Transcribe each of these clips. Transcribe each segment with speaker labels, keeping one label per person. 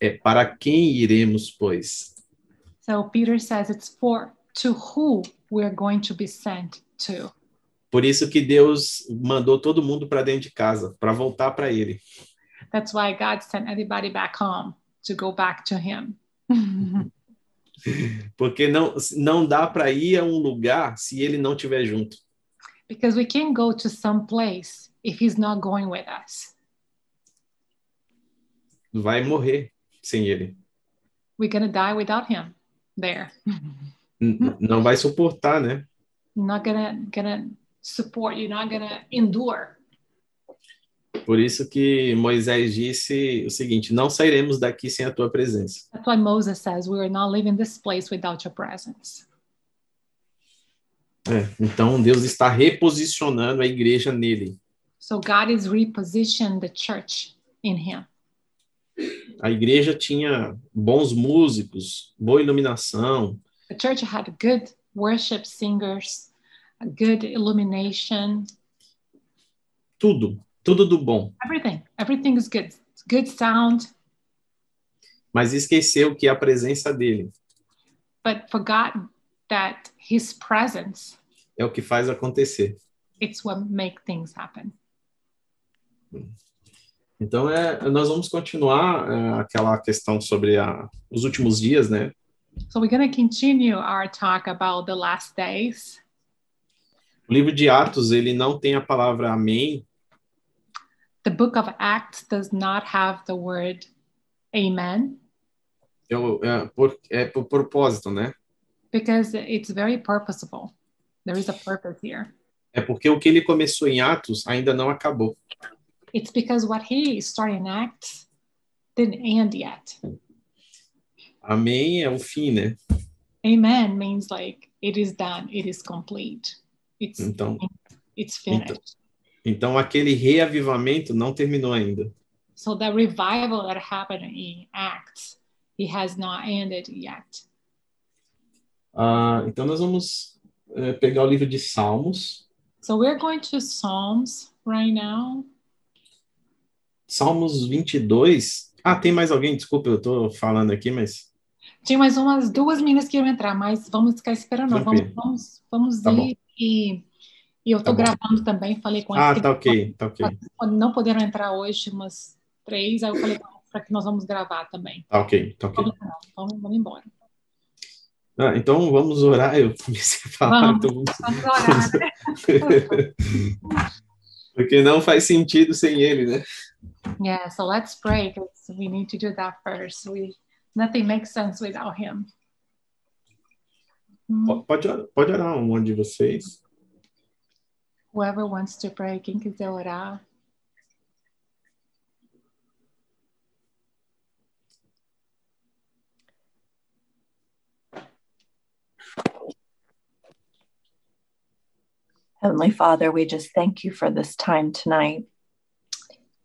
Speaker 1: É para quem iremos, pois?
Speaker 2: So Peter says it's for to who we're going to be sent to.
Speaker 1: Por isso que Deus mandou todo mundo para dentro de casa, para voltar para ele.
Speaker 2: That's why God sent everybody back home to go back to him.
Speaker 1: Porque não, não dá para ir a um lugar se ele não estiver junto.
Speaker 2: because we can't go to some place if he's not going with us.
Speaker 1: Vai morrer sem ele.
Speaker 2: We're going to die without him there.
Speaker 1: N- n- Não vai suportar, né?
Speaker 2: You're not going to going to support, you're not going to endure.
Speaker 1: Por isso que Moisés disse o seguinte: Não sairemos daqui sem a tua presença.
Speaker 2: That's why Moses says we are not leaving this place without your presence.
Speaker 1: É, então Deus está reposicionando a igreja nele.
Speaker 2: So God is repositioned the church in him.
Speaker 1: A igreja tinha bons músicos, boa iluminação,
Speaker 2: The church had good worship singers, a good illumination,
Speaker 1: tudo, tudo do bom.
Speaker 2: everything. Everything is good. Good sound,
Speaker 1: Mas esqueceu que é a presença dele
Speaker 2: but forgot that his presence
Speaker 1: é o que faz acontecer.
Speaker 2: it's what make things happen.
Speaker 1: Então é, nós vamos continuar é, aquela questão sobre a- os últimos dias, né?
Speaker 2: So we're going to continue our talk about the last days.
Speaker 1: O livro de Atos ele não tem a palavra amém,
Speaker 2: The book of Acts does not have the word amen
Speaker 1: é, o- é por, é por propósito, né?
Speaker 2: because it's very purposeful. There is a purpose here.
Speaker 1: É porque o que ele começou em Atos ainda não acabou.
Speaker 2: It's because what he started in Acts didn't end yet.
Speaker 1: Amém é o fim, né?
Speaker 2: Amen means like it is done, it is complete, it's
Speaker 1: Então,
Speaker 2: it's finished.
Speaker 1: então aquele reavivamento não terminou ainda.
Speaker 2: So the revival that happened in Acts, it has not ended yet.
Speaker 1: Ah, então nós vamos eh, pegar o livro de Salmos,
Speaker 2: So we're going to Psalms right now.
Speaker 1: Salmos 22. Ah, tem mais alguém? Desculpa, eu estou falando aqui, mas
Speaker 2: Tinha mais umas duas meninas que iam entrar, mas vamos ficar esperando. não. Vamos,
Speaker 1: Tranquilo.
Speaker 2: vamos, vamos
Speaker 1: Tá bom.
Speaker 2: ir. E, e eu
Speaker 1: Tá
Speaker 2: estou
Speaker 1: bom.
Speaker 2: gravando também, falei com
Speaker 1: ah,
Speaker 2: elas
Speaker 1: tá ok, tá ok,
Speaker 2: que não poderam entrar hoje, umas três. Aí eu falei para que nós vamos gravar também.
Speaker 1: tá ok, tá ok.
Speaker 2: Problema não, vamos, vamos embora.
Speaker 1: Ah, então vamos orar. Eu comecei a falar,
Speaker 2: Vamos.
Speaker 1: então vamos-
Speaker 2: Vamos orar. né?
Speaker 1: porque não faz sentido sem ele, né?
Speaker 2: yeah, so let's pray because we need to do that first. We nothing makes sense without him. Hmm,
Speaker 1: Po- Pode, orar- pode orar um de vocês.
Speaker 2: Whoever wants to pray, quem quiser orar.
Speaker 3: Heavenly Father, we just thank you for this time tonight.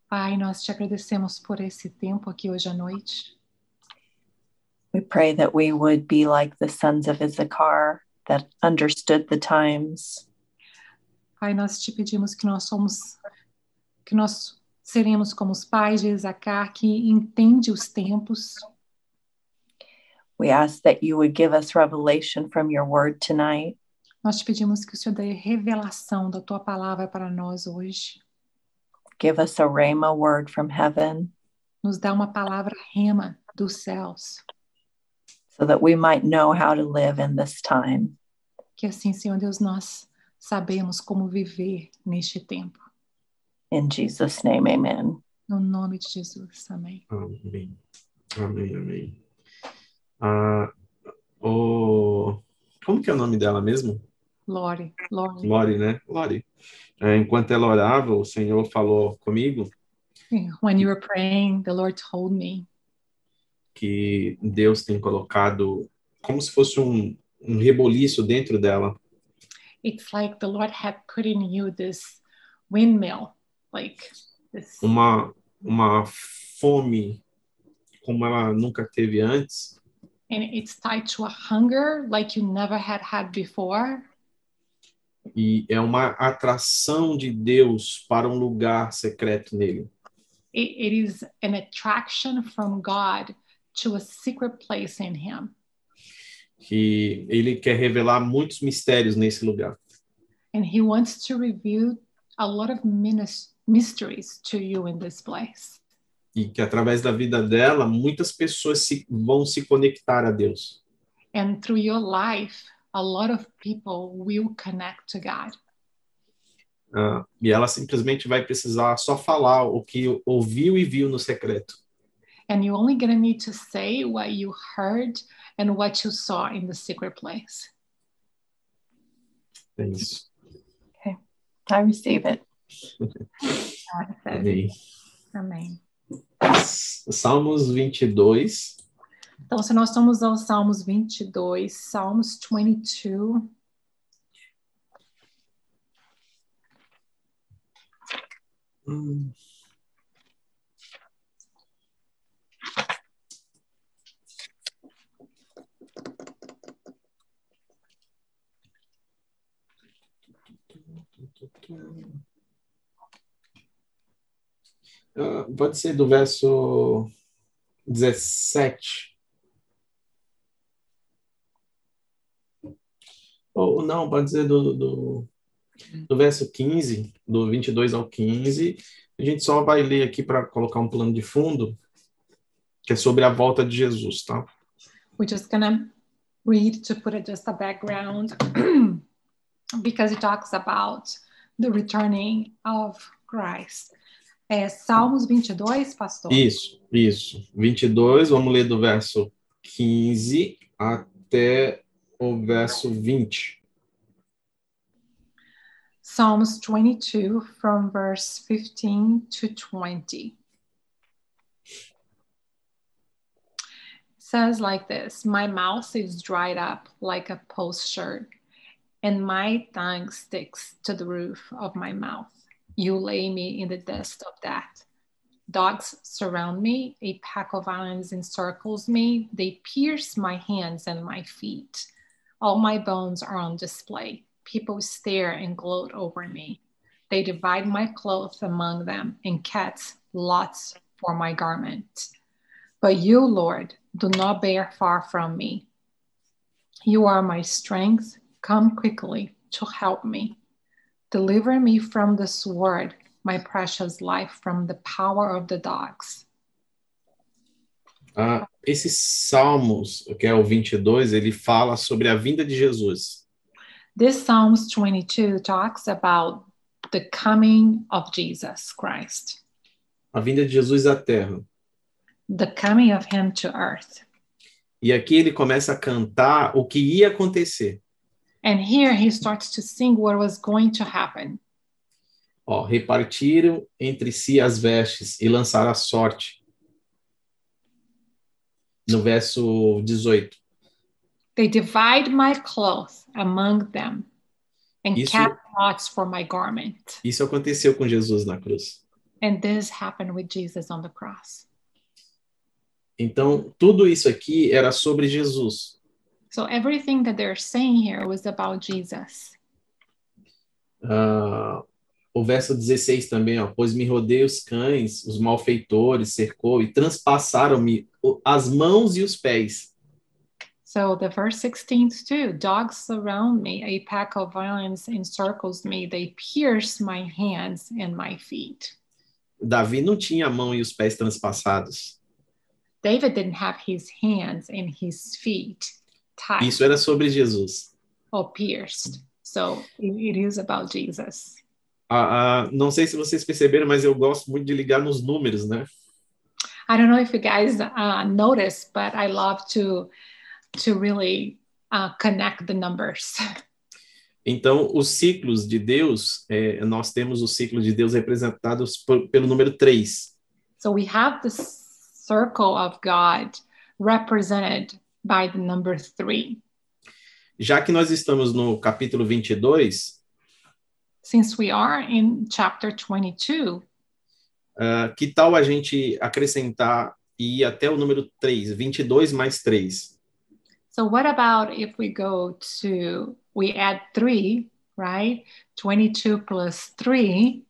Speaker 2: Pai, nós te agradecemos por esse tempo aqui hoje à noite.
Speaker 3: We pray that we would be like the sons of Issachar that understood the times,
Speaker 2: Pai, nós te pedimos que nós somos que nós seremos como os pais de Isacar que entende os tempos.
Speaker 3: We ask that you would give us revelation from your word tonight.
Speaker 2: Nós te pedimos que o Senhor dê revelação da tua palavra para nós hoje.
Speaker 3: Give us a Rhema word from heaven
Speaker 2: Nos dá uma palavra rema dos céus,
Speaker 3: so that we might know how to live in this time.
Speaker 2: que assim, Senhor Deus, nós sabemos como viver neste tempo.
Speaker 3: In Jesus' name, amen.
Speaker 2: No nome de Jesus, amém.
Speaker 1: Amém. Amém, amém. Ah, o... Como que é o nome dela mesmo?
Speaker 2: Lore, Lore,
Speaker 1: Lori, né? Lori. É, enquanto ela orava, o Senhor falou comigo
Speaker 2: when you were praying, the Lord told me
Speaker 1: que Deus tem colocado como se fosse um, um reboliço dentro dela.
Speaker 2: it's like the Lord had put in you this windmill, like this.
Speaker 1: Uma, uma fome como ela nunca teve antes.
Speaker 2: And it's tied to a hunger like you never had had before.
Speaker 1: E é uma atração de Deus para um lugar secreto nele.
Speaker 2: it, it is an attraction from God to a secret place in Him.
Speaker 1: que ele quer revelar muitos mistérios nesse lugar.
Speaker 2: And He wants to reveal a lot of minis- mysteries to you in this place.
Speaker 1: E que através da vida dela, muitas pessoas se, vão se conectar a Deus.
Speaker 2: And through your life, a lot of people will connect to God.
Speaker 1: Ah, e ela simplesmente vai precisar só falar o que ouviu e viu no secreto.
Speaker 2: And you're only going to need to say what you heard and what you saw in the secret place.
Speaker 1: É isso.
Speaker 3: I receive it.
Speaker 2: É
Speaker 1: Amém.
Speaker 2: Amém.
Speaker 1: Salmos 22.
Speaker 2: Então, se nós estamos aos Salmos 22, Salmos 22,
Speaker 1: Hum. Ah, Pode ser do verso 17. Ou não, pode ser do, do, do verso 15, do 22 ao 15, a gente só vai ler aqui para colocar um plano de fundo, que é sobre a volta de Jesus, tá?
Speaker 2: we're just going to read to put it just a background because it talks about the returning of Christ. É, Salmos 22, pastor?
Speaker 1: Isso, isso. 22, vamos ler do verso 15 até o verso 20.
Speaker 2: Psalms 22 from verse 15 to 20. Says like this My mouth is dried up like a postsherd, and my tongue sticks to the roof of my mouth. You lay me in the dust of death. Dogs surround me, a pack of lions encircles me, they pierce my hands and my feet. All my bones are on display. People stare and gloat over me. They divide my clothes among them and cats lots for my garment. But you, Lord, do not bear far from me. You are my strength. Come quickly to help me. Deliver me from the sword, my precious life from the power of the dogs.
Speaker 1: Ah, esses Salmos, que é o 22, ele fala sobre a vinda de Jesus.
Speaker 2: This Psalms 22 talks about the coming of Jesus Christ,
Speaker 1: A vinda de Jesus à terra.
Speaker 2: the coming of him to earth.
Speaker 1: E aqui ele começa a cantar o que ia acontecer.
Speaker 2: And here he starts to sing what was going to happen.
Speaker 1: Ó, repartiram entre si as vestes e lançaram a sorte. No verso 18.
Speaker 2: They divide my clothes among them and
Speaker 1: Isso-
Speaker 2: cast lots for my garment.
Speaker 1: Isso aconteceu com Jesus na cruz.
Speaker 2: And this happened with Jesus on the cross.
Speaker 1: Então, tudo isso aqui era sobre Jesus.
Speaker 2: So everything that they're saying here was about Jesus.
Speaker 1: Ah, o verso 16 também, ó, pois me rodei os cães, os malfeitores cercou e transpassaram-me o- as mãos e os pés.
Speaker 2: So the verse 16 too, dogs surround me, a pack of lions encircles me, they pierce my hands and my feet.
Speaker 1: Davi não tinha a mão e os pés transpassados.
Speaker 2: David didn't have his hands and his feet tied.
Speaker 1: Isso era sobre Jesus.
Speaker 2: or pierced. So it, it is about Jesus.
Speaker 1: Ah, ah, não sei se vocês perceberam, mas eu gosto muito de ligar nos números, né?
Speaker 2: I don't know if you guys uh, noticed, but I love to to really uh, connect the numbers.
Speaker 1: Então, os ciclos de Deus, eh, nós temos o ciclo de Deus representados por- pelo número 3.
Speaker 2: So we have this circle of God represented by the number three.
Speaker 1: Já que nós estamos no capítulo 22,
Speaker 2: Since we are in chapter 22,
Speaker 1: ah, que tal a gente acrescentar e ir até o número 3, 22 mais 3?
Speaker 2: so what about if we go to we add three, right? 22 plus three,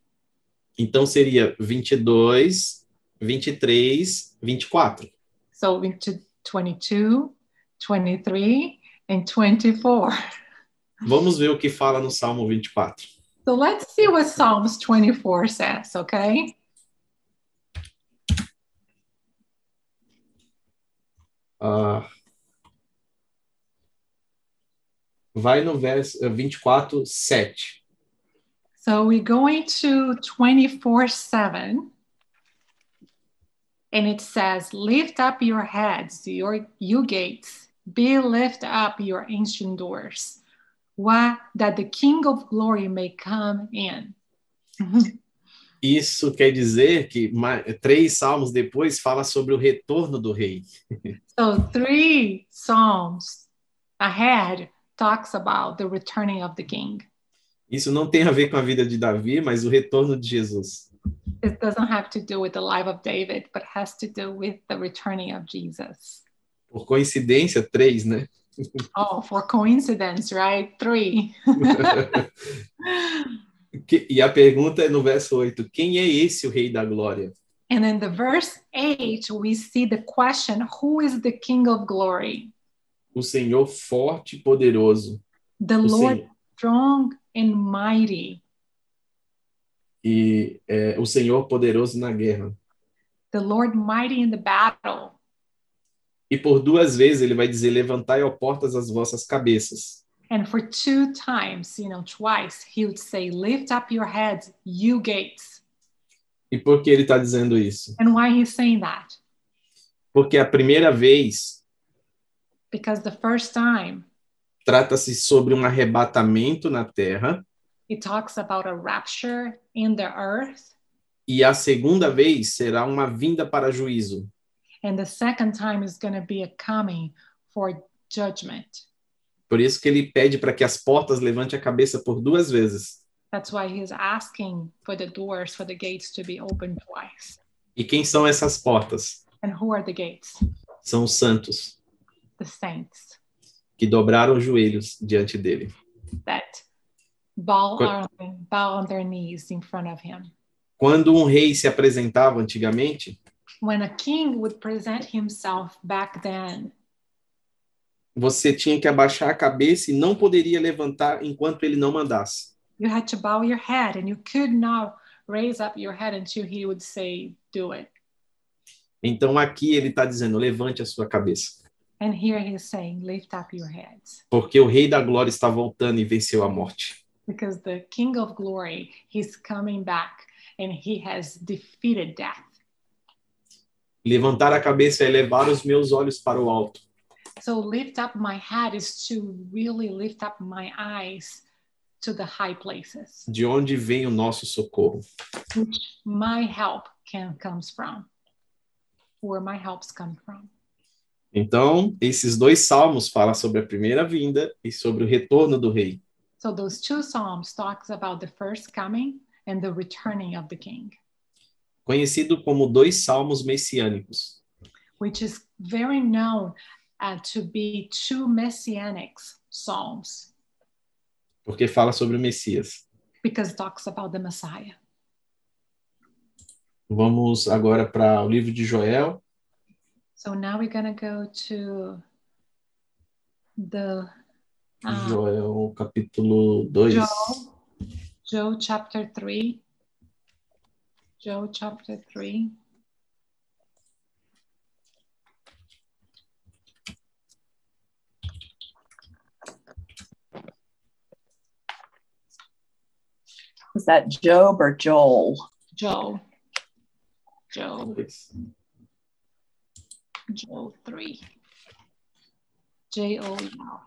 Speaker 1: Então, seria 22 23, 24.
Speaker 2: So into 22, 23, and 24.
Speaker 1: Vamos ver o que fala no Salmo 24.
Speaker 2: So let's see what Psalms 24 says, okay?
Speaker 1: Ah, vai no verso eh, 24, 7.
Speaker 2: So we go into 24 7, and it says, Lift up your heads, your you gates, be lift up your ancient doors, why that the King of glory may come in.
Speaker 1: Isso quer dizer que ma- três salmos depois fala sobre o retorno do rei.
Speaker 2: so three Psalms ahead talks about the returning of the king.
Speaker 1: Isso não tem a ver com a vida de Davi, mas o retorno de Jesus.
Speaker 2: It doesn't have to do with the life of David, but has to do with the returning of Jesus.
Speaker 1: Por coincidência, três, né?
Speaker 2: Oh, for coincidence, right? Three.
Speaker 1: Que- e a pergunta é no verso 8: quem é esse o rei da glória?
Speaker 2: And in the verse 8, we see the question Who is the King of glory?
Speaker 1: O Senhor forte e poderoso.
Speaker 2: The
Speaker 1: O
Speaker 2: Lord
Speaker 1: Senhor,
Speaker 2: strong and mighty,
Speaker 1: e é, o Senhor poderoso na guerra.
Speaker 2: the Lord mighty in the battle.
Speaker 1: E por duas vezes ele vai dizer: levantai, ó portas, as vossas cabeças.
Speaker 2: And for two times, you know, twice, he would say, Lift up your heads, you gates.
Speaker 1: E por que ele está dizendo isso?
Speaker 2: And why he's saying that?
Speaker 1: Porque a primeira vez
Speaker 2: Because the first time
Speaker 1: trata-se sobre um arrebatamento na terra,
Speaker 2: he talks about a rapture in the earth,
Speaker 1: e a segunda vez será uma vinda para juízo.
Speaker 2: and the second time is going to be a coming for judgment.
Speaker 1: Por isso que ele pede para que as portas levante a cabeça por duas vezes.
Speaker 2: That's why he's asking for the doors, for the gates to be opened twice.
Speaker 1: E quem são essas portas?
Speaker 2: And who are the gates?
Speaker 1: São os santos
Speaker 2: The saints
Speaker 1: que dobraram os joelhos diante dele.
Speaker 2: that bow,
Speaker 1: Good.
Speaker 2: on, bow on their knees in front of him.
Speaker 1: Quando um rei se apresentava antigamente,
Speaker 2: When a king would present himself back then,
Speaker 1: você tinha que abaixar a cabeça e não poderia levantar enquanto ele não mandasse.
Speaker 2: you had to bow your head and you could not raise up your head until he would say, Do it.
Speaker 1: Então aqui ele está dizendo: levante a sua cabeça,
Speaker 2: And here he's saying, Lift up your heads.
Speaker 1: porque o rei da glória está voltando e venceu a morte.
Speaker 2: Because the king of glory, he's coming back and he has defeated death.
Speaker 1: Levantar a cabeça é elevar os meus olhos para o alto.
Speaker 2: So lift up my head is to really lift up my eyes to the high places,
Speaker 1: de onde vem o nosso socorro.
Speaker 2: which my help can comes from, where my helps come from.
Speaker 1: Então, esses dois salmos falam sobre a primeira vinda e sobre o retorno do rei.
Speaker 2: So those two psalms talks about the first coming and the returning of the king,
Speaker 1: conhecido como dois salmos messiânicos.
Speaker 2: which is very known uh, to be two messianic psalms
Speaker 1: porque fala sobre o Messias.
Speaker 2: because it talks about the Messiah.
Speaker 1: Vamos agora para o livro de Joel,
Speaker 2: So now we're gonna go to the uh,
Speaker 1: Joel capítulo 2.
Speaker 2: Joel. Joe chapter 3. Joe chapter 3.
Speaker 3: Is that Job or Joel?
Speaker 2: Joe. Joe. Joe 3. J O L.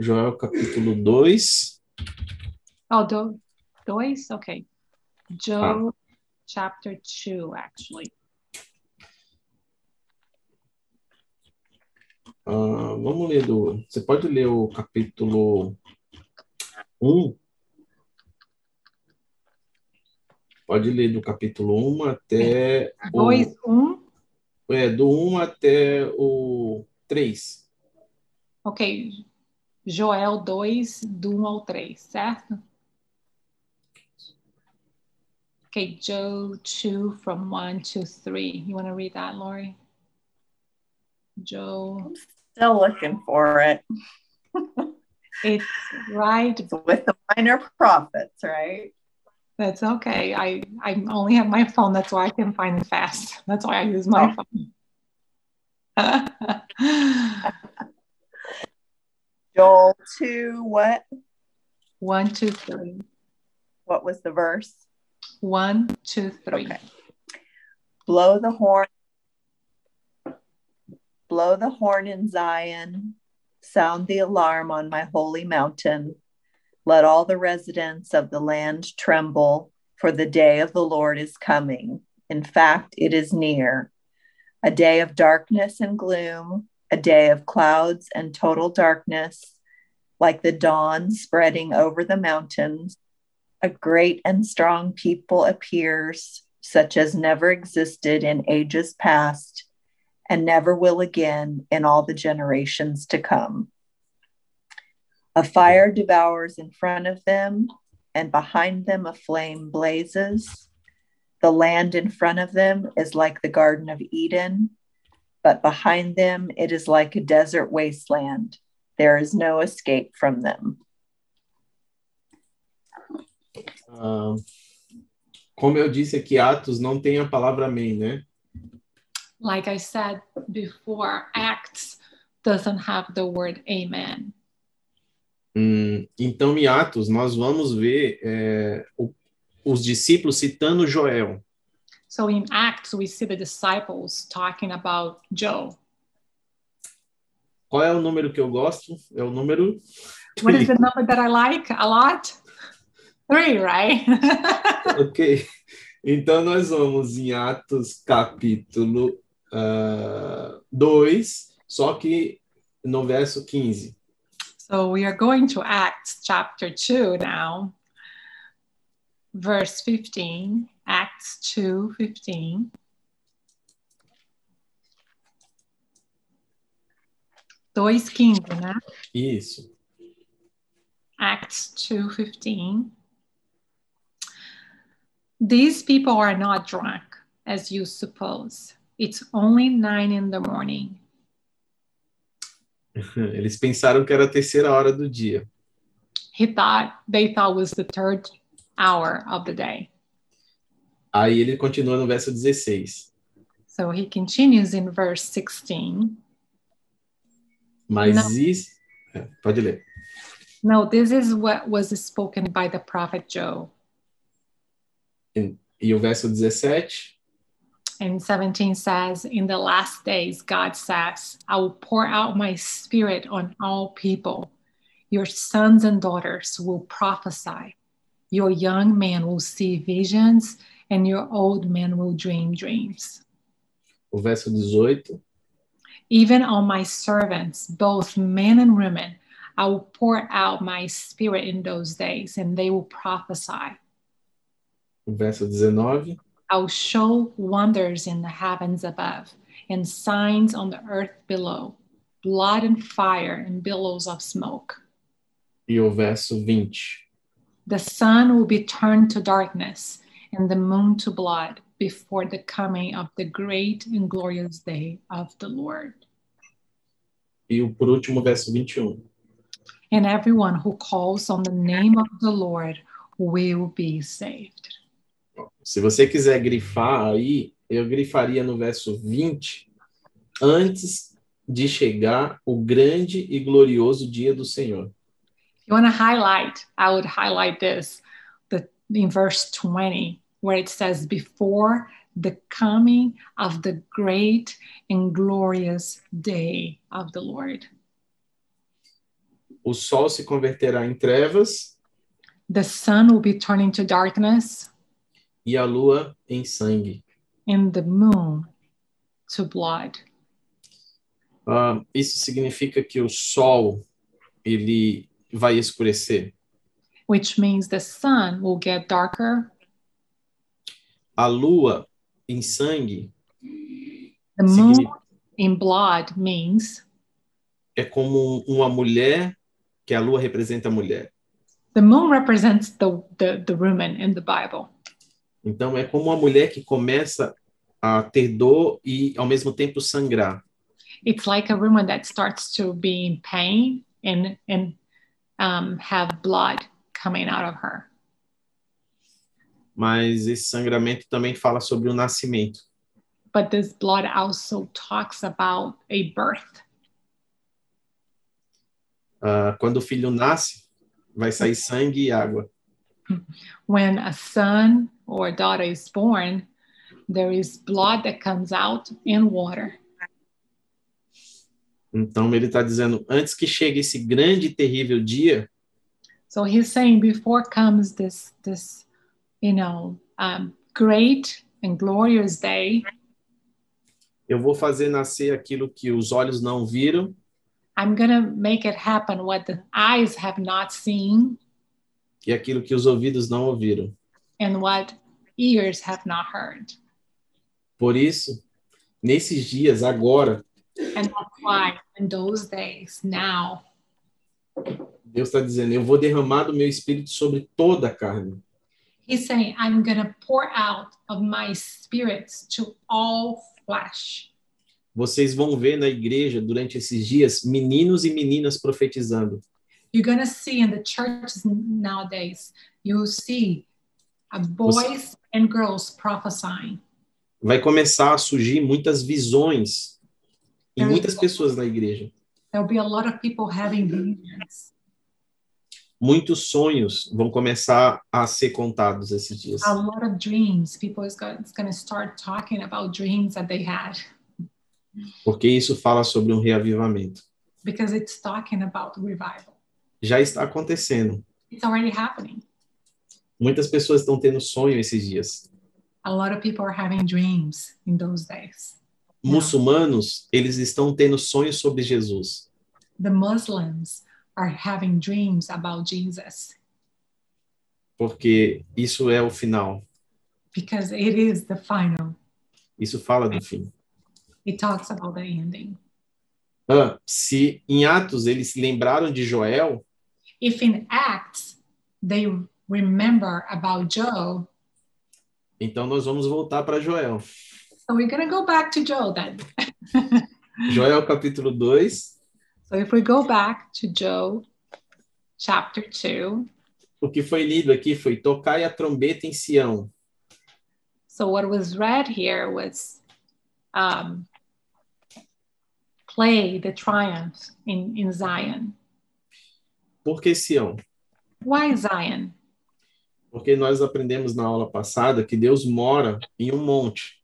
Speaker 1: Joel capítulo 2,
Speaker 2: Oh, do, dois? Okay. Joe chapter 2, actually.
Speaker 1: ah, vamos ler do... Você pode ler o capítulo 1? Pode ler do capítulo 1 até...
Speaker 2: É, Dois, um.
Speaker 1: O, um é, do 1 até o 3.
Speaker 2: Okay. Joel 2, do 1 ao 3, certo? Okay, Joel 2, from 1 to 3. You want to read that, Lori? Joel.
Speaker 3: Still looking for it.
Speaker 2: It's right.
Speaker 3: With the minor prophets, right?
Speaker 2: That's okay. I, I only have my phone. That's why I can find it fast. That's why I use my phone.
Speaker 3: Joel 2, what?
Speaker 2: One, two, three.
Speaker 3: What was the verse?
Speaker 2: One, two, three.
Speaker 3: Okay. Blow the horn. Blow the horn in Zion. Sound the alarm on my holy mountain. Let all the residents of the land tremble, for the day of the Lord is coming. In fact, it is near. A day of darkness and gloom, a day of clouds and total darkness, like the dawn spreading over the mountains. A great and strong people appears, such as never existed in ages past and never will again in all the generations to come. A fire devours in front of them, and behind them a flame blazes. The land in front of them is like the Garden of Eden, but behind them it is like a desert wasteland. There is no escape from them.
Speaker 1: Ah, como eu disse aqui, Atos não tem a palavra amém, né?
Speaker 2: Like I said before, Acts doesn't have the word amen.
Speaker 1: Hum, então, em Atos, nós vamos ver é, o- os discípulos citando Joel.
Speaker 2: So in Acts, we see the disciples talking about Joe.
Speaker 1: Qual é o número que eu gosto? É o número.
Speaker 2: What is the number that I like a lot? Three, right?
Speaker 1: Ok. Então, nós vamos em Atos capítulo 2, só que no verso 15.
Speaker 2: so we are going to Acts chapter 2 now, verse 15, Acts 2 15. Dois quinze, né?
Speaker 1: Isso.
Speaker 2: Acts 2:15 These people are not drunk as you suppose. It's only 9 in the morning.
Speaker 1: Eles pensaram que era a terceira hora do dia.
Speaker 2: He thought they thought was the third hour of the day.
Speaker 1: Aí ele continua no verso 16.
Speaker 2: So he continues in verse 16.
Speaker 1: Mas
Speaker 2: Não.
Speaker 1: isso. é, pode ler.
Speaker 2: Now this is what was spoken by the prophet Joel.
Speaker 1: E o verso 17.
Speaker 2: And 17 says, In the last days, God says, I will pour out my spirit on all people. Your sons and daughters will prophesy. Your young men will see visions, and your old men will dream dreams.
Speaker 1: O verso 18.
Speaker 2: Even on my servants, both men and women, I will pour out my spirit in those days, and they will prophesy.
Speaker 1: O verso 19.
Speaker 2: I will show wonders in the heavens above and signs on the earth below, blood and fire and billows of smoke.
Speaker 1: E o verso 20.
Speaker 2: The sun will be turned to darkness and the moon to blood before the coming of the great and glorious day of the Lord.
Speaker 1: E o, por último, o verso 21.
Speaker 2: And everyone who calls on the name of the Lord will be saved.
Speaker 1: Se você quiser grifar aí, eu grifaria no verso 20, antes de chegar o grande e glorioso dia do Senhor.
Speaker 2: If you want to highlight, I would highlight this the, in verse 20, where it says, Before the coming of the great and glorious day of the Lord.
Speaker 1: O sol se converterá em trevas
Speaker 2: The sun will be turned into darkness
Speaker 1: e a lua em sangue.
Speaker 2: and the moon to blood.
Speaker 1: Ah, isso significa que o sol ele vai escurecer,
Speaker 2: Which means the sun will get darker,
Speaker 1: a lua em sangue
Speaker 2: the moon
Speaker 1: signi-
Speaker 2: in blood means
Speaker 1: é como uma mulher que a lua representa a mulher.
Speaker 2: The moon represents the, the, the woman in the Bible.
Speaker 1: Então é como uma mulher que começa a ter dor e ao mesmo tempo sangrar.
Speaker 2: It's like a woman that starts to be in pain and, and um, have blood coming out of her.
Speaker 1: Mas esse sangramento também fala sobre o nascimento.
Speaker 2: But this blood also talks about a birth.
Speaker 1: Ah, quando o filho nasce, vai sair sangue e água.
Speaker 2: When a son or a daughter is born, there is blood that comes out and water.
Speaker 1: Então ele está dizendo: antes que chegue esse grande e terrível dia,
Speaker 2: So he's saying before comes this this you know um, great and glorious day.
Speaker 1: eu vou fazer nascer aquilo que os olhos não viram,
Speaker 2: I'm gonna make it happen what the eyes have not seen
Speaker 1: e aquilo que os ouvidos não ouviram.
Speaker 2: and what ears have not heard.
Speaker 1: Por isso, nesses dias, agora,
Speaker 2: And that's why in those days now
Speaker 1: Deus está dizendo: eu vou derramar do meu espírito sobre toda a carne.
Speaker 2: he's saying I'm gonna pour out of my spirits to all flesh.
Speaker 1: Vocês vão ver na igreja durante esses dias meninos e meninas profetizando.
Speaker 2: You're gonna see in the churches nowadays, you see uh, boys and girls prophesying.
Speaker 1: Vai começar a surgir muitas visões e muitas pessoas na igreja,
Speaker 2: There'll be a lot of people having visions.
Speaker 1: muitos sonhos vão começar a ser contados esses dias.
Speaker 2: A lot of dreams. People is going to start talking about dreams that they had
Speaker 1: porque isso fala sobre um reavivamento.
Speaker 2: because it's talking about revival.
Speaker 1: Já está acontecendo.
Speaker 2: It's already happening.
Speaker 1: Muitas pessoas estão tendo sonho esses dias.
Speaker 2: A lot of people are having dreams in those days. Não.
Speaker 1: Muçulmanos, eles estão tendo sonhos sobre Jesus.
Speaker 2: The Muslims are having dreams about Jesus
Speaker 1: Porque isso é o final.
Speaker 2: because it is the final.
Speaker 1: Isso fala do fim.
Speaker 2: It talks about the ending.
Speaker 1: Ah, se em Atos eles se lembraram de Joel,
Speaker 2: If in Acts they remember about Joe,
Speaker 1: então nós vamos voltar para Joel.
Speaker 2: so we're going to go back to Joe then.
Speaker 1: Joel capítulo 2,
Speaker 2: So if we go back to Joe chapter 2,
Speaker 1: o que foi lido aqui foi tocai a trombeta em Sião.
Speaker 2: so what was read here was um, play the triumph in, in Zion.
Speaker 1: Por que Sião?
Speaker 2: Why Zion?
Speaker 1: Porque nós aprendemos na aula passada que Deus mora em um monte.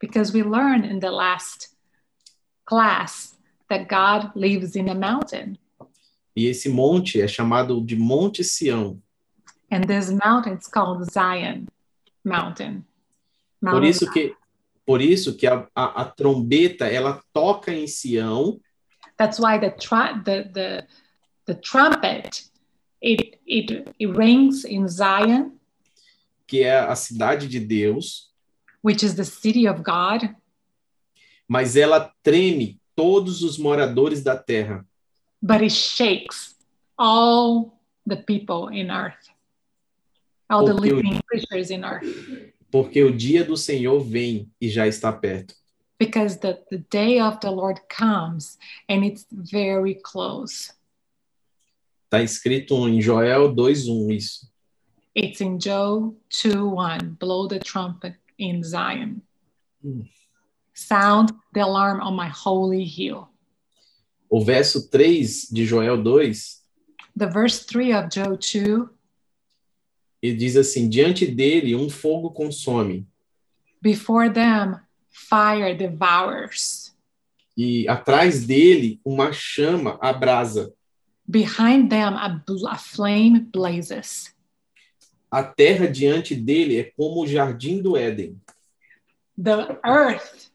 Speaker 2: Because we learned in the last class that God lives in a mountain,
Speaker 1: E esse monte é chamado de Monte Sião.
Speaker 2: and this mountain is called Zion Mountain.
Speaker 1: Por
Speaker 2: mountain
Speaker 1: isso que, por isso que a, a, a trombeta ela toca em Sião
Speaker 2: That's why the tru- the the the trumpet it it it rings in Zion
Speaker 1: que é a cidade de Deus,
Speaker 2: which is the city of God,
Speaker 1: mas ela treme todos os moradores da terra.
Speaker 2: but it shakes all the people in earth, all the
Speaker 1: Porque o-
Speaker 2: living creatures in earth,
Speaker 1: Porque o dia do Senhor vem e já está perto.
Speaker 2: because the, the day of the Lord comes and it's very close.
Speaker 1: Está Tá escrito em Joel 2:1 isso.
Speaker 2: It's in Joe 2 1. Blow the trumpet in Zion.
Speaker 1: Hmm.
Speaker 2: Sound the alarm on my holy hill.
Speaker 1: O verso 3 de Joel 2,
Speaker 2: The verse 3 of Joe 2
Speaker 1: ele diz assim: diante dele um fogo consome
Speaker 2: before them, fire devours.
Speaker 1: e atrás dele uma chama abrasa.
Speaker 2: Behind them, a, bl- a flame blazes.
Speaker 1: A terra diante dele é como o jardim do Éden.
Speaker 2: The earth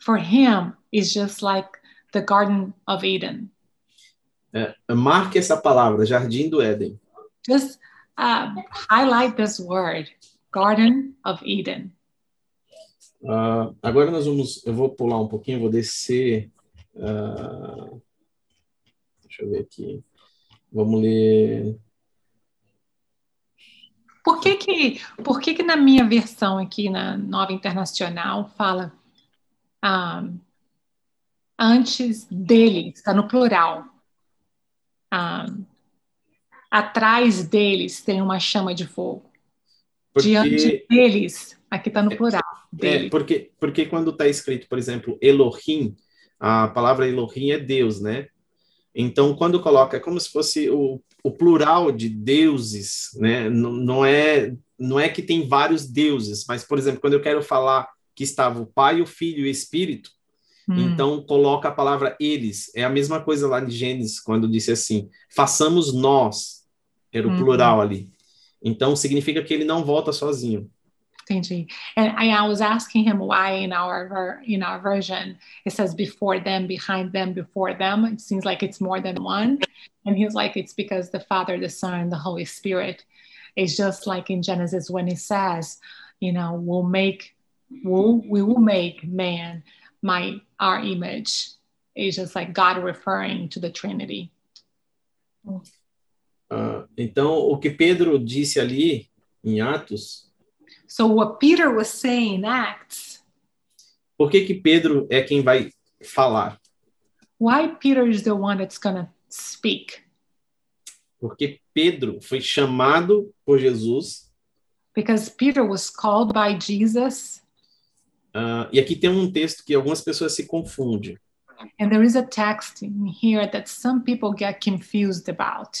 Speaker 2: for him is just like the Garden of Eden.
Speaker 1: É, Marque essa palavra, jardim do Éden.
Speaker 2: Just uh, highlight this word, Garden of Eden.
Speaker 1: Ah, agora nós vamos, eu vou pular um pouquinho, vou descer. ah, deixa eu ver aqui. Vamos ler.
Speaker 2: Por que que, por que que na minha versão aqui, na Nova Internacional, fala ah, antes dele, está no plural. Ah, atrás deles tem uma chama de fogo.
Speaker 1: Porque,
Speaker 2: Diante deles, aqui está no plural.
Speaker 1: é,
Speaker 2: Deles.
Speaker 1: porque, porque quando está escrito, por exemplo, Elohim, a palavra Elohim é Deus, né? Então, quando coloca, é como se fosse o, o plural de deuses, né? Não, não, é, não é que tem vários deuses, mas, por exemplo, quando eu quero falar que estava o Pai, o Filho e o Espírito,
Speaker 2: Hum.
Speaker 1: Então coloca a palavra eles. É a mesma coisa lá de Gênesis, quando disse assim: façamos nós. Era o
Speaker 2: Uhum.
Speaker 1: plural ali. Então significa que ele não volta sozinho.
Speaker 2: Entendi. And I, I was asking him why in our ver- in our version it says before them, behind them, before them. It seems like it's more than one, and he's like, it's because the Father, the Son, and the Holy Spirit. It's just like in Genesis when it says, you know, we'll make, we'll, we will make man my our image. It's just like God referring to the Trinity.
Speaker 1: Ah, então o que Pedro disse ali em Atos,
Speaker 2: So what Peter was saying in Acts,
Speaker 1: por que que Pedro é quem vai falar?
Speaker 2: why Peter is the one that's gonna speak.
Speaker 1: Porque Pedro foi chamado por Jesus.
Speaker 2: because Peter was called by Jesus.
Speaker 1: ah, e aqui tem um texto que algumas pessoas se confundem.
Speaker 2: And there is a text in here that some people get confused about.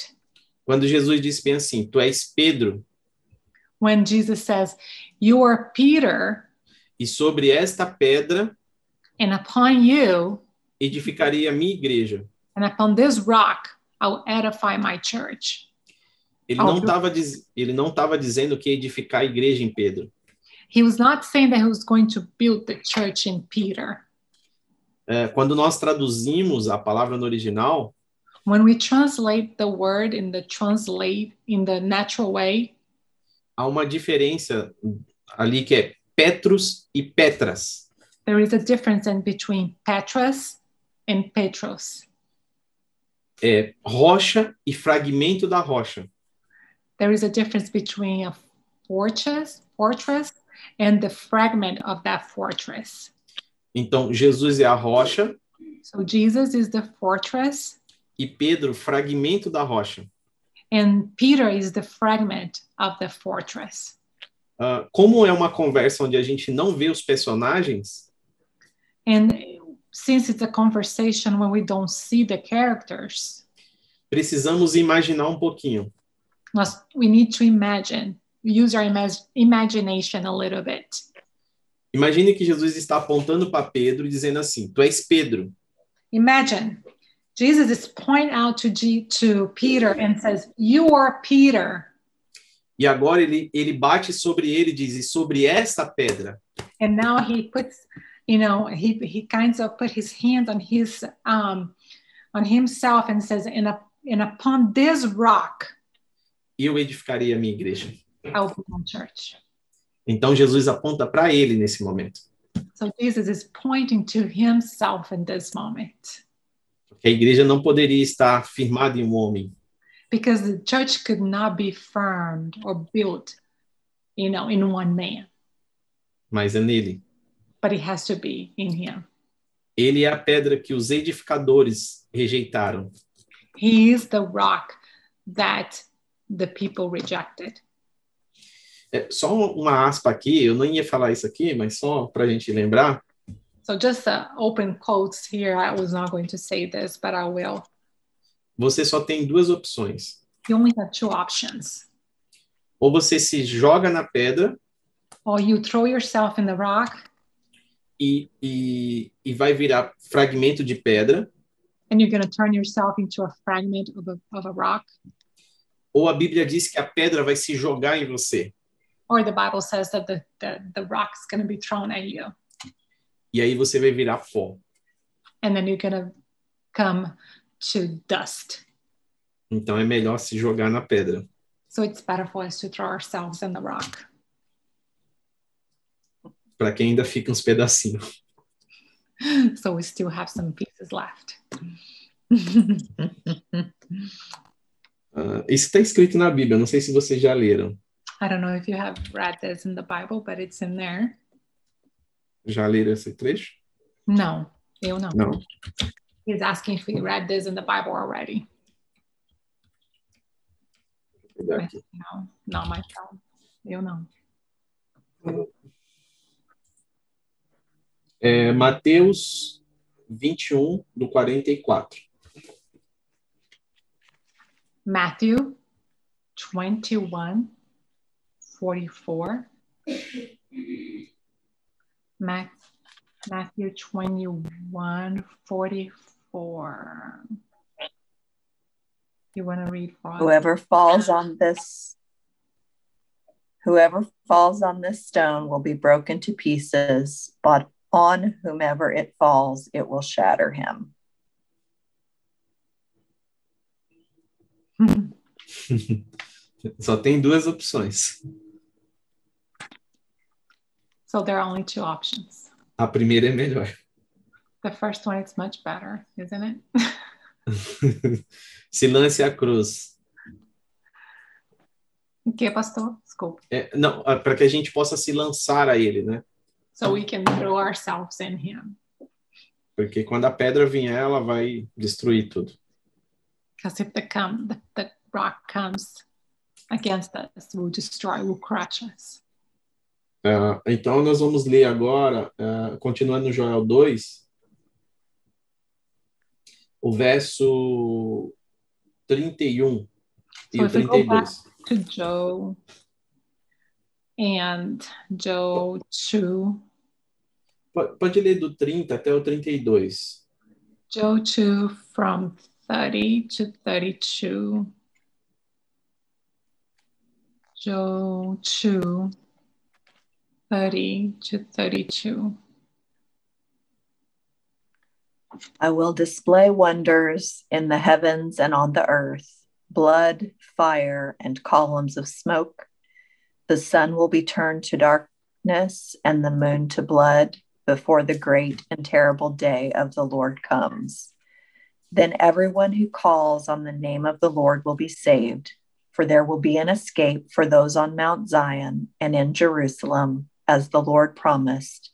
Speaker 1: Quando Jesus disse bem assim: Tu és Pedro,
Speaker 2: When Jesus says, You are Peter,
Speaker 1: e sobre esta pedra
Speaker 2: and upon you
Speaker 1: edificarei a minha igreja.
Speaker 2: and upon this rock, I will edify my church.
Speaker 1: Ele
Speaker 2: Ao
Speaker 1: não
Speaker 2: vivo.
Speaker 1: estava ele não tava dizendo que ia edificar a igreja em Pedro.
Speaker 2: He was not saying that he was going to build the church in Peter.
Speaker 1: É, quando nós traduzimos a palavra no original,
Speaker 2: When we translate the word in the translate in the natural way,
Speaker 1: há uma diferença ali que é Petrus e Petras.
Speaker 2: there is a difference in between Petrus and Petros.
Speaker 1: É rocha e fragmento da rocha.
Speaker 2: there is a difference between a fortress fortress and the fragment of that fortress
Speaker 1: Então, Jesus é a rocha
Speaker 2: so jesus is the fortress
Speaker 1: e Pedro, fragmento da rocha.
Speaker 2: and peter is the fragment of the fortress
Speaker 1: Ah, como é uma conversa onde a gente não vê os personagens,
Speaker 2: and since it's a conversation when we don't see the characters
Speaker 1: precisamos imaginar um pouquinho.
Speaker 2: must- we need to imagine use our imag- imagination a little bit
Speaker 1: Imagine que Jesus está apontando para Pedro e dizendo assim: Tu és Pedro.
Speaker 2: imagine jesus is point out to G- to peter and says you are peter
Speaker 1: E agora ele, ele bate sobre ele e diz: e sobre esta pedra.
Speaker 2: and now he puts you know he he kinds of put his hand on his um on himself and says and, up, and upon this rock
Speaker 1: eu edificarei a minha igreja.
Speaker 2: i will build my church
Speaker 1: Então Jesus aponta para ele nesse momento,
Speaker 2: so jesus is pointing to himself in this moment
Speaker 1: porque a igreja não poderia estar firmada em um homem.
Speaker 2: because the church could not be firmed or built you know in one man
Speaker 1: Mas é nele.
Speaker 2: but it has to be in him
Speaker 1: Ele é a pedra que os edificadores rejeitaram.
Speaker 2: he is the rock that the people rejected
Speaker 1: É, só uma aspa aqui, eu não ia falar isso aqui, mas só para a gente lembrar.
Speaker 2: so just uh, open quotes here i was not going to say this but i will
Speaker 1: Você só tem duas opções:
Speaker 2: you only have two options
Speaker 1: ou você se joga na pedra
Speaker 2: or you throw yourself in the rock
Speaker 1: e, e, e vai virar fragmento de pedra,
Speaker 2: and you're going to turn yourself into a fragment of a, of a rock
Speaker 1: ou a Bíblia diz que a pedra vai se jogar em você.
Speaker 2: or the bible says that the, the, the rock is going to be thrown at you
Speaker 1: e aí você vai virar pó.
Speaker 2: and then you're going to come to dust
Speaker 1: Então é melhor se jogar na pedra.
Speaker 2: so it's better for us to throw ourselves in the rock
Speaker 1: Para quem ainda fica uns pedacinhos.
Speaker 2: so we still have some pieces left
Speaker 1: Ah, isso está escrito na Bíblia, não sei se vocês já leram.
Speaker 2: I don't know if you have read this in the Bible, but it's in there.
Speaker 1: Já leram esse trecho?
Speaker 2: No, eu não.
Speaker 1: Não.
Speaker 2: He's asking if we read this in the Bible already.
Speaker 1: Vou pegar aqui.
Speaker 2: No, not myself. Eu não.
Speaker 1: É, Mateus 21, do 44.
Speaker 2: Matthew 21, 44. Mac, Matthew 21, 44. You want to read for us?
Speaker 3: Whoever falls on this whoever falls on this stone will be broken to pieces, but on whomever it falls, it will shatter him.
Speaker 1: Só tem duas opções.
Speaker 2: so there are only two options.
Speaker 1: A primeira é melhor.
Speaker 2: The first one is much better, isn't it?
Speaker 1: Se lance a cruz.
Speaker 2: okay, pastor? Desculpa.
Speaker 1: É, não, para que a gente possa se lançar a ele, né?
Speaker 2: So we can throw ourselves in him.
Speaker 1: Porque quando a pedra vier, ela vai destruir tudo.
Speaker 2: Because if the, come, the, the rock comes against us, will destroy, will crush us.
Speaker 1: Ah, então, nós vamos ler agora, ah, continuando no Joel 2, o verso 31 e o
Speaker 2: Você colocou
Speaker 1: 32.
Speaker 2: to Joe and Joe 2.
Speaker 1: Po- Pode ler do 30 até o 32.
Speaker 2: Joe 2 from 30 to 32. Joe 2, 30 to 32.
Speaker 3: I will display wonders in the heavens and on the earth blood, fire, and columns of smoke. The sun will be turned to darkness and the moon to blood before the great and terrible day of the Lord comes. Then everyone who calls on the name of the Lord will be saved, for there will be an escape for those on Mount Zion and in Jerusalem, as the Lord promised,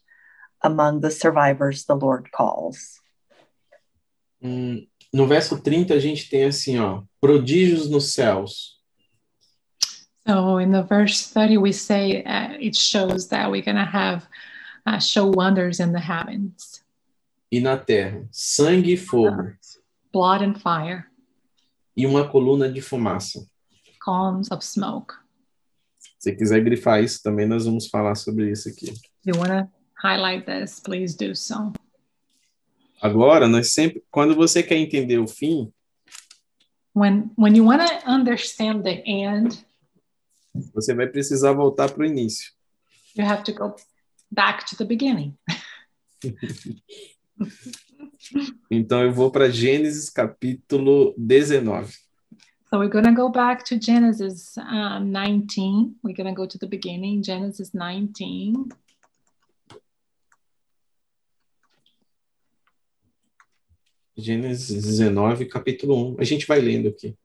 Speaker 3: among the survivors the Lord calls.
Speaker 1: Hum, no verso 30, a gente tem assim, ó, prodígios nos céus.
Speaker 2: So in the verse 30, we say uh, it shows that we're going to have uh, show wonders in the heavens,
Speaker 1: e na terra, sangue e fogo,
Speaker 2: blood and fire,
Speaker 1: e uma coluna de fumaça.
Speaker 2: columns of smoke.
Speaker 1: Se quiser grifar isso também, nós vamos falar sobre isso aqui.
Speaker 2: If you want to highlight this, please do so.
Speaker 1: Agora, nós sempre, quando você quer entender o fim,
Speaker 2: when when you want to understand the end
Speaker 1: você vai precisar voltar para o início.
Speaker 2: you have to go back to the beginning
Speaker 1: Então, eu vou para Gênesis capítulo 19.
Speaker 2: so we're going to go back to genesis um, 19 we're going to go to the beginning genesis 19
Speaker 1: Gênesis 19, capítulo 1. A gente vai lendo aqui.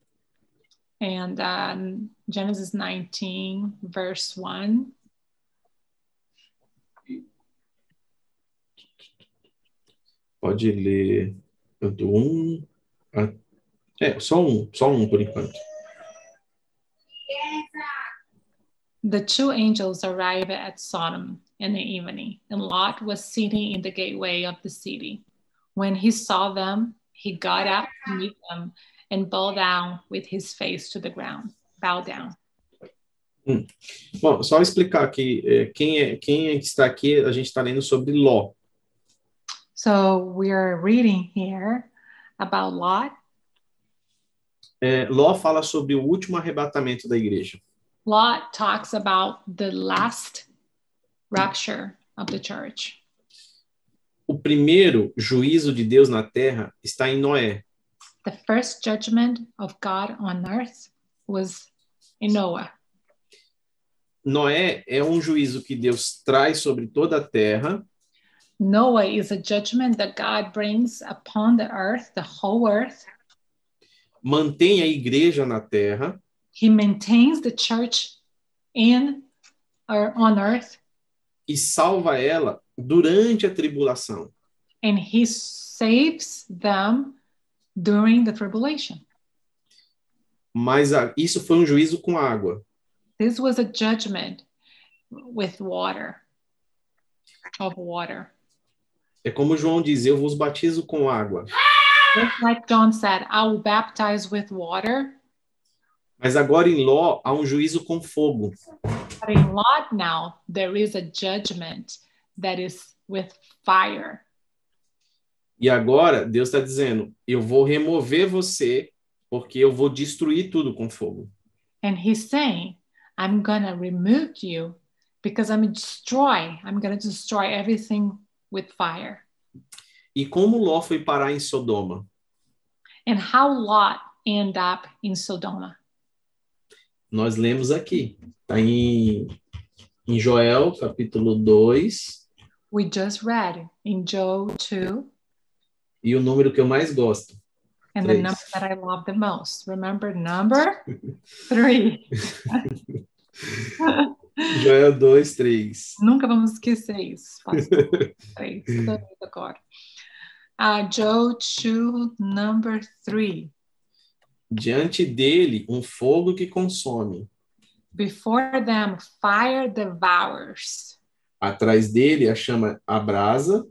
Speaker 2: and um, genesis 19 verse 1
Speaker 1: Pode ler do 1. a- É, só um, só um por enquanto.
Speaker 2: the two angels arrived at sodom in the evening and lot was sitting in the gateway of the city when he saw them he got up to meet them and bowed down with his face to the ground bow down
Speaker 1: Bom, só explicar aqui, é, quem é quem é que está aqui, a gente está lendo sobre Ló.
Speaker 2: So we're reading here about Lot.
Speaker 1: É, Ló fala sobre o último arrebatamento da igreja.
Speaker 2: Lot talks about the last rapture of the church.
Speaker 1: O primeiro juízo de Deus na terra está em Noé.
Speaker 2: The first judgment of God on earth was in Noah.
Speaker 1: Noé é um juízo que Deus traz sobre toda a terra
Speaker 2: Noah is a judgment that God brings upon the earth, the whole earth,
Speaker 1: mantém a igreja na terra
Speaker 2: He maintains the church in or on earth,
Speaker 1: e salva ela durante a tribulação.
Speaker 2: and He saves them during the tribulation.
Speaker 1: Mas a- isso foi um juízo com água.
Speaker 2: This was a judgment with water, of water.
Speaker 1: É como João diz: Eu vos batizo com água.
Speaker 2: Just like John said, I will baptize with water.
Speaker 1: Mas agora em Ló há um juízo com fogo.
Speaker 2: But in Lot now, there is a judgment that is with fire.
Speaker 1: E agora Deus está dizendo: Eu vou remover você, porque eu vou destruir tudo com fogo.
Speaker 2: And he's saying, I'm going to remove you because I'm destroy. I'm going to destroy everything with fire.
Speaker 1: E como Ló foi parar em Sodoma?
Speaker 2: And how Lot end up in Sodoma?
Speaker 1: Nós lemos aqui. Está em, em Joel, capítulo 2.
Speaker 2: We just read in Job 2
Speaker 1: E o número que eu mais gosto.
Speaker 2: and the
Speaker 1: Please.
Speaker 2: number that I love the most. Remember number three.
Speaker 1: Joel 2, 3.
Speaker 2: Nunca vamos esquecer isso. Faço três, toda vez agora. Ah, Joe Chu, number three.
Speaker 1: Diante dele, um fogo que consome.
Speaker 2: Before them, fire devours.
Speaker 1: Atrás dele, a chama abrasa.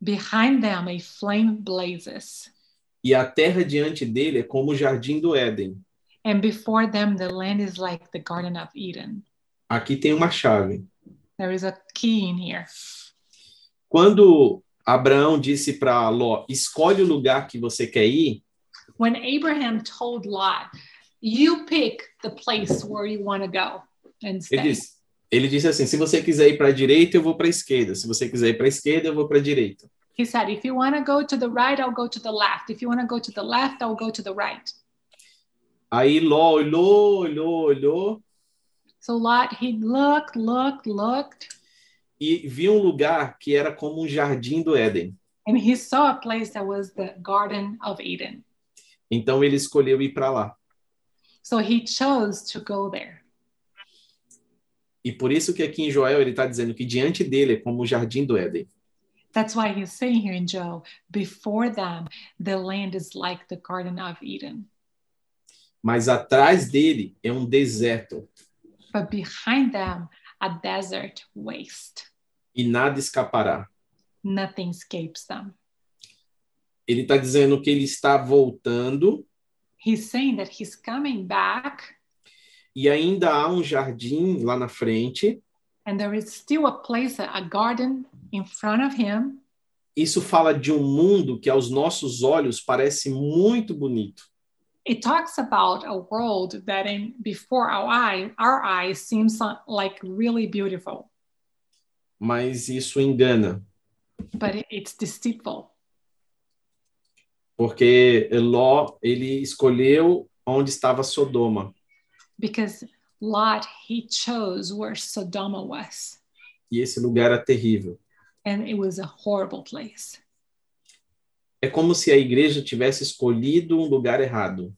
Speaker 2: Behind them, a flame blazes.
Speaker 1: E a terra diante dele é como o jardim do Éden.
Speaker 2: And before them, the land is like the Garden of Eden.
Speaker 1: Aqui tem uma chave.
Speaker 2: There is a key in here.
Speaker 1: Quando Abraão disse para Ló: escolhe o lugar que você quer ir,
Speaker 2: When Abraham told Lot, you pick the place where you want to go and
Speaker 1: ele
Speaker 2: stay.
Speaker 1: disse, ele disse assim: se você quiser ir para a direita, eu vou para a esquerda. Se você quiser ir para a esquerda, eu vou para a direita.
Speaker 2: He said, if you want to go to the right, I'll go to the left. If you want to go to the left, I'll go to the right.
Speaker 1: Aí Ló olhou, olhou, olhou
Speaker 2: So Lot, he looked, looked, looked,
Speaker 1: e viu um lugar que era como um jardim do Éden.
Speaker 2: and he saw a place that was the Garden of Eden.
Speaker 1: Então ele escolheu ir para lá.
Speaker 2: So he chose to go there.
Speaker 1: E por isso que aqui em Joel ele está dizendo que diante dele é como o jardim do Éden.
Speaker 2: That's why he's saying here in Job, before them, the land is like the Garden of Eden,
Speaker 1: Mas atrás dele é um deserto
Speaker 2: but behind them, a desert waste.
Speaker 1: e nada escapará.
Speaker 2: Nothing escapes them.
Speaker 1: Ele está dizendo que ele está voltando
Speaker 2: He's saying that he's coming back,
Speaker 1: e ainda há um jardim lá na frente.
Speaker 2: and there is still a place, a garden in front of him.
Speaker 1: Isso fala de um mundo que aos nossos olhos parece muito bonito,
Speaker 2: it talks about a world that in before our eye our eyes seems so- like really beautiful
Speaker 1: mas isso engana,
Speaker 2: but it- it's deceitful
Speaker 1: porque Ló ele escolheu onde estava Sodoma
Speaker 2: because lot he chose where sodoma was
Speaker 1: e esse lugar era terrível.
Speaker 2: and it was a horrible place
Speaker 1: É como se a igreja tivesse escolhido um lugar errado.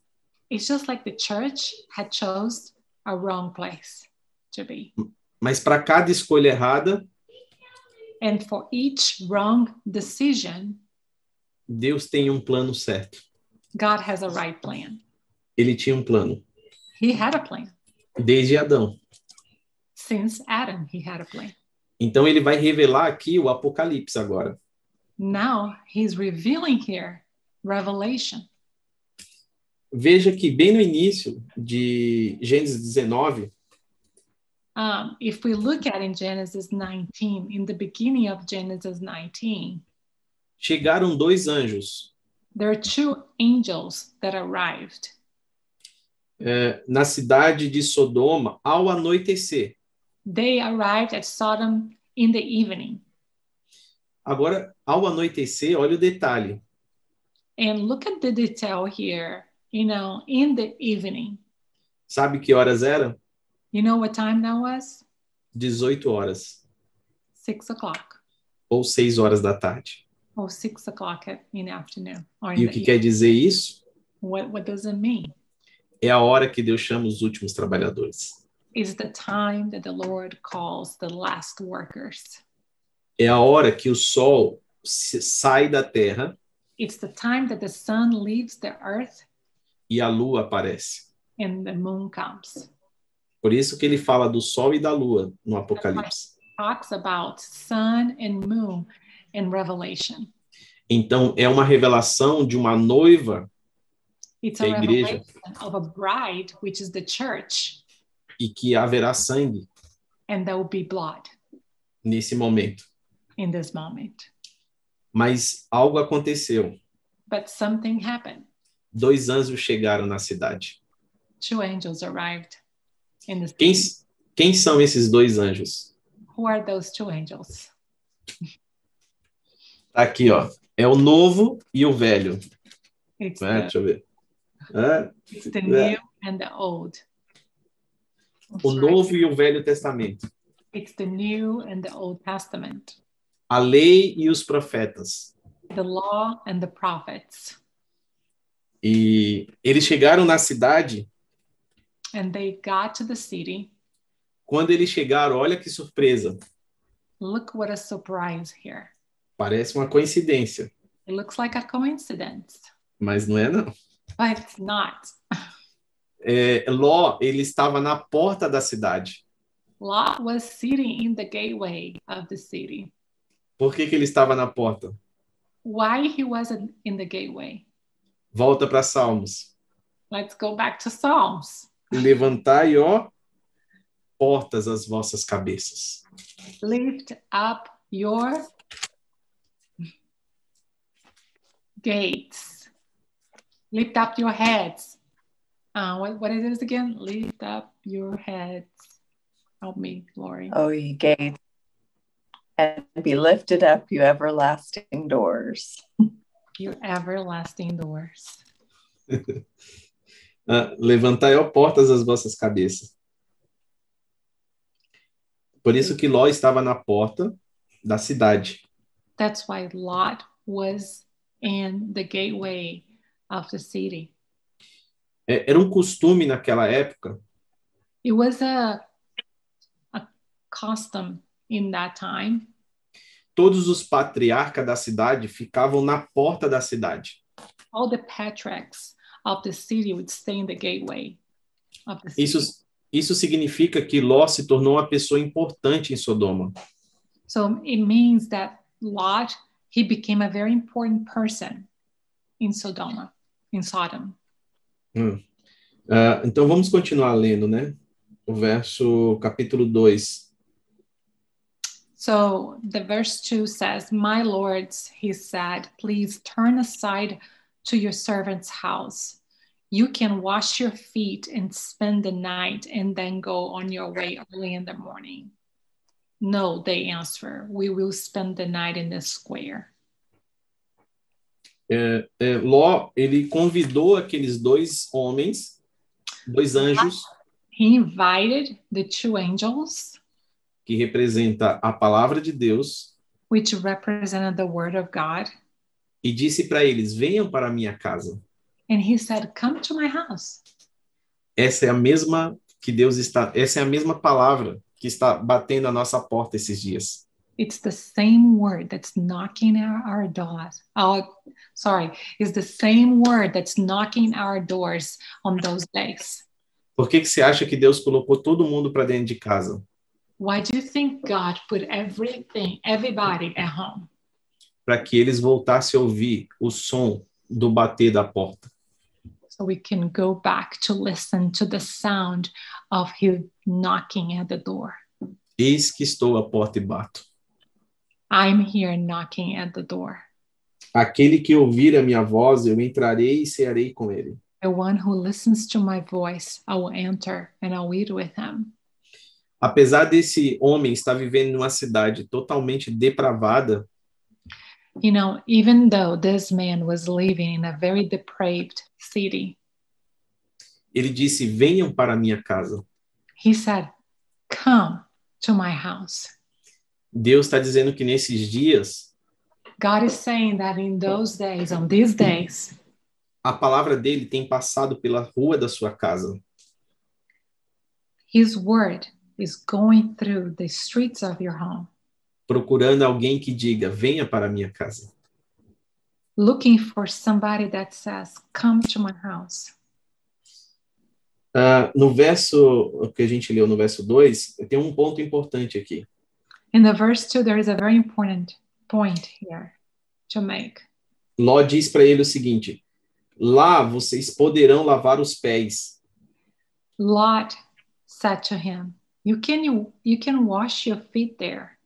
Speaker 2: it's just like the church had chose a wrong place to be
Speaker 1: Mas para cada escolha errada,
Speaker 2: and for each wrong decision
Speaker 1: Deus tem um plano certo.
Speaker 2: god has a right plan
Speaker 1: Ele tinha um plano
Speaker 2: he had a plan
Speaker 1: desde Adão.
Speaker 2: since adam he had a plan
Speaker 1: Então ele vai revelar aqui o Apocalipse agora.
Speaker 2: now he's revealing here revelation
Speaker 1: Veja que bem no início de Gênesis 19,
Speaker 2: um, if we look at in Genesis 19, in the beginning of Genesis 19,
Speaker 1: chegaram dois anjos
Speaker 2: there are two angels that arrived
Speaker 1: eh, na cidade de Sodoma ao anoitecer.
Speaker 2: they arrived at sodom in the evening
Speaker 1: Agora, ao anoitecer, olha o detalhe.
Speaker 2: and look at the detail here you know in the evening
Speaker 1: Sabe que horas eram?
Speaker 2: you know what time that was
Speaker 1: 18 horas
Speaker 2: six o'clock
Speaker 1: ou 6 horas da tarde.
Speaker 2: or six o'clock at- in the afternoon or in
Speaker 1: E o
Speaker 2: the
Speaker 1: que
Speaker 2: evening.
Speaker 1: quer dizer isso?
Speaker 2: What, what does it mean?
Speaker 1: É a hora que Deus chama os últimos trabalhadores.
Speaker 2: Is the time that the Lord calls the last workers.
Speaker 1: É a hora que o sol se- sai da terra
Speaker 2: It's the time that the sun leaves the earth
Speaker 1: e a lua aparece.
Speaker 2: and the moon comes.
Speaker 1: Por isso que ele fala do sol e da lua no Apocalipse.
Speaker 2: Talks about sun and moon in Revelation.
Speaker 1: Então, é uma revelação de uma noiva
Speaker 2: It's
Speaker 1: É
Speaker 2: a
Speaker 1: a igreja.
Speaker 2: revelation of a bride, which is the church,
Speaker 1: e que haverá sangue
Speaker 2: and there will be blood
Speaker 1: nesse momento.
Speaker 2: in this moment.
Speaker 1: Mas algo aconteceu.
Speaker 2: But something happened.
Speaker 1: Dois anjos chegaram na cidade.
Speaker 2: Two angels arrived in the
Speaker 1: Quem,
Speaker 2: city.
Speaker 1: quem são esses dois anjos?
Speaker 2: Who are those two angels?
Speaker 1: Tá aqui, ó. É o novo e o velho.
Speaker 2: It's,
Speaker 1: né?
Speaker 2: the,
Speaker 1: Deixa eu ver. É,
Speaker 2: it's the
Speaker 1: yeah.
Speaker 2: new and the old.
Speaker 1: o novo e o velho testamento.
Speaker 2: It's the new and the old testament,
Speaker 1: A lei e os profetas.
Speaker 2: the law and the prophets.
Speaker 1: E eles chegaram na cidade.
Speaker 2: And they got to the city.
Speaker 1: Quando eles chegaram, olha que surpresa.
Speaker 2: Look what a surprise here.
Speaker 1: Parece uma coincidência,
Speaker 2: It looks like a coincidence,
Speaker 1: mas não é não.
Speaker 2: but it's not.
Speaker 1: É, Ló, ele estava na porta da cidade.
Speaker 2: Lot was sitting in the gateway of the city.
Speaker 1: Por que, que ele estava na porta?
Speaker 2: Why he wasn't in the gateway?
Speaker 1: Volta para Salmos.
Speaker 2: Let's go back to Psalms.
Speaker 1: Levantai, ó, portas as vossas cabeças.
Speaker 2: lift up your gates. Lift up your heads. Uh, what, what is this again? Lift up your heads. Help me, Lori.
Speaker 3: O ye gates, Oh, and be lifted up, you everlasting doors.
Speaker 2: Your everlasting doors.
Speaker 1: Ah, Levantai, ó, portas as vossas cabeças. Por isso que Ló estava na porta da cidade.
Speaker 2: That's why Lot was in the gateway of the city.
Speaker 1: É, era um costume naquela época
Speaker 2: It was a, a custom in that time
Speaker 1: todos os patriarcas da cidade ficavam na porta da cidade.
Speaker 2: all the patriarchs of the city would stay in the gateway of the city.
Speaker 1: Isso, isso significa que Ló se tornou uma pessoa importante em Sodoma.
Speaker 2: So it means that Lot he became a very important person in Sodoma, in Sodom.
Speaker 1: Ah, então vamos continuar lendo, né? O verso, capítulo 2.
Speaker 2: So the verse two says, "My lords," he said, "please turn aside to your servant's house. You can wash your feet and spend the night, and then go on your way early in the morning." No, they answer, "We will spend the night in the square."
Speaker 1: É, é, Ló, ele convidou aqueles dois homens, dois anjos,
Speaker 2: He invited the two angels,
Speaker 1: que representa a palavra de Deus,
Speaker 2: which represented the word of God,
Speaker 1: e disse para eles: venham para a minha casa.
Speaker 2: and he said, "Come to my house."
Speaker 1: Essa é a mesma que Deus está, essa é a mesma palavra que está batendo a nossa porta esses dias.
Speaker 2: It's the same word that's knocking our, our doors. Oh, sorry, it's the same word that's knocking our doors on those days.
Speaker 1: Por que que você acha que Deus colocou todo mundo para dentro de casa?
Speaker 2: Why do you think God put everything, everybody at home?
Speaker 1: Para que eles voltassem a ouvir o som do bater da porta.
Speaker 2: So we can go back to listen to the sound of Him knocking at the door.
Speaker 1: Eis que estou à porta e bato.
Speaker 2: I'm here knocking at the door.
Speaker 1: Aquele que ouvir a minha voz, eu entrarei e cearei com ele.
Speaker 2: The one who listens to my voice, I will enter and I'll eat with him.
Speaker 1: Apesar desse homem estar vivendo numa cidade totalmente depravada,
Speaker 2: You know, even though this man was living in a very depraved city,
Speaker 1: ele disse: Venham para a minha casa.
Speaker 2: he said, Come to my house.
Speaker 1: Deus está dizendo que nesses dias,
Speaker 2: God is saying that in those days, on these days,
Speaker 1: a palavra dele tem passado pela rua da sua casa.
Speaker 2: His word is going through the streets of your home,
Speaker 1: procurando alguém que diga: venha para a minha casa.
Speaker 2: looking for somebody that says, Come to my house.
Speaker 1: Ah, no verso que a gente leu no verso 2, tem um ponto importante aqui.
Speaker 2: In the verse 2, there is a very important point here to make.
Speaker 1: Ló diz para ele o seguinte: Lá vocês poderão lavar os pés,
Speaker 2: Lot said to him, You can, you, you can wash your feet there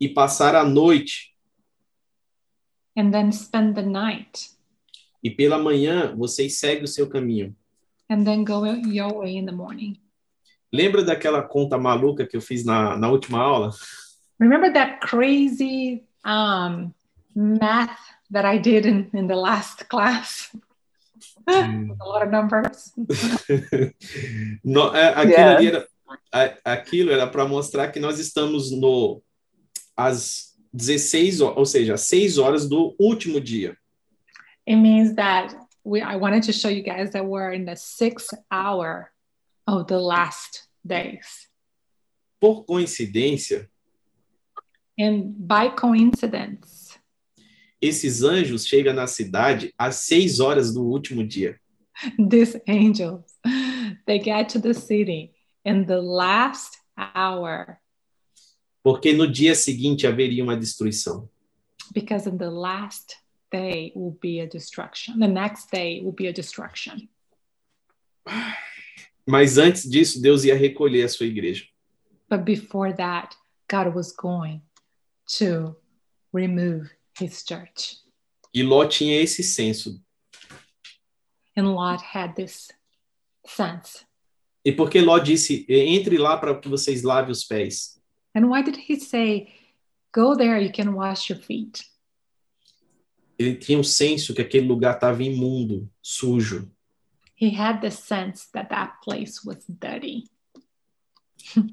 Speaker 1: e passar a noite,
Speaker 2: and then spend the night
Speaker 1: e pela manhã vocês seguem o seu caminho.
Speaker 2: and then go your way in the morning.
Speaker 1: Lembra daquela conta maluca que eu fiz na, na última aula?
Speaker 2: Remember that crazy um, math that I did in, in the last class? a lot of numbers.
Speaker 1: No- é, aquilo,
Speaker 3: Yes.
Speaker 1: ali era, a- aquilo era para mostrar que nós estamos no às 16 horas, ou seja, às 6 horas do último dia.
Speaker 2: It means that we I wanted to show you guys that we're in the sixth hour of the last days.
Speaker 1: Por coincidência,
Speaker 2: And by coincidence,
Speaker 1: esses anjos chegam na cidade às 6 horas do último dia.
Speaker 2: these angels they get to the city in the last hour
Speaker 1: Porque no dia seguinte haveria uma destruição.
Speaker 2: because in the last day will be a destruction. The next day will be a destruction.
Speaker 1: Mas antes disso, Deus ia recolher a sua igreja.
Speaker 2: But before that, God was going to remove his church.
Speaker 1: E Ló tinha esse senso.
Speaker 2: And Lot had this sense
Speaker 1: E porque Ló disse: entre lá para que vocês lavem os pés.
Speaker 2: And why did he say, Go there, you can wash your feet?
Speaker 1: ele tinha um senso que aquele lugar estava imundo, sujo.
Speaker 2: He had the sense that that place was dirty.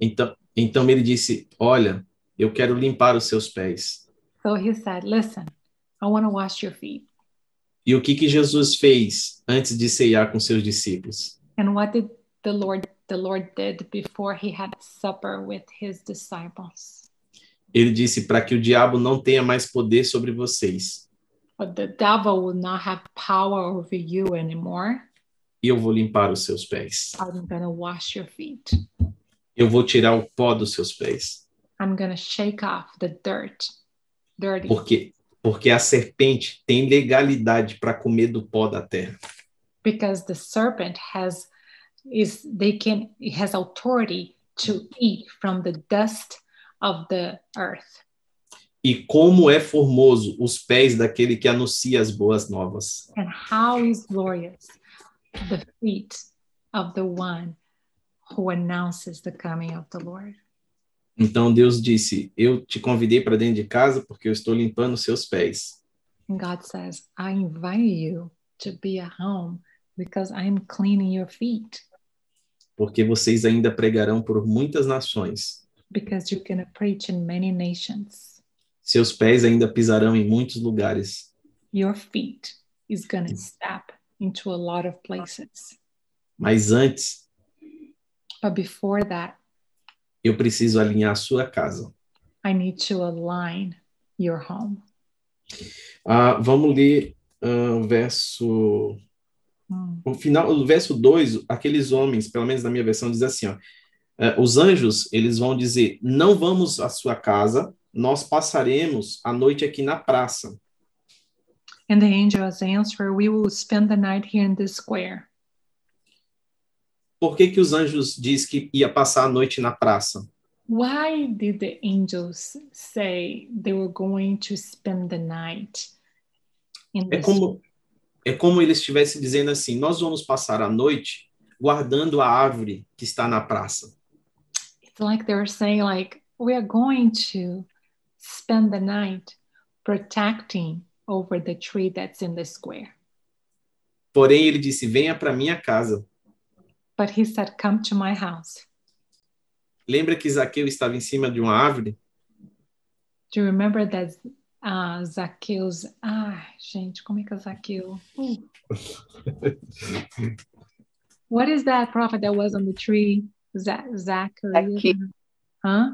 Speaker 1: Então, então ele disse: Olha, eu quero limpar os seus pés.
Speaker 2: So he said, Listen, I want to wash your feet.
Speaker 1: E o que que Jesus fez antes de ceiar com seus discípulos?
Speaker 2: And what did the Lord the Lord did before he had supper with his disciples?
Speaker 1: Ele disse para que o diabo não tenha mais poder sobre vocês.
Speaker 2: But the devil will not have power over you anymore.
Speaker 1: E eu vou limpar os seus pés.
Speaker 2: I'm gonna wash your feet.
Speaker 1: Eu vou tirar o pó dos seus pés,
Speaker 2: I'm gonna shake off the dirt. Dirty.
Speaker 1: porque porque a serpente tem legalidade para comer do pó da terra.
Speaker 2: because the serpent has is they can it has authority to eat from the dust of the earth
Speaker 1: E como é formoso os pés daquele que anuncia as boas novas.
Speaker 2: and how is glorious the feet of the one who announces the coming of the lord
Speaker 1: Então Deus disse: Eu te convidei para dentro de casa porque eu estou limpando os seus pés.
Speaker 2: and god says i invite you to be at home because i'm cleaning your feet
Speaker 1: Porque vocês ainda pregarão por muitas nações.
Speaker 2: because you're going to preach in many nations
Speaker 1: Seus pés ainda pisarão em muitos lugares.
Speaker 2: your feet is going
Speaker 1: Mm.
Speaker 2: to step into a lot of places
Speaker 1: Mas antes,
Speaker 2: but before that
Speaker 1: eu preciso alinhar a sua casa.
Speaker 2: I need to align your home.
Speaker 1: Ah, vamos ler ah, o verso. O final, o verso 2, aqueles homens, pelo menos na minha versão, diz assim: ó, eh, Os anjos, eles vão dizer: Não vamos à sua casa, nós passaremos a noite aqui na praça.
Speaker 2: And the angel's answer, we will spend the night here in this square.
Speaker 1: Por que, que os anjos diz que ia passar a noite na praça?
Speaker 2: Why did the angels say they were going to spend the night in
Speaker 1: É
Speaker 2: this?
Speaker 1: como é como ele estivesse dizendo assim: nós vamos passar a noite guardando a árvore que está na praça.
Speaker 2: It's like they were saying, like, we are going to spend the night protecting over the tree that's in the square.
Speaker 1: Porém, ele disse: venha para minha casa.
Speaker 2: But he said, come to my house.
Speaker 1: Lembra que Zaqueu estava em cima de uma árvore?
Speaker 2: Do you remember that Ah, Zaqueus. Ai, gente, como é que é Zaqueu? Uh. What is that prophet that was on the tree? Za- Zacharias?
Speaker 3: Zacchaeus.
Speaker 2: Huh?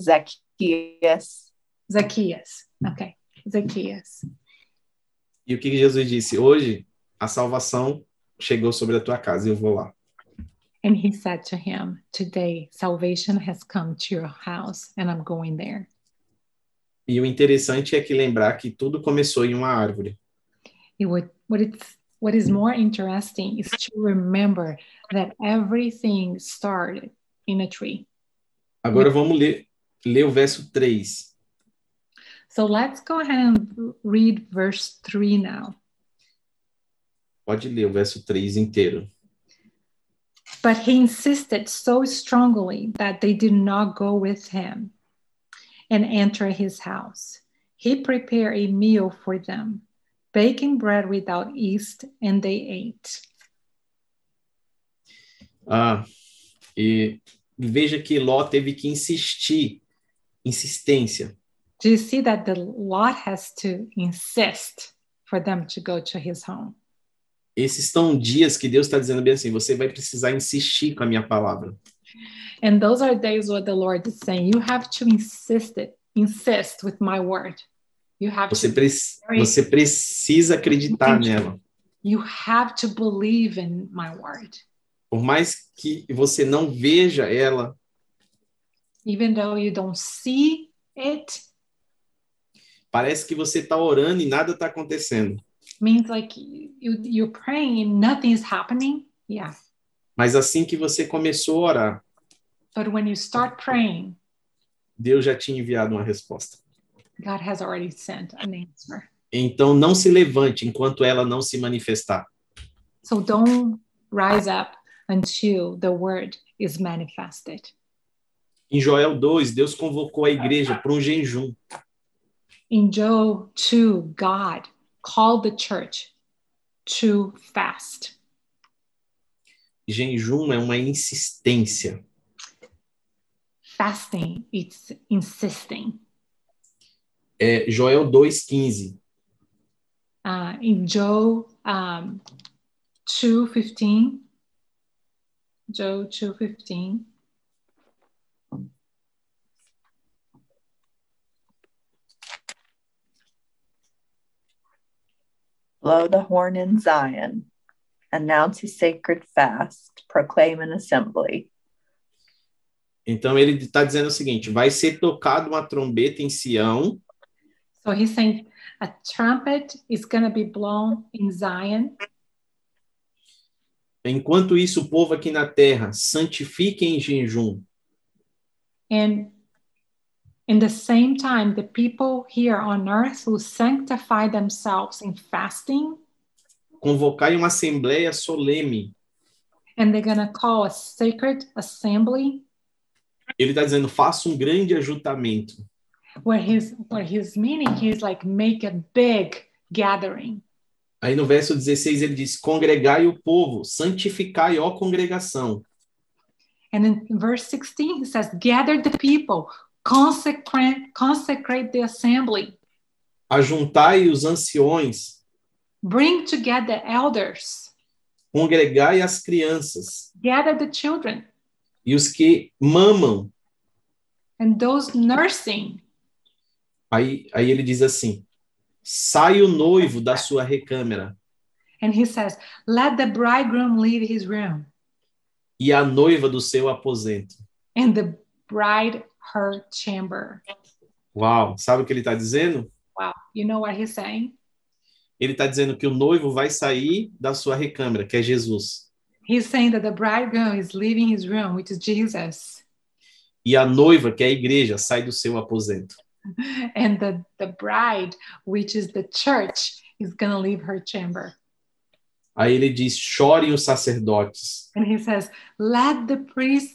Speaker 3: Zacchaeus.
Speaker 2: Zacchaeus. Okay. Zacchaeus.
Speaker 1: E o que que Jesus disse? Hoje a salvação chegou sobre a tua casa e eu vou lá.
Speaker 2: And he said to him, Today salvation has come to your house, and I'm going there.
Speaker 1: E o interessante é que lembrar que tudo começou em uma árvore.
Speaker 2: It would what it's what is more interesting is to remember that everything started in a tree.
Speaker 1: Agora vamos ler, ler o verso 3.
Speaker 2: So let's go ahead and read verse three now.
Speaker 1: Pode ler o verso 3 inteiro.
Speaker 2: But he insisted so strongly that they did not go with him and enter his house. He prepared a meal for them, baking bread without yeast, and they ate.
Speaker 1: Ah, e veja que Ló teve que insistir, insistência.
Speaker 2: Do you see that the lot has to insist for them to go to his home?
Speaker 1: Esses são dias que Deus está dizendo bem assim: você vai precisar insistir com a minha palavra.
Speaker 2: And those are days where the Lord is saying, You have to insist it, insist with my word. You have
Speaker 1: Você,
Speaker 2: to
Speaker 1: pre você precisa acreditar nela.
Speaker 2: you have to believe in my word.
Speaker 1: Por mais que você não veja ela,
Speaker 2: Even though you don't see it,
Speaker 1: parece que você está orando e nada está acontecendo.
Speaker 2: means like you you're praying and nothing is happening. Yeah.
Speaker 1: Mas assim que você começou a orar,
Speaker 2: But when you start praying,
Speaker 1: Deus já tinha enviado uma resposta.
Speaker 2: God has already sent an answer.
Speaker 1: Então não se levante enquanto ela não se manifestar.
Speaker 2: So don't rise up until the word is manifested.
Speaker 1: Em Joel 2, Deus convocou a igreja para um jejum.
Speaker 2: In Job 2, God called the church to fast.
Speaker 1: Jejum é uma insistência.
Speaker 2: Fasting, it's insisting.
Speaker 1: É Joel 2:15.
Speaker 2: Uh, in Job um, 2.15, Job 2.15,
Speaker 3: Blow the horn in Zion. Announce a sacred fast. Proclaim an assembly.
Speaker 1: Então ele está dizendo o seguinte: vai ser tocada uma trombeta em Sião
Speaker 2: So he's saying a trumpet is going to be blown in Zion.
Speaker 1: Enquanto isso, o povo aqui na terra santifique em jejum.
Speaker 2: And in the same time, the people here on earth who sanctify themselves in fasting,
Speaker 1: Convocai uma assembleia solene.
Speaker 2: and they're going to call a sacred assembly
Speaker 1: Ele está dizendo: faça um grande ajuntamento.
Speaker 2: where his, where his meaning, he's like, make a big gathering.
Speaker 1: Aí no verso 16 ele diz: congregai o povo, santificai, ó congregação.
Speaker 2: And in verse 16, he says, gather the people, consecrate, consecrate the assembly,
Speaker 1: Ajuntai os anciões,
Speaker 2: bring together elders,
Speaker 1: congregai as crianças
Speaker 2: gather the children,
Speaker 1: e os que mamam
Speaker 2: and those nursing
Speaker 1: Aí, aí ele diz assim: sai o noivo da sua recâmara
Speaker 2: And he says, Let the bridegroom leave his room
Speaker 1: e a noiva do seu aposento.
Speaker 2: and the bride her chamber.
Speaker 1: Uau! Sabe o que ele está dizendo?
Speaker 2: Wow. You know what he's saying?
Speaker 1: Ele está dizendo que o noivo vai sair da sua recâmara, que é Jesus,
Speaker 2: He's saying that the bridegroom is leaving his room, which is Jesus,
Speaker 1: e a noiva, que é a igreja, sai do seu aposento.
Speaker 2: and the, the bride, which is the church, is going to leave her chamber.
Speaker 1: Aí ele diz: chorem os sacerdotes,
Speaker 2: And he says, Let the priest,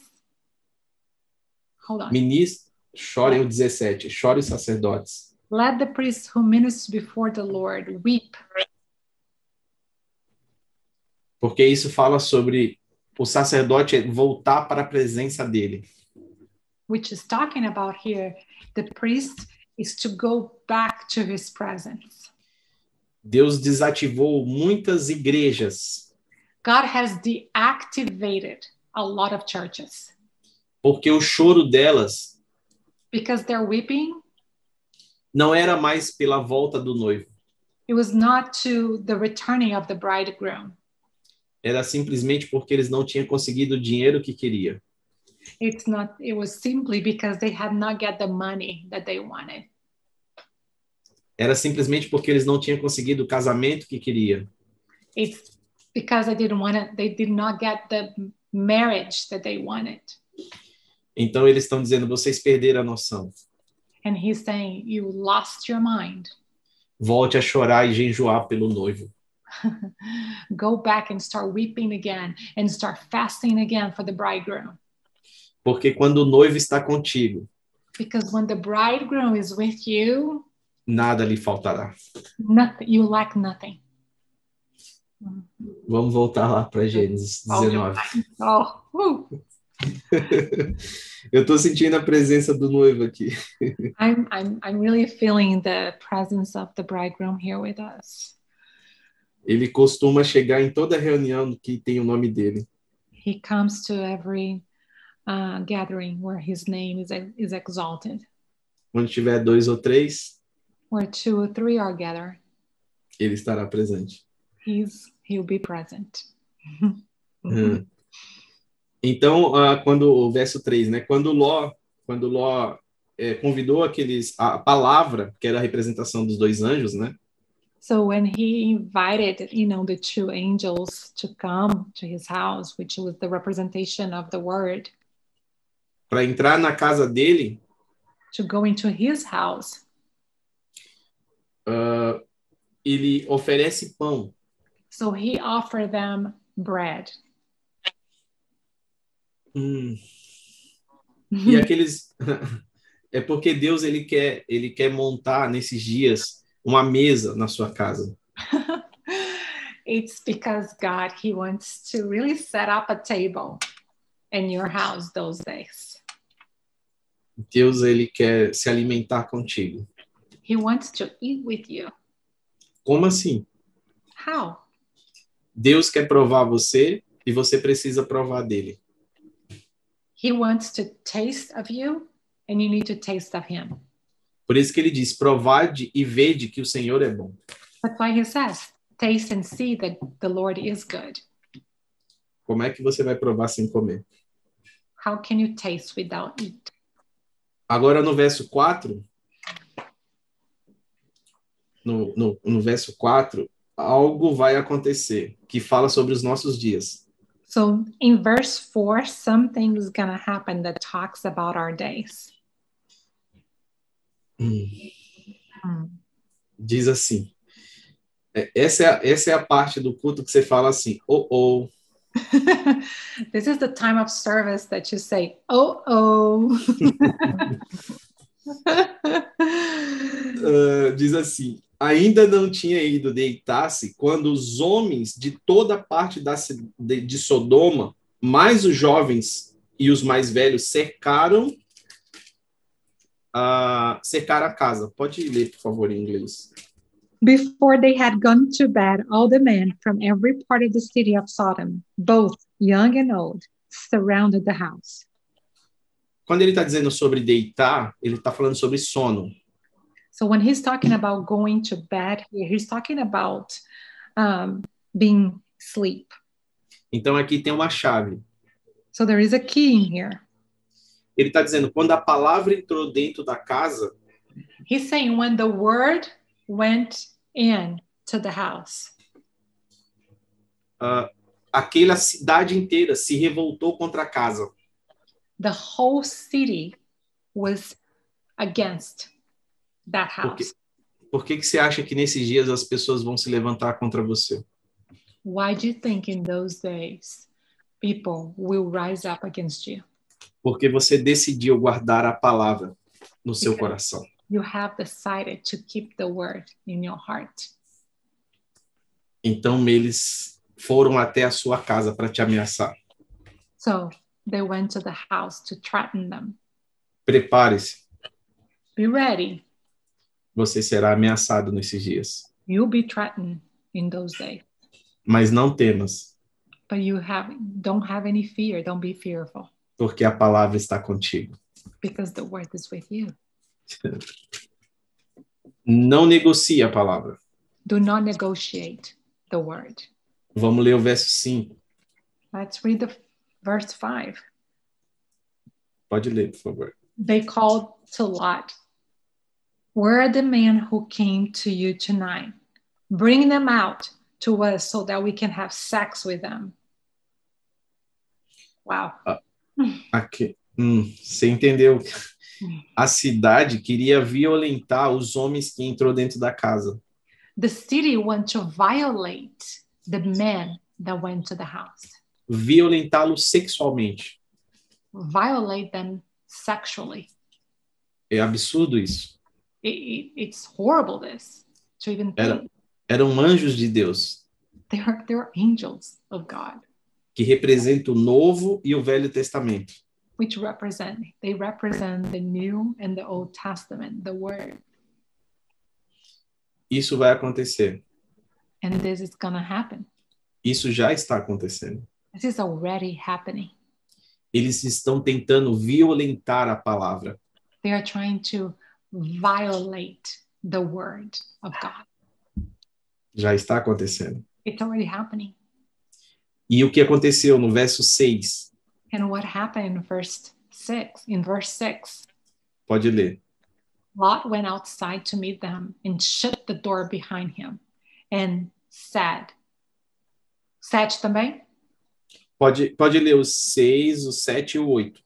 Speaker 2: hold on,
Speaker 1: ministros, chorem o 17, chorem os sacerdotes.
Speaker 2: let the priest who ministers before the Lord weep.
Speaker 1: Porque isso fala sobre o sacerdote voltar para a presença dele.
Speaker 2: which is talking about here, the priest is to go back to his presence.
Speaker 1: Deus desativou muitas igrejas
Speaker 2: God has deactivated a lot of churches
Speaker 1: porque o choro delas
Speaker 2: because they're weeping.
Speaker 1: não era mais pela volta do noivo,
Speaker 2: It was not to the returning of the bridegroom.
Speaker 1: era simplesmente porque eles não tinham conseguido o dinheiro que queria.
Speaker 2: It's not it was simply because they had not get the money that they wanted.
Speaker 1: Era simplesmente porque eles não tinham conseguido o casamento que queria.
Speaker 2: It's because they didn't want to they did not get the marriage that they wanted.
Speaker 1: Então eles estão dizendo: vocês perderam a noção.
Speaker 2: And he's saying, You lost your mind.
Speaker 1: Volte a chorar e jejuar pelo noivo.
Speaker 2: Go back and start weeping again and start fasting again for the bridegroom.
Speaker 1: Porque quando o noivo está contigo,
Speaker 2: Because when the bridegroom is with you,
Speaker 1: nada lhe faltará.
Speaker 2: nothing you lack nothing.
Speaker 1: Vamos voltar lá para Gênesis 19.
Speaker 2: Oh, whew.
Speaker 1: Eu estou sentindo a presença do noivo aqui.
Speaker 2: I'm, I'm, I'm really feeling the presence of the bridegroom here with us.
Speaker 1: Ele costuma chegar em toda reunião que tem o nome dele.
Speaker 2: He comes to every uh, gathering where his name is, is exalted,
Speaker 1: Onde tiver dois ou três,
Speaker 2: where two or three are gathered,
Speaker 1: ele estará presente.
Speaker 2: he's, he'll be present. Uhum.
Speaker 1: Hum. Então, ah, quando o verso 3, né? Quando Ló, quando Ló eh, convidou aqueles a palavra, que era a representação dos dois anjos, né?
Speaker 2: So when he invited, you know, the two angels to come to his house, which was the representation of the word,
Speaker 1: Para entrar na casa dele,
Speaker 2: to go into his house,
Speaker 1: ah, ele oferece pão.
Speaker 2: so he offered them bread.
Speaker 1: Hum. E aqueles é porque Deus ele quer, ele quer montar nesses dias uma mesa na sua casa.
Speaker 2: it's because God, He wants to really set up a table in your house those days.
Speaker 1: Deus ele quer se alimentar contigo.
Speaker 2: He wants to eat with you.
Speaker 1: Como assim?
Speaker 2: How?
Speaker 1: Deus quer provar você e você precisa provar dele.
Speaker 2: He wants to taste of you, and you need to taste of Him.
Speaker 1: Por isso que ele diz: provade e vede que o Senhor é bom.
Speaker 2: That's why He says, taste and see that the Lord is good.
Speaker 1: Como é que você vai provar sem comer?
Speaker 2: How can you taste without eat?
Speaker 1: Agora no verso 4, no, no, no verso 4, algo vai acontecer que fala sobre os nossos dias.
Speaker 2: So in verse four, something is going to happen that talks about our days.
Speaker 1: Diz assim. é, Essa é, a- essa é a parte do culto que você fala assim, oh, oh,
Speaker 2: this is the time of service that you say, oh, oh.
Speaker 1: Ah, diz assim: ainda não tinha ido deitar-se quando os homens de toda parte da ci- de, de Sodoma, mais os jovens e os mais velhos, cercaram a cercaram a casa. Pode ler, por favor, em inglês.
Speaker 2: Before they had gone to bed, all the men from every part of the city of Sodom, both young and old, surrounded the house.
Speaker 1: Quando ele está dizendo sobre deitar, ele está falando sobre sono.
Speaker 2: So when he's talking about going to bed here, he's talking about um, being sleep.
Speaker 1: Então aqui tem uma chave.
Speaker 2: So there is a key in here.
Speaker 1: Ele está dizendo quando a palavra entrou dentro da casa,
Speaker 2: He's saying when the word went in to the house.
Speaker 1: ah, aquela cidade inteira se revoltou contra a casa.
Speaker 2: the whole city was against that house.
Speaker 1: Okay. Por que, que você acha que nesses dias as pessoas vão se levantar contra você?
Speaker 2: Why do you think in those days people will rise up against you?
Speaker 1: Porque você decidiu guardar a palavra no seu
Speaker 2: Obrigada.
Speaker 1: coração.
Speaker 2: You have decided to keep the word in your heart.
Speaker 1: Então eles foram até a sua casa para te ameaçar.
Speaker 2: So they went to the house to threaten them.
Speaker 1: Prepare-se,
Speaker 2: Be ready.
Speaker 1: você será ameaçado nesses dias.
Speaker 2: You'll be threatened in those days,
Speaker 1: Mas não temas,
Speaker 2: but you have don't have any fear. Don't be fearful
Speaker 1: porque a palavra está contigo.
Speaker 2: because the word is with you.
Speaker 1: Não negocie a palavra.
Speaker 2: Do not negotiate the word.
Speaker 1: Vamos ler o verso 5.
Speaker 2: Let's read the verse five.
Speaker 1: Pode ler, por favor.
Speaker 2: They called to Lot, Where are the men who came to you tonight? Bring them out to us so that we can have sex with them. Wow.
Speaker 1: Aqui. Hum, você entendeu? A cidade queria violentar os homens que entrou dentro da casa.
Speaker 2: The city went to violate the men that went to the house,
Speaker 1: Violentá-los sexualmente.
Speaker 2: violate them sexually.
Speaker 1: É absurdo isso.
Speaker 2: It, it- it's horrible, this to even
Speaker 1: Era-
Speaker 2: think
Speaker 1: Eram anjos de Deus,
Speaker 2: they're, they're angels of God,
Speaker 1: que representam o Novo e o Velho Testamento.
Speaker 2: which represent, they represent the New and the Old Testament, the Word.
Speaker 1: Isso vai acontecer.
Speaker 2: and this is going to happen.
Speaker 1: Isso já está acontecendo.
Speaker 2: This is already happening.
Speaker 1: Eles estão tentando violentar a palavra.
Speaker 2: They are trying to violate the word of God.
Speaker 1: Já está acontecendo.
Speaker 2: It's already happening.
Speaker 1: E o que aconteceu no verso 6?
Speaker 2: And what happened in verse 6? In verse 6,
Speaker 1: Pode ler.
Speaker 2: Lot went outside to meet them and shut the door behind him and said, Said também?
Speaker 1: Pode, pode ler os 6, o 7 e o 8.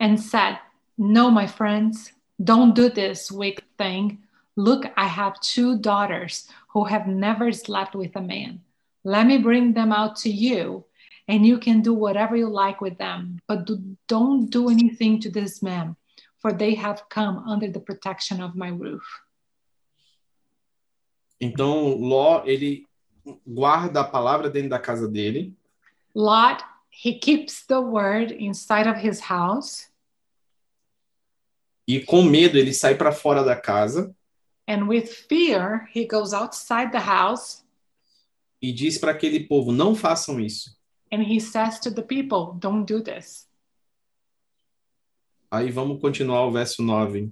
Speaker 2: And said, No, my friends, don't do this wicked thing. Look, I have two daughters who have never slept with a man. Let me bring them out to you, and you can do whatever you like with them. But do, don't do anything to this man, for they have come under the protection of my roof.
Speaker 1: Então, Ló, ele guarda a palavra dentro da casa dele,
Speaker 2: Lot, he keeps the word inside of his house,
Speaker 1: e com medo ele sai para fora da casa
Speaker 2: and with fear, he goes outside the house
Speaker 1: e diz para aquele povo: não façam isso.
Speaker 2: and he says to the people, Don't do this.
Speaker 1: Aí vamos continuar o verso 9.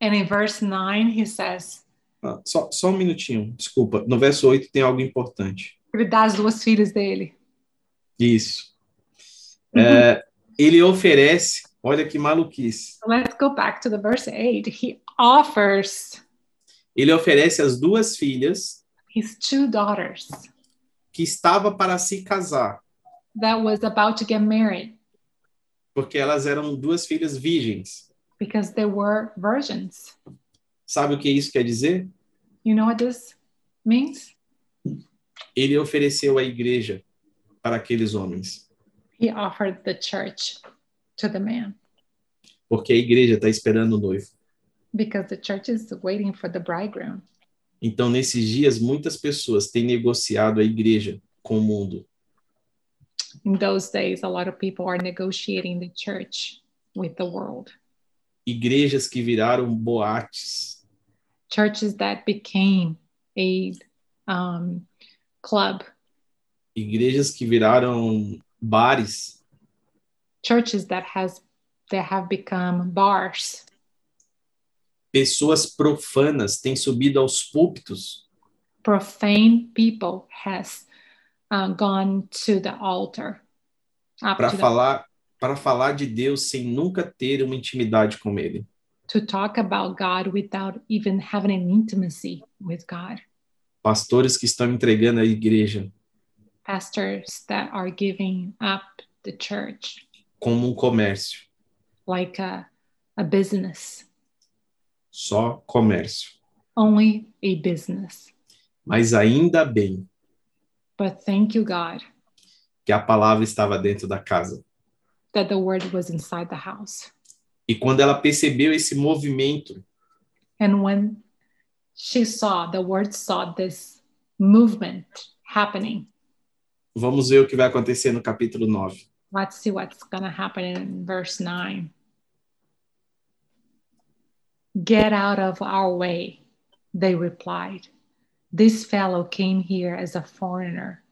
Speaker 2: And in verse 9, he says,
Speaker 1: Ah, só, só um minutinho, desculpa. No verso 8 tem algo importante.
Speaker 2: ele dá as duas filhas dele.
Speaker 1: Isso. É, ele oferece, olha que maluquice,
Speaker 2: Let's go back to the verse 8. He offers
Speaker 1: ele oferece as duas filhas
Speaker 2: his two daughters
Speaker 1: que estava para se casar,
Speaker 2: that was about to get married
Speaker 1: porque elas eram duas filhas virgens.
Speaker 2: because they were virgins.
Speaker 1: Sabe o que isso quer dizer?
Speaker 2: You know what this means?
Speaker 1: Ele ofereceu a igreja para aqueles homens,
Speaker 2: He offered the church to the man
Speaker 1: porque a igreja está esperando o noivo.
Speaker 2: because the church is waiting for the bridegroom.
Speaker 1: Então, nesses dias, muitas pessoas têm negociado a igreja com o mundo.
Speaker 2: In those days, a lot of people are negotiating the church with the world.
Speaker 1: Igrejas que viraram boates,
Speaker 2: Churches that became a um, club
Speaker 1: igrejas que viraram bares,
Speaker 2: churches that has that have become bars
Speaker 1: pessoas profanas têm subido aos púlpitos
Speaker 2: profane people has uh, gone to the altar up
Speaker 1: para
Speaker 2: to, the-
Speaker 1: falar para falar de Deus sem nunca ter uma intimidade com ele.
Speaker 2: to talk about god without even having an intimacy with god
Speaker 1: Pastores que estão entregando a igreja
Speaker 2: pastors that are giving up the church
Speaker 1: como um comércio,
Speaker 2: like a, a business
Speaker 1: só comércio.
Speaker 2: only a business
Speaker 1: Mas ainda bem
Speaker 2: but thank you god
Speaker 1: que a palavra estava dentro da casa.
Speaker 2: that the word was inside the house
Speaker 1: E quando ela percebeu esse movimento,
Speaker 2: And when she saw, the word saw this movement happening.
Speaker 1: vamos ver o que vai acontecer no capítulo 9.
Speaker 2: Let's see what's going to happen in verse 9. Get out of our way, they replied. This fellow came here as a foreigner,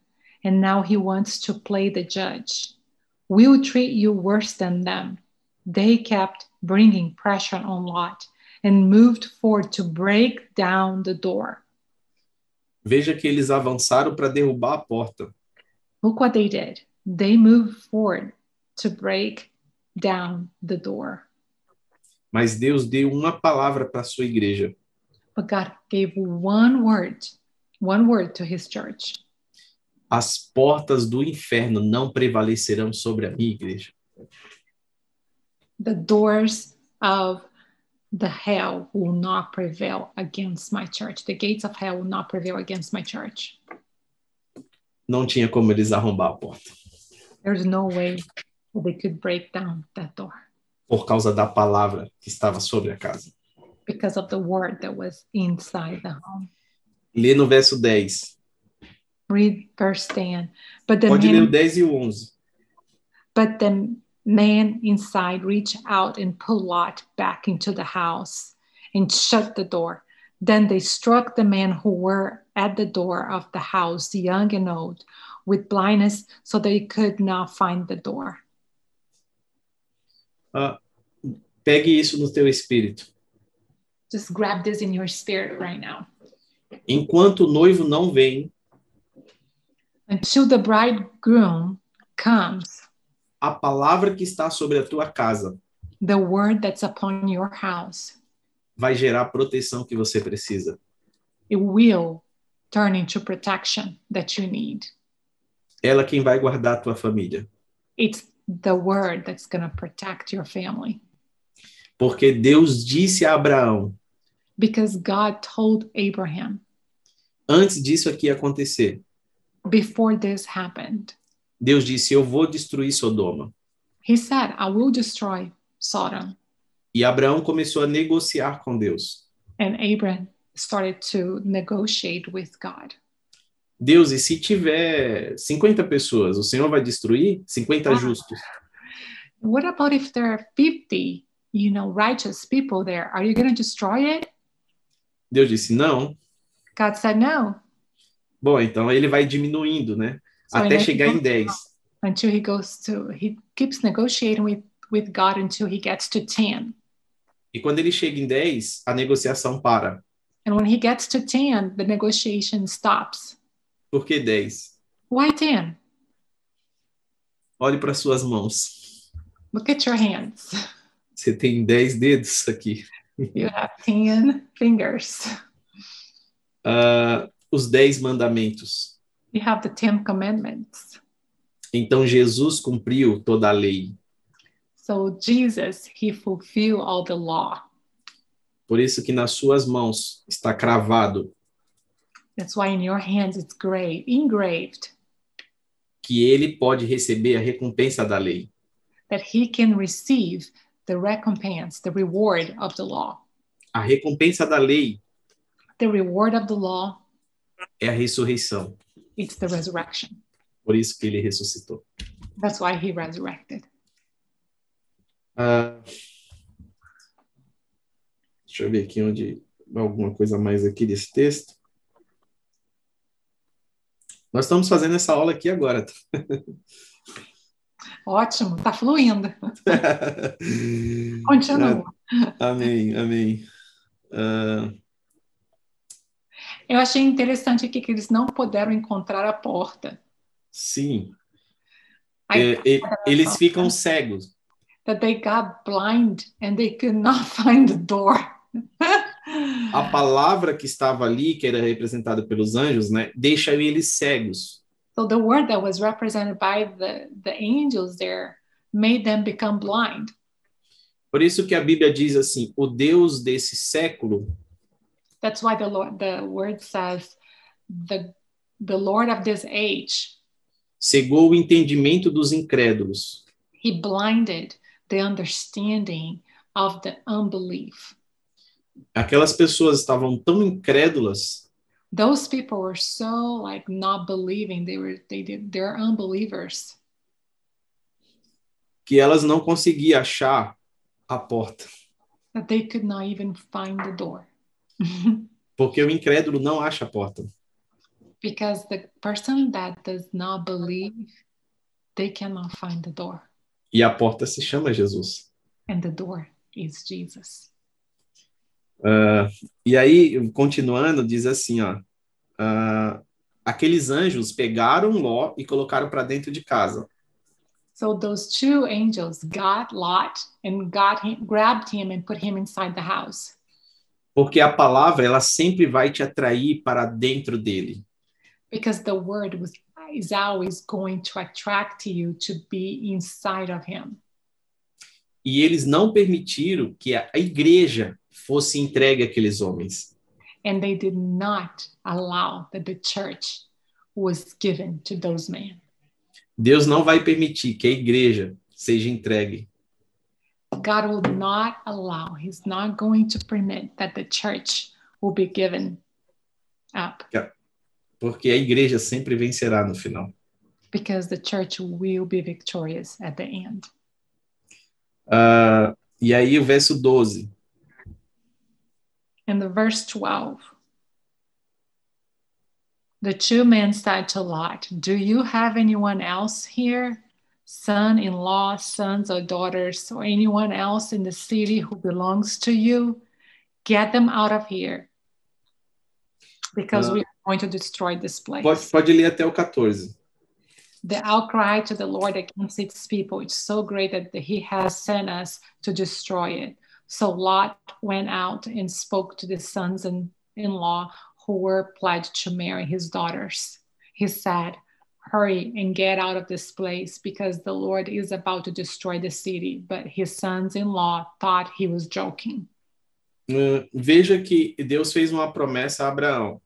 Speaker 2: and now he wants to play the judge. We'll treat you worse than them. They kept bringing pressure on Lot and moved forward to break down the door.
Speaker 1: Veja que eles avançaram para derrubar a porta.
Speaker 2: Look what they did. They moved forward to break down the door.
Speaker 1: Mas Deus deu uma palavra para a sua igreja.
Speaker 2: But God gave one word, one word to his church.
Speaker 1: As portas do inferno não prevalecerão sobre a minha igreja.
Speaker 2: The doors of the hell will not prevail against my church. The gates of hell will not prevail against my church.
Speaker 1: Não tinha como eles arrombar a porta
Speaker 2: There's no way that they could break down that door
Speaker 1: por causa da palavra que estava sobre a casa.
Speaker 2: because of the word that was inside the home.
Speaker 1: Lê no verso 10.
Speaker 2: Read verse 10. But the
Speaker 1: Pode ler o
Speaker 2: man,
Speaker 1: 10 e o 11.
Speaker 2: but the man inside reached out and pulled Lot back into the house and shut the door. Then they struck the men who were at the door of the house, young and old, with blindness, so they could not find the door.
Speaker 1: Pegue isso no teu espírito.
Speaker 2: Just grab this in your spirit right now.
Speaker 1: Enquanto o noivo não vem,
Speaker 2: Until the bridegroom comes,
Speaker 1: a palavra que está sobre a tua casa
Speaker 2: the word that's upon your house
Speaker 1: vai gerar a proteção que você precisa.
Speaker 2: it will turn into protection that you need.
Speaker 1: Ela é quem vai guardar a tua família.
Speaker 2: It's the word that's going to protect your family
Speaker 1: Porque Deus disse a Abraão,
Speaker 2: because God told Abraham
Speaker 1: antes disso aqui acontecer,
Speaker 2: before this happened,
Speaker 1: Deus disse: Eu vou destruir Sodoma.
Speaker 2: he said, I will destroy Sodom.
Speaker 1: E Abraão começou a negociar com Deus.
Speaker 2: And Abraham started to negotiate with God.
Speaker 1: Deus, e se tiver 50 pessoas, o Senhor vai destruir 50
Speaker 2: Ah.
Speaker 1: justos?
Speaker 2: What about if there are 50, you know, righteous people there? Are you going to destroy it?
Speaker 1: Deus disse: Não.
Speaker 2: God said no.
Speaker 1: Bom, então ele vai diminuindo, né?
Speaker 2: So
Speaker 1: Até
Speaker 2: he
Speaker 1: chegar em
Speaker 2: goes
Speaker 1: 10.
Speaker 2: until he goes to, he keeps negotiating with, with God until he gets to 10.
Speaker 1: E quando ele chega em 10, a negociação para.
Speaker 2: And when he gets to 10, the negotiation stops.
Speaker 1: Por que 10?
Speaker 2: Why 10?
Speaker 1: Olhe para suas mãos.
Speaker 2: Look at your hands.
Speaker 1: Você tem 10 dedos aqui.
Speaker 2: You have 10 fingers.
Speaker 1: Ah, os 10 mandamentos.
Speaker 2: You have the 10 commandments.
Speaker 1: Então Jesus cumpriu toda a lei.
Speaker 2: So Jesus, he fulfilled all the law.
Speaker 1: Por isso que nas suas mãos está cravado
Speaker 2: That's why in your hands it's grave, engraved
Speaker 1: que ele pode receber a recompensa da lei.
Speaker 2: that he can receive the recompense, the reward of the law.
Speaker 1: A recompensa da lei
Speaker 2: The reward of the law,
Speaker 1: é a ressurreição.
Speaker 2: it's the resurrection.
Speaker 1: Por isso que ele ressuscitou.
Speaker 2: That's why he resurrected.
Speaker 1: Ah, deixa eu ver aqui onde alguma coisa mais aqui desse texto. Nós estamos fazendo essa aula aqui agora. tá?
Speaker 2: Ótimo, tá fluindo. Continua.
Speaker 1: amém, amém. Ah,
Speaker 2: Eu achei interessante aqui que eles não puderam encontrar a porta.
Speaker 1: sim,
Speaker 2: I,
Speaker 1: É, e- eles ficam cegos.
Speaker 2: That they got blind and they could not find the door.
Speaker 1: A palavra que estava ali, que era representada pelos anjos, né, deixa eles cegos.
Speaker 2: so the word that was represented by the, the angels there made them become blind.
Speaker 1: Por isso que a Bíblia diz assim: o Deus desse século
Speaker 2: That's why the Lord, the word says the the Lord of this age,
Speaker 1: cegou o entendimento dos incrédulos.
Speaker 2: he blinded the understanding of the unbelief.
Speaker 1: Aquelas pessoas estavam tão incrédulas
Speaker 2: Those people were so like not believing. They were they did they're unbelievers.
Speaker 1: que elas não conseguiam achar a porta.
Speaker 2: that they could not even find the door
Speaker 1: porque o incrédulo não acha a porta.
Speaker 2: because the person that does not believe they cannot find the door
Speaker 1: E a porta se chama Jesus.
Speaker 2: and the door is jesus
Speaker 1: Ah, e aí, continuando, diz assim, ó. ah, aqueles anjos pegaram Ló e colocaram para dentro de casa.
Speaker 2: so those two angels got lot and got him grabbed him and put him inside the house
Speaker 1: Porque a palavra, ela sempre vai te atrair para dentro dele.
Speaker 2: because the word was is always going to attract you to be inside of him
Speaker 1: E eles não permitiram que a a igreja fosse entregue àqueles homens.
Speaker 2: and they did not allow that the church was given to those men
Speaker 1: Deus não vai permitir que a igreja seja entregue
Speaker 2: god will not allow he's not going to permit that the church will be given up
Speaker 1: porque a igreja sempre vencerá no final.
Speaker 2: because the church will be victorious at the end
Speaker 1: Ah, e aí o verso 12.
Speaker 2: in the verse 12 the two men said to lot do you have anyone else here son-in-law sons or daughters or anyone else in the city who belongs to you get them out of here because
Speaker 1: Uh,
Speaker 2: we are going to destroy this place
Speaker 1: Pode, pode ler até o 14.
Speaker 2: the outcry to the Lord against its people is so great that he has sent us to destroy it. So Lot went out and spoke to the sons in law who were pledged to marry his daughters. He said, Hurry and get out of this place because the Lord is about to destroy the city. But his sons in law thought he was joking.
Speaker 1: Ah, veja que Deus fez uma promessa a Abraão.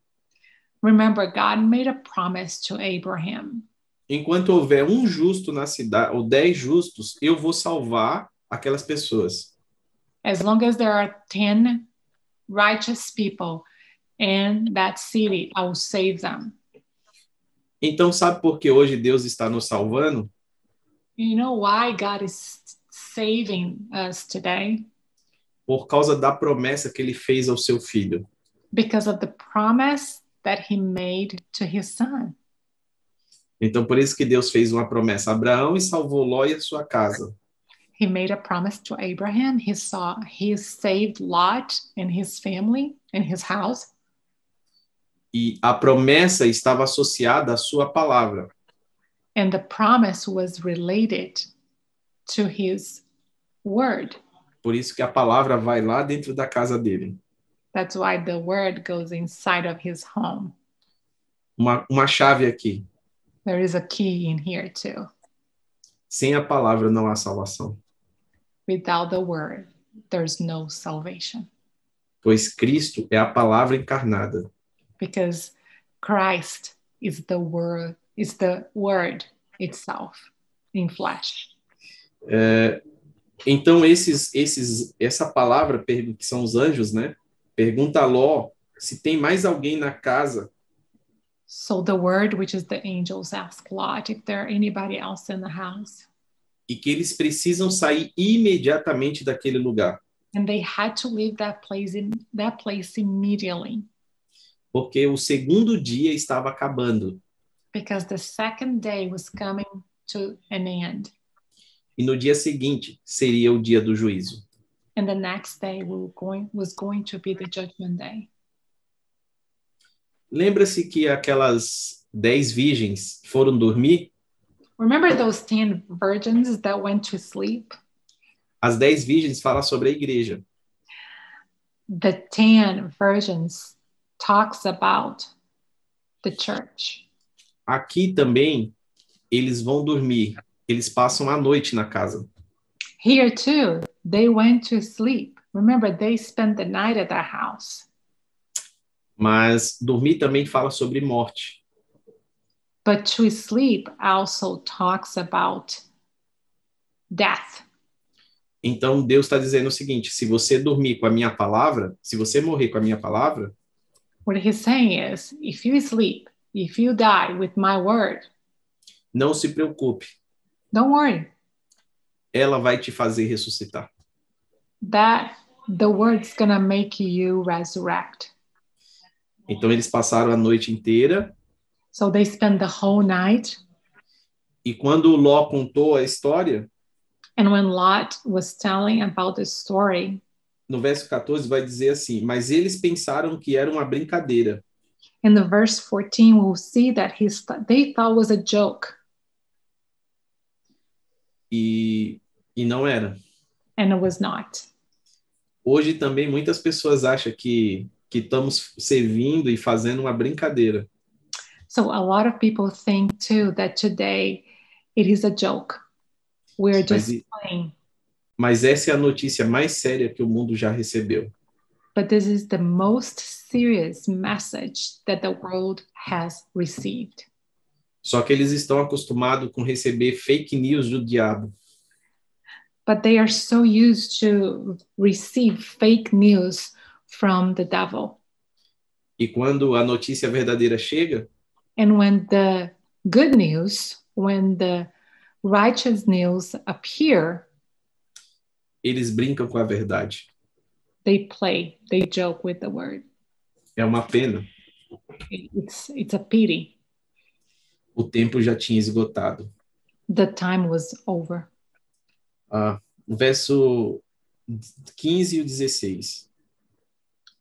Speaker 2: Remember, God made a promise to Abraham
Speaker 1: Enquanto houver um justo na cidade, ou dez justos, eu vou salvar aquelas pessoas.
Speaker 2: as long as there are 10 righteous people in that city, I will save them.
Speaker 1: Então, sabe por que hoje Deus está nos salvando?
Speaker 2: You know why God is saving us today?
Speaker 1: Por causa da promessa que ele fez ao seu filho.
Speaker 2: Because of the promise that he made to his son.
Speaker 1: Então, por isso que Deus fez uma promessa a Abraão e salvou Ló e a sua casa.
Speaker 2: He made a promise to Abraham. He saw he saved Lot and his family and his house.
Speaker 1: E a promessa estava associada à sua palavra.
Speaker 2: And the promise was related to his word.
Speaker 1: Por isso que a palavra vai lá dentro da casa dele.
Speaker 2: That's why the word goes inside of his home.
Speaker 1: Uma, uma chave aqui.
Speaker 2: There is a key in here too.
Speaker 1: Sem a palavra não há salvação,
Speaker 2: Without the word, there's no salvation
Speaker 1: pois Cristo é a palavra encarnada.
Speaker 2: because Christ is the word, is the word itself in flesh.
Speaker 1: É, então esses, esses, essa palavra pergu- que são os anjos, né? Pergunta a Ló se tem mais alguém na casa.
Speaker 2: So the word, which is the angels ask Lot if there are anybody else in the house.
Speaker 1: E que eles precisam sair imediatamente daquele lugar,
Speaker 2: And they had to leave that place in that place immediately
Speaker 1: porque o segundo dia estava acabando.
Speaker 2: because the second day was coming to an end.
Speaker 1: E no dia seguinte seria o dia do juízo.
Speaker 2: And the next day we were going, was going to be the judgment day.
Speaker 1: Lembra-se que aquelas dez virgens foram dormir?
Speaker 2: Remember those 10 virgins that went to sleep?
Speaker 1: As dez virgens fala sobre a igreja.
Speaker 2: The 10 virgins talks about the church.
Speaker 1: Aqui também eles vão dormir. Eles passam a noite na casa.
Speaker 2: Here too, they went to sleep. Remember, they spent the night at their house.
Speaker 1: Mas dormir também fala sobre morte.
Speaker 2: But to sleep also talks about death.
Speaker 1: Então Deus está dizendo o seguinte: se você dormir com a minha palavra, se você morrer com a minha palavra,
Speaker 2: What he's saying is if you sleep, if you die with my word,
Speaker 1: não se preocupe,
Speaker 2: don't worry.
Speaker 1: ela vai te fazer ressuscitar.
Speaker 2: That The word's gonna make you resurrect.
Speaker 1: Então eles passaram a noite inteira
Speaker 2: So they spend the whole night.
Speaker 1: e quando Ló contou a história,
Speaker 2: And when Lot was telling about the story,
Speaker 1: no verso 14 vai dizer assim: "Mas eles pensaram que era uma brincadeira,
Speaker 2: in the verse 14, we'll see that his they thought was a joke,
Speaker 1: e e não era.
Speaker 2: and it was not.
Speaker 1: Hoje também muitas pessoas acham que que estamos servindo e fazendo uma brincadeira.
Speaker 2: So a lot of people think too that today it is a joke. We're
Speaker 1: Mas,
Speaker 2: just
Speaker 1: e-
Speaker 2: playing.
Speaker 1: mas essa é a notícia mais séria que o mundo já recebeu.
Speaker 2: But this is the most serious message that the world has received.
Speaker 1: Só que eles estão acostumados com receber fake news do diabo.
Speaker 2: But they are so used to receive fake news from the devil.
Speaker 1: E quando a notícia verdadeira chega,
Speaker 2: And when the good news, when the righteous news appear,
Speaker 1: eles brincam com a verdade.
Speaker 2: they play, they joke with the word.
Speaker 1: É uma pena.
Speaker 2: It's it's a pity.
Speaker 1: O tempo já tinha esgotado.
Speaker 2: The time was over.
Speaker 1: Ah, o verso 15 e o 16.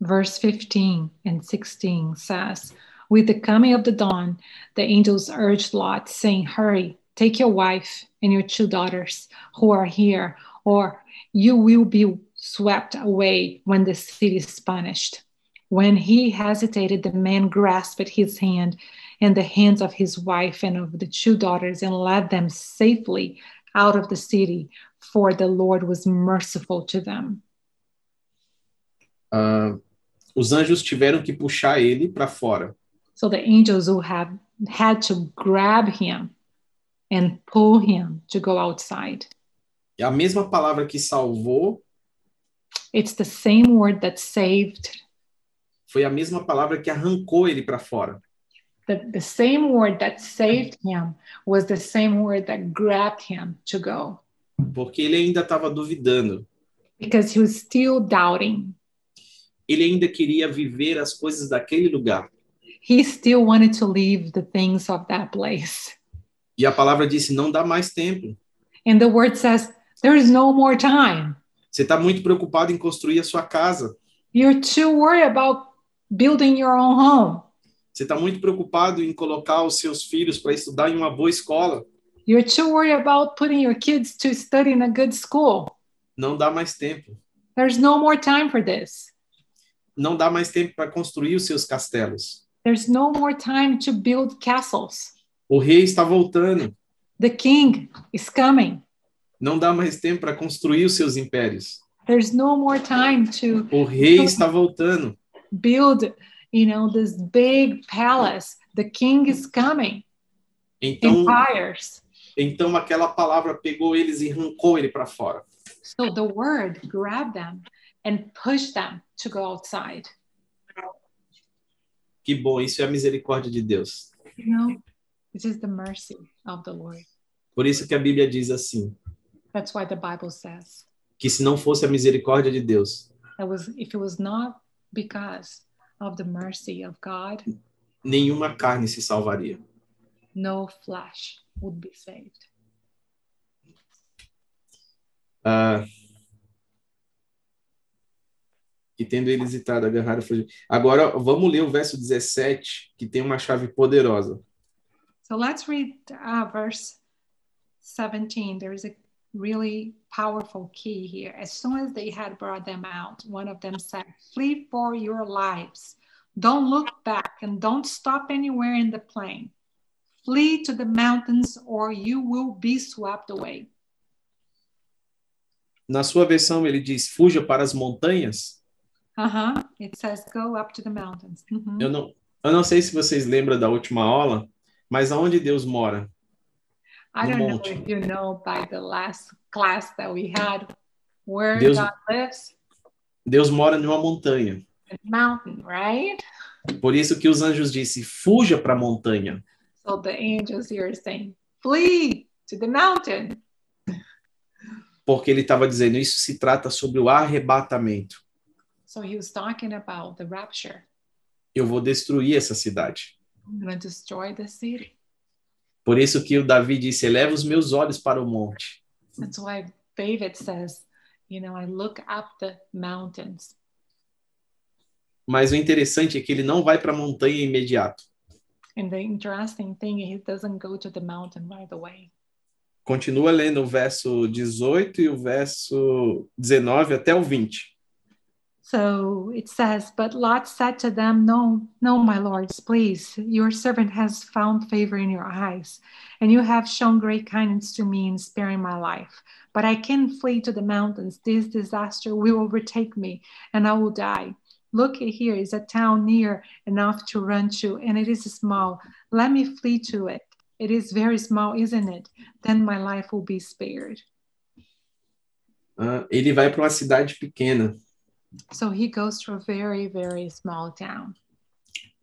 Speaker 2: Verse 15 and 16 says, With the coming of the dawn, the angels urged Lot, saying, Hurry, take your wife and your two daughters who are here, or you will be swept away when the city is punished. When he hesitated, the man grasped his hand and the hands of his wife and of the two daughters and led them safely out of the city, for the Lord was merciful to them.
Speaker 1: Ah, os anjos tiveram que puxar ele para fora.
Speaker 2: So the angels who have had to grab him and pull him to go outside.
Speaker 1: E a mesma palavra que salvou
Speaker 2: It's the same word that saved,
Speaker 1: foi a mesma palavra que arrancou ele para fora.
Speaker 2: the, the same word that saved him was the same word that grabbed him to go
Speaker 1: Porque ele ainda estava duvidando.
Speaker 2: because he was still doubting.
Speaker 1: Ele ainda queria viver as coisas daquele lugar.
Speaker 2: He still wanted to leave the things of that place.
Speaker 1: E a palavra disse: não dá mais tempo.
Speaker 2: And the word says, There is no more time.
Speaker 1: Você está muito preocupado em construir a sua casa.
Speaker 2: You're too worried about building your own home.
Speaker 1: Você está muito preocupado em colocar os seus filhos para estudar em uma boa escola.
Speaker 2: You're too worried about putting your kids to study in a good school.
Speaker 1: Não dá mais tempo.
Speaker 2: There's no more time for this.
Speaker 1: Não dá mais tempo para construir os seus castelos.
Speaker 2: There's no more time to build castles.
Speaker 1: O rei está voltando.
Speaker 2: The king is coming.
Speaker 1: Não dá mais tempo para construir os seus impérios.
Speaker 2: There's no more time to
Speaker 1: O rei está voltando.
Speaker 2: build, you know, this big palace. The king is coming.
Speaker 1: Então,
Speaker 2: Empires.
Speaker 1: então aquela palavra pegou eles e arrancou ele para fora.
Speaker 2: So the word grabbed them and pushed them to go outside.
Speaker 1: Que bom, isso é a misericórdia de Deus.
Speaker 2: You know, this is the mercy of the Lord.
Speaker 1: Por isso que a Bíblia diz assim,
Speaker 2: That's why the Bible says
Speaker 1: que se não fosse a misericórdia de Deus,
Speaker 2: that was if it was not because of the mercy of God,
Speaker 1: nenhuma carne se salvaria.
Speaker 2: no flesh would be saved.
Speaker 1: Ah, e tendo eles hesitado, agarraram e fugiram. Agora, vamos ler o verso 17, que tem uma chave poderosa.
Speaker 2: So let's read uh, verse 17. There is a really powerful key here. As soon as they had brought them out, one of them said, Flee for your lives. Don't look back and don't stop anywhere in the plain. Flee to the mountains or you will be swept away.
Speaker 1: Na sua versão, ele diz: fuja para as montanhas.
Speaker 2: Uh huh. It says, Go up to the mountains. Mhm.
Speaker 1: Eu não, eu não sei se vocês lembram da última aula, mas aonde Deus mora?
Speaker 2: I don't know
Speaker 1: monte.
Speaker 2: if you know by the last class that we had where
Speaker 1: Deus-
Speaker 2: God lives,
Speaker 1: Deus mora numa montanha.
Speaker 2: a mountain, right?
Speaker 1: Por isso que os anjos disse: fuja para a montanha.
Speaker 2: So the angels here are saying, flee to the mountain.
Speaker 1: porque ele estava dizendo isso se trata sobre o arrebatamento.
Speaker 2: So he was talking about the rapture.
Speaker 1: Eu vou destruir essa cidade.
Speaker 2: I'm going to destroy the city.
Speaker 1: Por isso que o Davi disse: eleva os meus olhos para o monte.
Speaker 2: That's why David says, you know, I look up the mountains.
Speaker 1: Mas o interessante é que ele não vai para a montanha imediato.
Speaker 2: And the interesting thing, he doesn't go to the mountain right away.
Speaker 1: Continua lendo o verso 18 e o verso 19 até o 20.
Speaker 2: So it says, But Lot said to them, No, no, my lords, please. Your servant has found favor in your eyes, and you have shown great kindness to me in sparing my life. But I can flee to the mountains. This disaster will overtake me, and I will die. Look here is a town near enough to run to, and it is small. Let me flee to it. It is very small, isn't it? Then my life will be spared.
Speaker 1: Ah, ele vai para uma cidade pequena.
Speaker 2: So he goes to a very, very small town.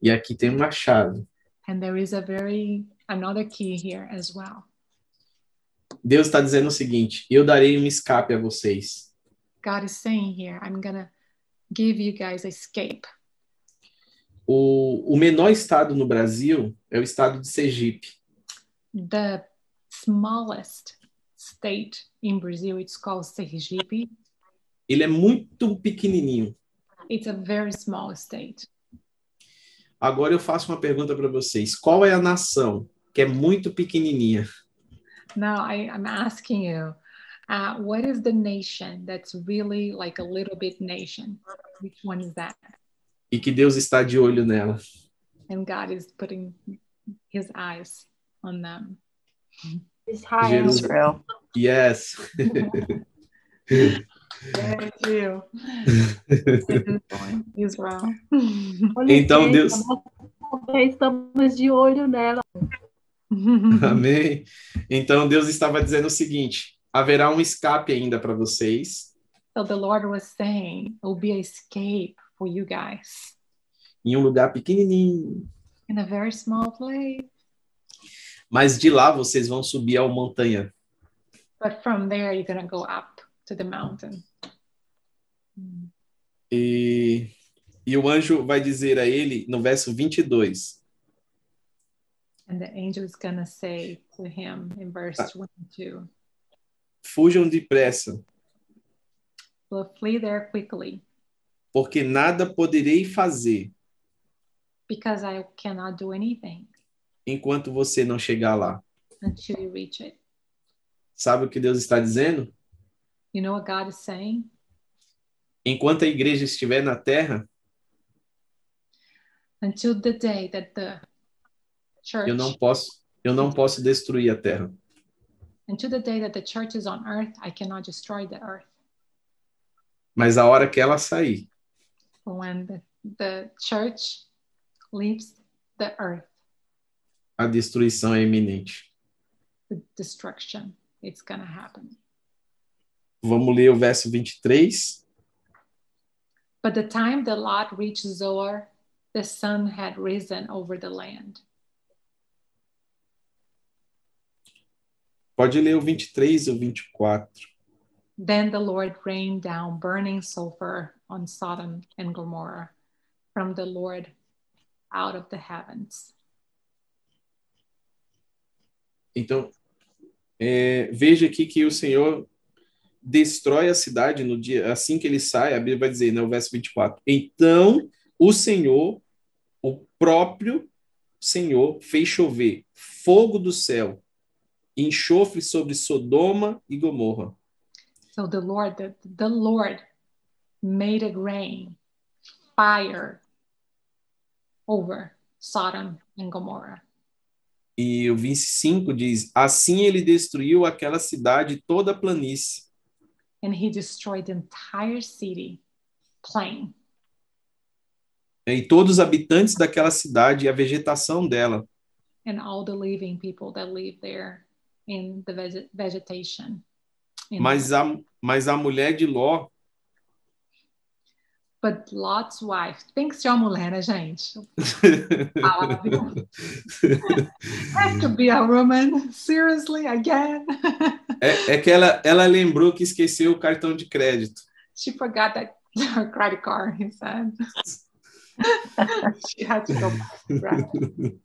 Speaker 1: E aqui tem uma chave.
Speaker 2: And there is a very another key here as well.
Speaker 1: Deus está dizendo o seguinte: eu darei um escape a vocês.
Speaker 2: God is saying here, I'm gonna give you guys escape.
Speaker 1: O, o menor estado no Brasil é o estado de Sergipe.
Speaker 2: The smallest state in Brazil, it's called Sergipe.
Speaker 1: Ele é muito pequenininho.
Speaker 2: It's a very small state.
Speaker 1: Agora eu faço uma pergunta para vocês: qual é a nação que é muito pequenininha?
Speaker 2: Now I, I'm asking you, uh, what is the nation that's really like a little bit nation? Which one is that?
Speaker 1: E que Deus está de olho nela.
Speaker 2: And God is putting his eyes on them.
Speaker 4: It's high
Speaker 1: Jerusalem.
Speaker 3: Israel.
Speaker 1: Yes.
Speaker 2: Thank you. Israel.
Speaker 4: Olha,
Speaker 1: Então,
Speaker 4: gente,
Speaker 1: Deus-
Speaker 4: nós também Estamos de olho né? nela.
Speaker 1: Amém. Então Deus estava dizendo o seguinte: haverá um escape ainda para vocês
Speaker 2: so the Lord was saying, it will be an escape for you guys
Speaker 1: em um lugar pequenininho,
Speaker 2: in a very small place.
Speaker 1: mas de lá vocês vão subir à montanha.
Speaker 2: But from there, you're going to go up to the mountain.
Speaker 1: E, e o anjo vai dizer a ele no verso 22:
Speaker 2: And the angel is going to say to him in verse 22,
Speaker 1: Fujam depressa,
Speaker 2: well, flee there quickly
Speaker 1: porque nada poderei fazer
Speaker 2: because I cannot do anything
Speaker 1: enquanto você não chegar lá.
Speaker 2: until you reach it.
Speaker 1: Sabe o que Deus está dizendo?
Speaker 2: You know what God is saying?
Speaker 1: Enquanto a igreja estiver na terra,
Speaker 2: Until the day that the church,
Speaker 1: eu não posso, eu não posso destruir a terra.
Speaker 2: until the day that the church is on earth, I cannot destroy the earth.
Speaker 1: Mas a hora que ela sair,
Speaker 2: When the, the church leaves the earth,
Speaker 1: a destruição é iminente.
Speaker 2: the destruction it's going to happen.
Speaker 1: Vamos ler o verso 23.
Speaker 2: By the time the Lot reached Zoar, the sun had risen over the land.
Speaker 1: Pode ler o 23 e o 24.
Speaker 2: Then the Lord rained down burning sulfur on Sodom and Gomorrah from the Lord out of the heavens.
Speaker 1: Então, é, veja aqui que o Senhor destrói a cidade no dia assim que ele sai, a Bíblia vai dizer, né, o verso 24. Então, o Senhor, o próprio Senhor fez chover fogo do céu, enxofre sobre Sodoma e Gomorra.
Speaker 2: So the Lord, the, the Lord made it rain, fire over Sodom and Gomorrah.
Speaker 1: E o 25 diz: Assim ele destruiu aquela cidade toda a planície.
Speaker 2: And he destroyed the entire city, plain,
Speaker 1: né, e todos os habitantes daquela cidade e a vegetação dela.
Speaker 2: and all the living people that live there in the vege- vegetation. In
Speaker 1: Mas
Speaker 2: the-
Speaker 1: a, mas a mulher de Ló,
Speaker 2: But Lot's wife. Tem que ser uma mulher, né, gente? Fala, viu? Have to be a woman. Seriously, again.
Speaker 1: É, é que ela, ela lembrou que esqueceu o cartão de crédito.
Speaker 2: she forgot that her credit card, he said. she had to go back to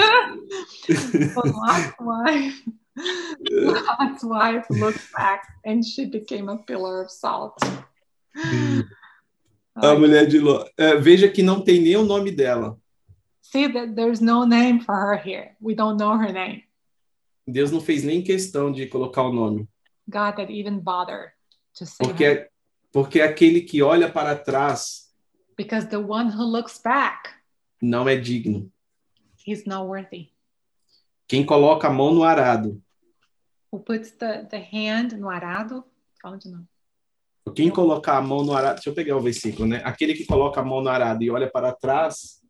Speaker 2: Russia. but Lot's wife, Lot's wife looked back and she became a pillar of salt.
Speaker 1: Mm. A mulher de Ló. É, veja que não tem nem o nome dela.
Speaker 2: See that there's no name for her here. We don't know her name.
Speaker 1: Deus não fez nem questão de colocar o nome.
Speaker 2: God that even bothered to say her
Speaker 1: Porque, porque aquele que olha para trás
Speaker 2: because the one who looks back,
Speaker 1: não é digno.
Speaker 2: he's not worthy.
Speaker 1: Quem coloca a mão no arado.
Speaker 2: Who puts the, the hand no arado? Fala de novo.
Speaker 1: Quem colocar a mão no arado. Deixa eu pegar o versículo, né? Aquele que coloca a mão no arado e olha para trás.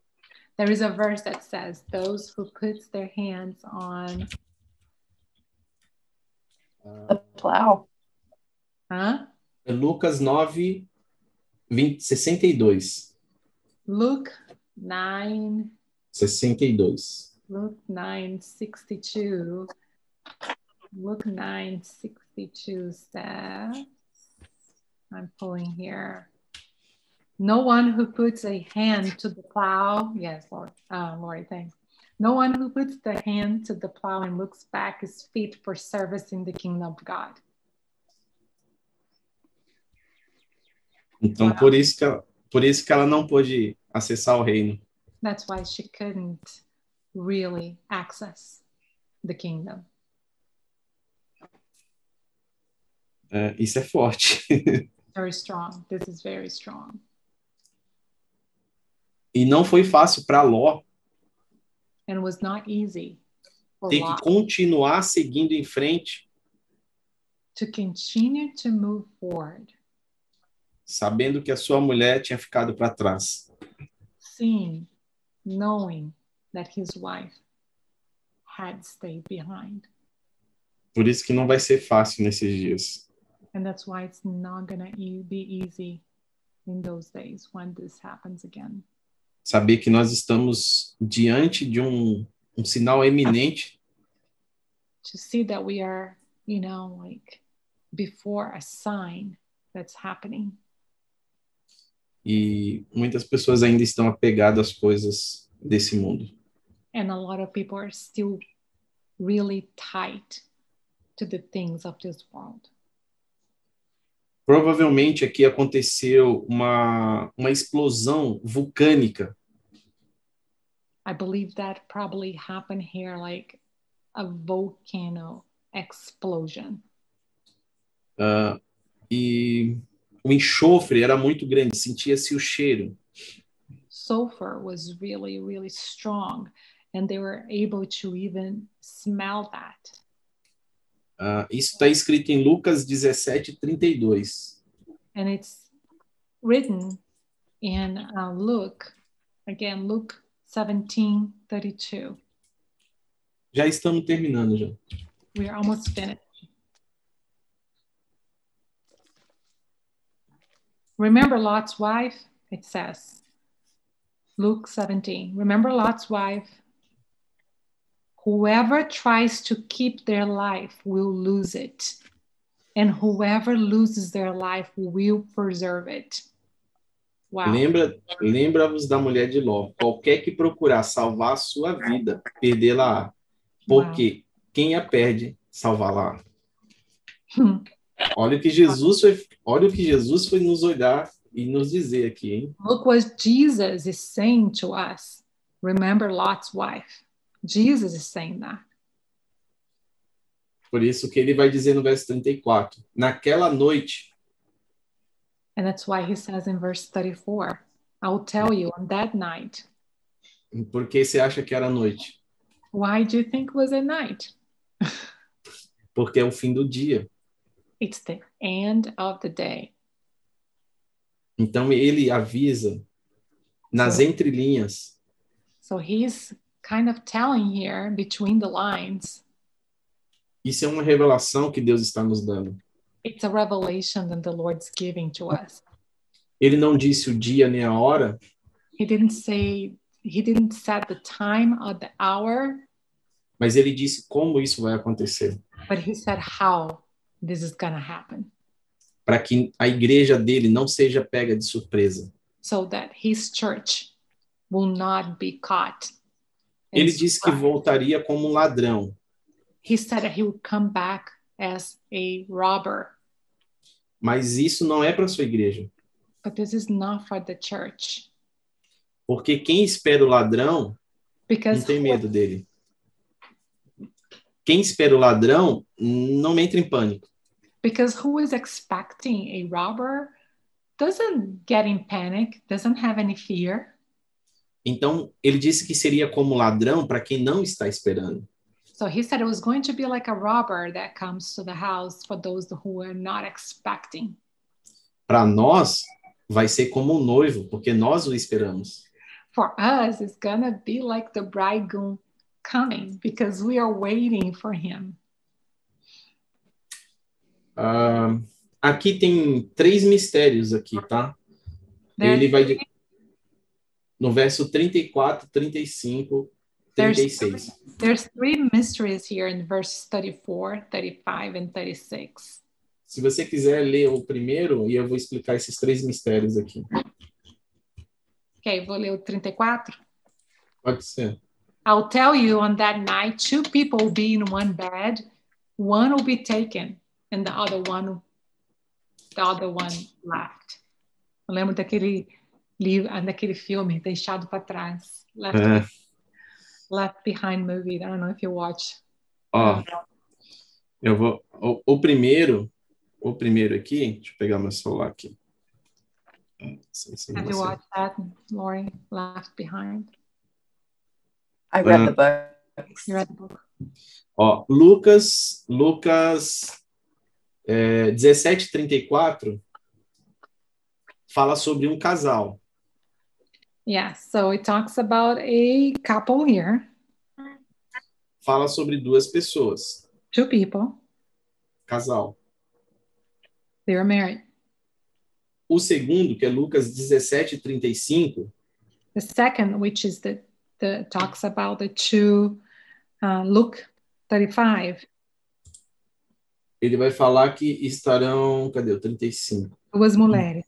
Speaker 2: There is a verse that says, "Those who puts their hands on,
Speaker 3: The plow.
Speaker 2: huh?
Speaker 1: É Lucas 9, 20, 62.
Speaker 2: Luke nine,
Speaker 1: 62.
Speaker 2: Luke nine sixty-two, Luke nine sixty-two says, I'm pulling here. No one who puts a hand to the plow, yes, Lord, uh, Lord, thanks. No one who puts the hand to the plow and looks back is fit for service in the kingdom of God."
Speaker 1: Então, por isso, que ela, por isso que ela não pôde acessar o reino.
Speaker 2: That's why she couldn't really access the kingdom.
Speaker 1: É, isso é forte.
Speaker 2: Very strong. This is very strong.
Speaker 1: E não foi fácil para Ló
Speaker 2: And it was not easy for
Speaker 1: ter que
Speaker 2: Lot
Speaker 1: continuar seguindo em frente,
Speaker 2: to continue to move forward,
Speaker 1: sabendo que a sua mulher tinha ficado para trás.
Speaker 2: seeing, knowing that his wife had stayed behind.
Speaker 1: Por isso que não vai ser fácil nesses dias.
Speaker 2: And that's why it's not going to e- be easy in those days when this happens again.
Speaker 1: Saber que nós estamos diante de um, um sinal eminente
Speaker 2: To see that we are, you know, like before a sign that's happening.
Speaker 1: e muitas pessoas ainda estão apegadas às coisas desse mundo.
Speaker 2: and a lot of people are still really tight to the things of this world.
Speaker 1: Provavelmente aqui aconteceu uma, uma explosão vulcânica
Speaker 2: I believe that probably happened here like a volcano explosion.
Speaker 1: ah, e o enxofre era muito grande, sentia-se o cheiro.
Speaker 2: Sulfur was really, really strong, and they were able to even smell that.
Speaker 1: Ah, isso está escrito em Lucas 17, 32.
Speaker 2: And it's written in uh, Luke, again, Luke 17 32.
Speaker 1: Já estamos terminando, já.
Speaker 2: We're almost finished. Remember Lot's wife? It says, Luke 17. Remember Lot's wife? Whoever tries to keep their life will lose it, and whoever loses their life will preserve it. Wow.
Speaker 1: Lembra, lembra-vos da mulher de Ló. Qualquer que procurar salvar a sua vida, perdê-la. Porque quem a perde, salvá-la.
Speaker 2: Wow.
Speaker 1: Olha o que Jesus foi, olha o que Jesus foi nos olhar e nos dizer aqui, hein?
Speaker 2: Look what Jesus is saying to us. Remember Lot's wife. Jesus is saying that.
Speaker 1: Por isso que ele vai dizer no verso 34. Naquela noite,
Speaker 2: And that's why he says in verse 34, I will tell you on that night.
Speaker 1: porque você acha que era noite?
Speaker 2: Why do you think was a night?
Speaker 1: Porque é o fim do dia.
Speaker 2: It's the end of the day.
Speaker 1: Então ele avisa nas entrelinhas
Speaker 2: So he's kind of telling here between the lines,
Speaker 1: Isso é uma revelação que Deus está nos dando.
Speaker 2: it's a revelation that the Lord's giving to us.
Speaker 1: Ele não disse o dia nem a hora,
Speaker 2: He didn't say, he didn't set the time or the hour,
Speaker 1: mas ele disse como isso vai acontecer,
Speaker 2: but he said how this is going to happen
Speaker 1: para que a igreja dele não seja pega de surpresa.
Speaker 2: so that his church will not be caught. in
Speaker 1: Ele disse que
Speaker 2: surprise.
Speaker 1: voltaria como um ladrão,
Speaker 2: He said that he would come back as a robber,
Speaker 1: mas isso não é para sua igreja,
Speaker 2: but this is not for the church
Speaker 1: porque quem espera o ladrão não
Speaker 2: because
Speaker 1: tem medo dele. Quem espera o ladrão não entra em pânico.
Speaker 2: because who is expecting a robber doesn't get in panic, doesn't have any fear.
Speaker 1: Então, ele disse que seria como ladrão para quem não está esperando.
Speaker 2: So he said it was going to be like a robber that comes to the house for those who are not expecting.
Speaker 1: Para nós, vai ser como um noivo, porque nós o esperamos.
Speaker 2: For us, it's gonna be like the bridegroom coming because we are waiting for him.
Speaker 1: Ah, aqui tem três mistérios aqui, tá?
Speaker 2: There-
Speaker 1: Ele vai de... no verso 34, 35, 36.
Speaker 2: There's three mysteries here in verse 34, 35, and 36.
Speaker 1: Se você quiser ler o primeiro, e eu vou explicar esses três mistérios aqui.
Speaker 2: Okay, vou ler o 34.
Speaker 1: Pode ser.
Speaker 2: I'll tell you on that night, two people will be in one bed, one will be taken, and the other one, the other one left. Eu lembro daquele livro, ah, daquele filme, Deixado para Trás, Left,
Speaker 1: É,
Speaker 2: Left Behind movie. I don't know if you watch.
Speaker 1: ó, eu vou. O, o primeiro, o primeiro aqui, deixa eu pegar meu celular aqui. É, se- se
Speaker 2: Have
Speaker 1: você-
Speaker 2: you watched that, Lauren? Left Behind.
Speaker 3: I read
Speaker 1: Uh,
Speaker 3: the books.
Speaker 2: You read the book.
Speaker 1: Ó, Lucas, Lucas é, 17:34 fala sobre um casal.
Speaker 2: Yeah, so it talks about a couple here,
Speaker 1: Fala sobre duas pessoas.
Speaker 2: two people.
Speaker 1: Casal.
Speaker 2: They were married.
Speaker 1: O segundo, que é Lucas 17:35,
Speaker 2: The second, which is the, the talks about the two, uh, Luke 35.
Speaker 1: ele vai falar que estarão, cadê o 35?
Speaker 2: Duas mulheres.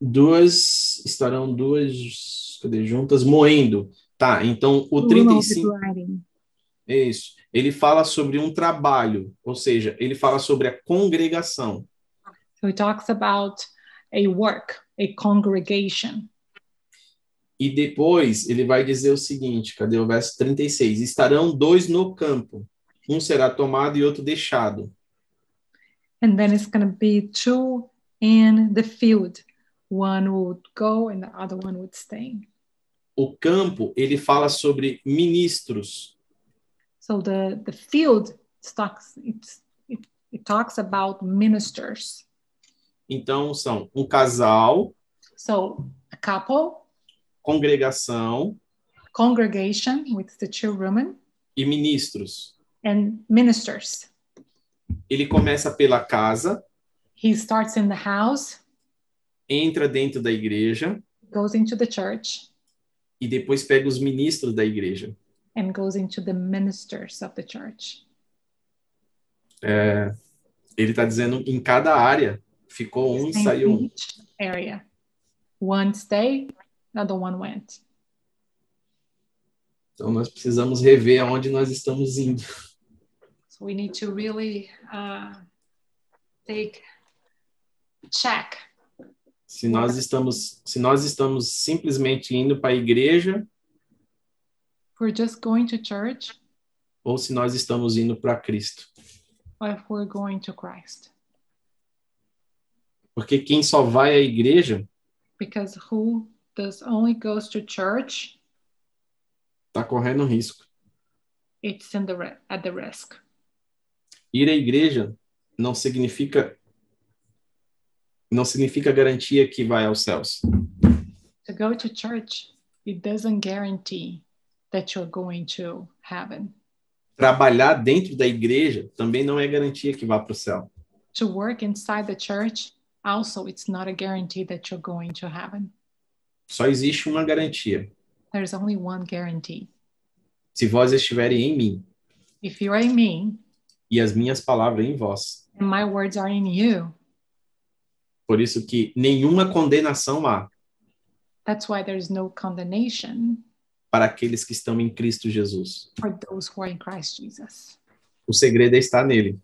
Speaker 1: Duas estarão duas, cadê, juntas moendo. Tá, então o
Speaker 2: Two
Speaker 1: 35
Speaker 2: women riding.
Speaker 1: é isso. Ele fala sobre um trabalho, ou seja, ele fala sobre a congregação.
Speaker 2: So it talks about a work, a congregation.
Speaker 1: E depois ele vai dizer o seguinte, cadê o verso 36? Estarão dois no campo, um será tomado e outro deixado.
Speaker 2: And then it's going to be two in the field. One would go and the other one would stay.
Speaker 1: O campo, ele fala sobre ministros,
Speaker 2: So the, the field talks, it's, it, it talks about ministers.
Speaker 1: então são um casal,
Speaker 2: So a couple,
Speaker 1: congregação
Speaker 2: congregation with the two women,
Speaker 1: e ministros.
Speaker 2: and ministers.
Speaker 1: Ele começa pela casa,
Speaker 2: He starts in the house,
Speaker 1: entra dentro da igreja
Speaker 2: goes into the church,
Speaker 1: e depois pega os ministros da igreja.
Speaker 2: and goes into the ministers of the church.
Speaker 1: É, ele está dizendo em cada área ficou um e
Speaker 2: Same
Speaker 1: saiu
Speaker 2: in
Speaker 1: um.
Speaker 2: each area. One stayed, another one went.
Speaker 1: Então nós precisamos rever aonde nós estamos indo.
Speaker 2: So we need to really uh, take check
Speaker 1: Se nós estamos, se nós estamos simplesmente indo para a igreja
Speaker 2: we're just going to church
Speaker 1: ou se nós estamos indo para Cristo.
Speaker 2: or if we're going to Christ.
Speaker 1: Porque quem só vai à igreja
Speaker 2: Because who does only goes to church,
Speaker 1: está tá correndo risco.
Speaker 2: it's in the ri- at the risk.
Speaker 1: Ir à igreja não significa não significa garantia que vai aos céus.
Speaker 2: to go to church, it doesn't guarantee that you're going to heaven.
Speaker 1: Trabalhar dentro da igreja também não é garantia que vá para o céu.
Speaker 2: To work inside the church Also, it's not a guarantee that you're going to heaven.
Speaker 1: Só existe uma garantia:
Speaker 2: There's only one guarantee.
Speaker 1: se vós estiverem em mim
Speaker 2: If you are in me
Speaker 1: e as minhas palavras em vós.
Speaker 2: and my words are in you,
Speaker 1: Por isso que nenhuma condenação há
Speaker 2: that's why there's no condemnation
Speaker 1: para aqueles que estão em Cristo Jesus.
Speaker 2: for those who are in Christ Jesus.
Speaker 1: O segredo é estar nele.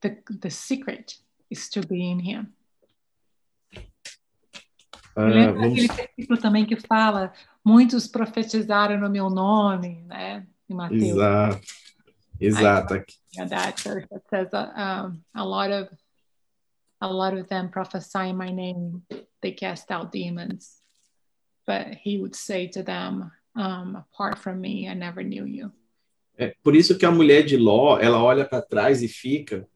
Speaker 2: The, the secret is to be in him.
Speaker 1: Ah,
Speaker 2: Lembra
Speaker 1: vamos-
Speaker 2: aquele versículo também é que fala: muitos profetizaram no meu nome, né? Em Mateus.
Speaker 1: Exato. Exato. Aqui-
Speaker 2: Yeah, that verse that says uh, um, a lot of a lot of them prophesy in my name. They cast out demons, but he would say to them, um, "Apart from me, I never knew you."
Speaker 1: É, por isso que a mulher de Ló, ela olha para trás e fica,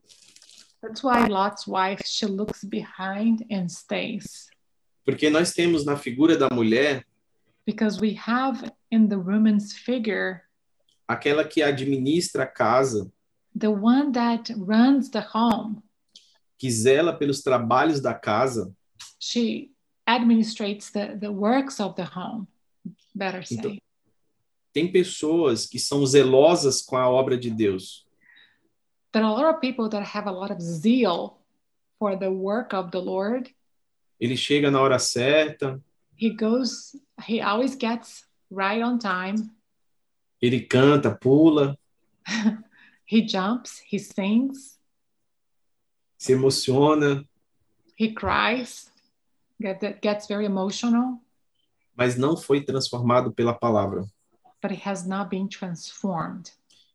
Speaker 2: That's why Lot's wife she looks behind and stays
Speaker 1: porque nós temos na figura da mulher
Speaker 2: because we have in the woman's figure
Speaker 1: aquela que administra a casa,
Speaker 2: the one that runs the home
Speaker 1: que zela pelos trabalhos da casa.
Speaker 2: she administrates the, the works of the home better say
Speaker 1: Então- Tem pessoas que são zelosas com a obra de Deus,
Speaker 2: there are a lot of people that have a lot of zeal for the work of the lord
Speaker 1: ele chega na hora certa,
Speaker 2: he goes he always gets right on time
Speaker 1: ele canta, pula,
Speaker 2: he jumps he sings
Speaker 1: se emociona,
Speaker 2: he cries get, that gets very emotional
Speaker 1: mas não foi transformado pela palavra.
Speaker 2: but he has not been transformed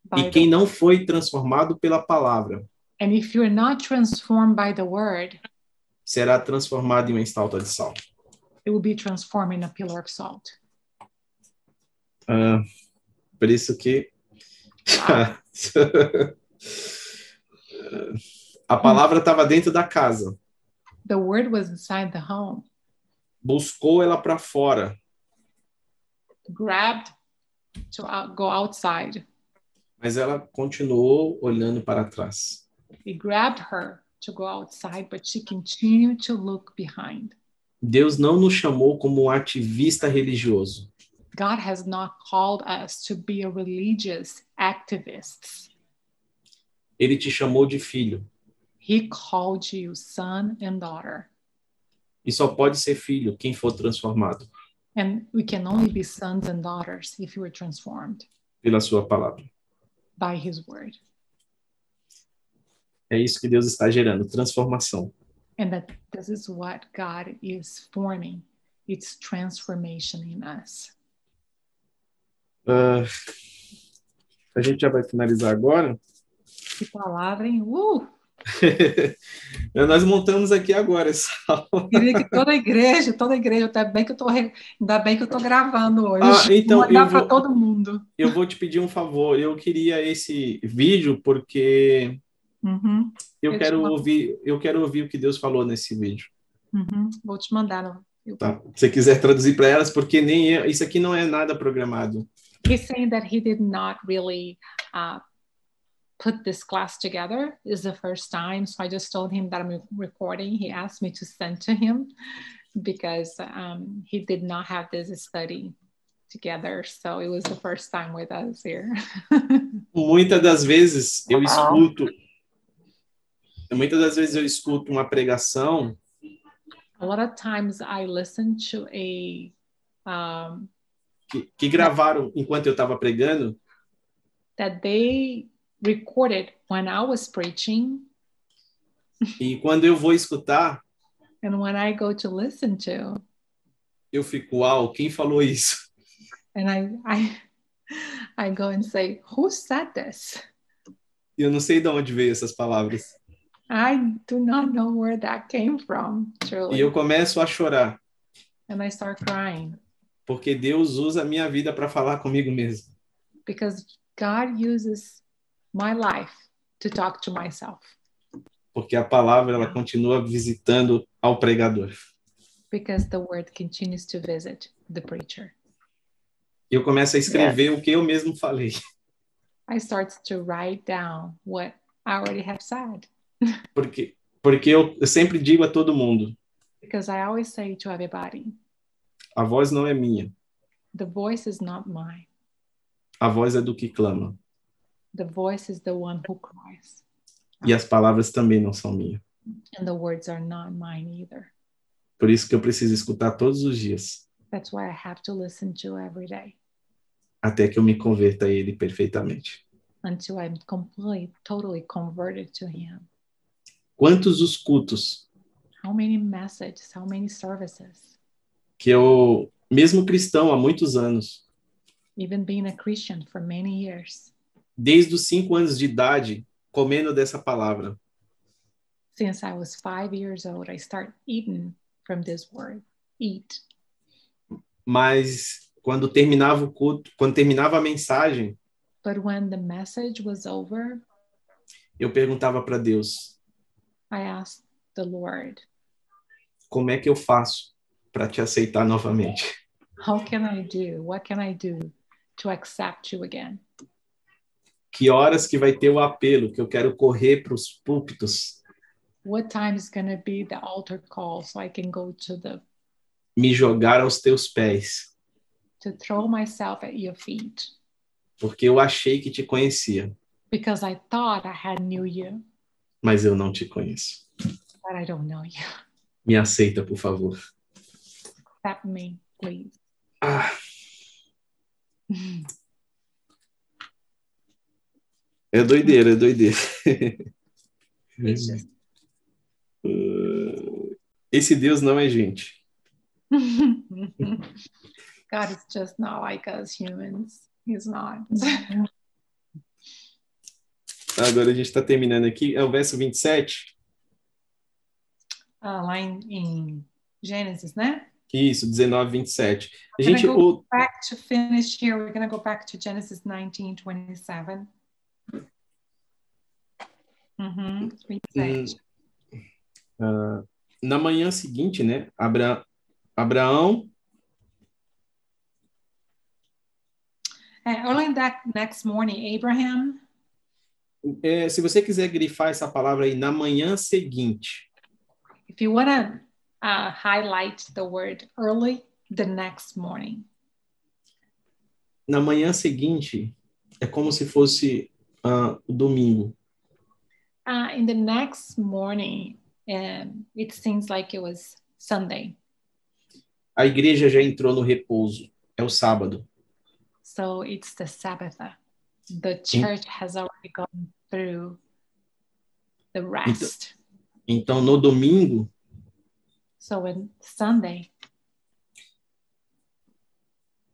Speaker 2: by
Speaker 1: E
Speaker 2: the-
Speaker 1: quem não foi transformado pela palavra
Speaker 2: and if you're not transformed by the word
Speaker 1: será transformado em uma estalta de sal.
Speaker 2: it will be transformed in a pillar of salt
Speaker 1: Ah, por isso que a palavra estava dentro da casa,
Speaker 2: the word was inside the home
Speaker 1: buscou ela para fora,
Speaker 2: grabbed to out, go outside.
Speaker 1: mas ela continuou olhando para trás.
Speaker 2: He grabbed her to go outside, but she continued to look behind.
Speaker 1: Deus não nos chamou como um ativista religioso.
Speaker 2: God has not called us to be a religious activists.
Speaker 1: Ele te chamou de filho
Speaker 2: He called you son and daughter.
Speaker 1: e só pode ser filho quem for transformado
Speaker 2: And we can only be sons and daughters if we are transformed
Speaker 1: pela sua palavra.
Speaker 2: by his word.
Speaker 1: É isso que Deus está gerando, transformação.
Speaker 2: And that this is what God is forming. It's transformation in us.
Speaker 1: Ah, a gente já vai finalizar agora.
Speaker 2: Que palavra, hein? Uh!
Speaker 1: É, Nós montamos aqui agora essa aula.
Speaker 2: Queria que toda a igreja, toda a igreja, até bem que eu tô, re- ainda bem que eu tô gravando hoje.
Speaker 1: Ah, então,
Speaker 2: Vou mandar
Speaker 1: eu
Speaker 2: pra
Speaker 1: vou-
Speaker 2: todo mundo.
Speaker 1: Eu vou te pedir um favor. Eu queria esse vídeo porque
Speaker 2: Uhum,
Speaker 1: eu,
Speaker 2: Eu te
Speaker 1: quero
Speaker 2: mando.
Speaker 1: ouvir, eu quero ouvir o que Deus falou nesse vídeo.
Speaker 2: uhum. Vou te mandar. não. Eu-
Speaker 1: Tá? Se você quiser traduzir para elas, porque nem eu- isso aqui não é nada programado.
Speaker 2: He's saying that he did not really uh, put this class together. It's the first time, so I just told him that I'm recording. He asked me to send to him because um, he did not have this study together. So it was the first time with us here.
Speaker 1: Muitas das vezes eu
Speaker 3: Uau.
Speaker 1: escuto, muitas das vezes eu escuto uma pregação
Speaker 2: a lot of times I listen to a um,
Speaker 1: que, que gravaram enquanto eu estava pregando
Speaker 2: that they recorded when I was preaching
Speaker 1: e quando eu vou escutar
Speaker 2: and when I go to listen to.
Speaker 1: eu fico, uau, quem falou isso?
Speaker 2: And I, I, I go and say, Who said this?
Speaker 1: E eu não sei de onde veio essas palavras.
Speaker 2: I do not know where that came from,
Speaker 1: E
Speaker 2: truly.
Speaker 1: eu começo a chorar,
Speaker 2: And I start crying
Speaker 1: porque Deus usa a minha vida para falar comigo mesmo.
Speaker 2: because God uses my life to talk to myself
Speaker 1: Porque a palavra ela continua visitando ao pregador.
Speaker 2: because the word continues to visit the preacher.
Speaker 1: E eu começo a escrever o que eu mesmo falei,
Speaker 2: I start to write down what I already have said
Speaker 1: porque Porque eu, eu sempre digo a todo mundo:
Speaker 2: because I always say to everybody,
Speaker 1: a voz não é minha,
Speaker 2: the voice is not mine.
Speaker 1: a voz é do que clama.
Speaker 2: The voice is the one who cries,
Speaker 1: E as palavras também não são minhas.
Speaker 2: and the words are not mine either.
Speaker 1: Por isso que eu preciso escutar todos os dias,
Speaker 2: That's why I have to listen to every day
Speaker 1: até que eu me converta a Ele perfeitamente.
Speaker 2: until I'm completely, totally converted to Him.
Speaker 1: Quantos os cultos
Speaker 2: How many messages, how many services,
Speaker 1: que eu, mesmo cristão há muitos anos,
Speaker 2: even being a Christian for many years,
Speaker 1: desde os cinco anos de idade, comendo dessa palavra,
Speaker 2: since I was five years old, I start eating from this word, eat.
Speaker 1: mas quando terminava o culto, quando terminava a mensagem,
Speaker 2: But when the message was over,
Speaker 1: eu perguntava para Deus:
Speaker 2: I asked the Lord,
Speaker 1: como é que eu faço para te aceitar novamente?
Speaker 2: How can I do? What can I do to accept you again?
Speaker 1: Que horas que vai ter o apelo que eu quero correr para os púlpitos,
Speaker 2: What time is going to be the altar call so I can go to the
Speaker 1: me jogar aos teus pés,
Speaker 2: to throw myself at your feet
Speaker 1: porque eu achei que te conhecia,
Speaker 2: because I thought I had knew you,
Speaker 1: mas eu não te conheço.
Speaker 2: but I don't know you.
Speaker 1: Me aceita, por favor.
Speaker 2: Accept me, please.
Speaker 1: Ah, é doideira, é doideira.
Speaker 2: It's just-
Speaker 1: Ah, Esse Deus não é gente.
Speaker 2: God is just not like us humans. He's not.
Speaker 1: Agora a gente está terminando aqui. É o verso 27.
Speaker 2: Uh, lá em, em Gênesis, né?
Speaker 1: Isso, 19, 27. A
Speaker 2: Can I
Speaker 1: gente, o,
Speaker 2: go Back to finish here, we're going to go back to Genesis 19, 27. Uhum, 27.
Speaker 1: ah, na manhã seguinte, né? Abra, Abraão.
Speaker 2: É, early that next morning, Abraham,
Speaker 1: é, se você quiser grifar essa palavra aí, na manhã seguinte.
Speaker 2: if you want to uh, highlight the word early, the next morning.
Speaker 1: Na manhã seguinte é como se fosse ah, o domingo.
Speaker 2: Uh, in the next morning, um, it seems like it was Sunday.
Speaker 1: A igreja já entrou no repouso. É o sábado.
Speaker 2: So it's the Sabbath. The church has already gone through the rest.
Speaker 1: Então, no domingo,
Speaker 2: So on Sunday,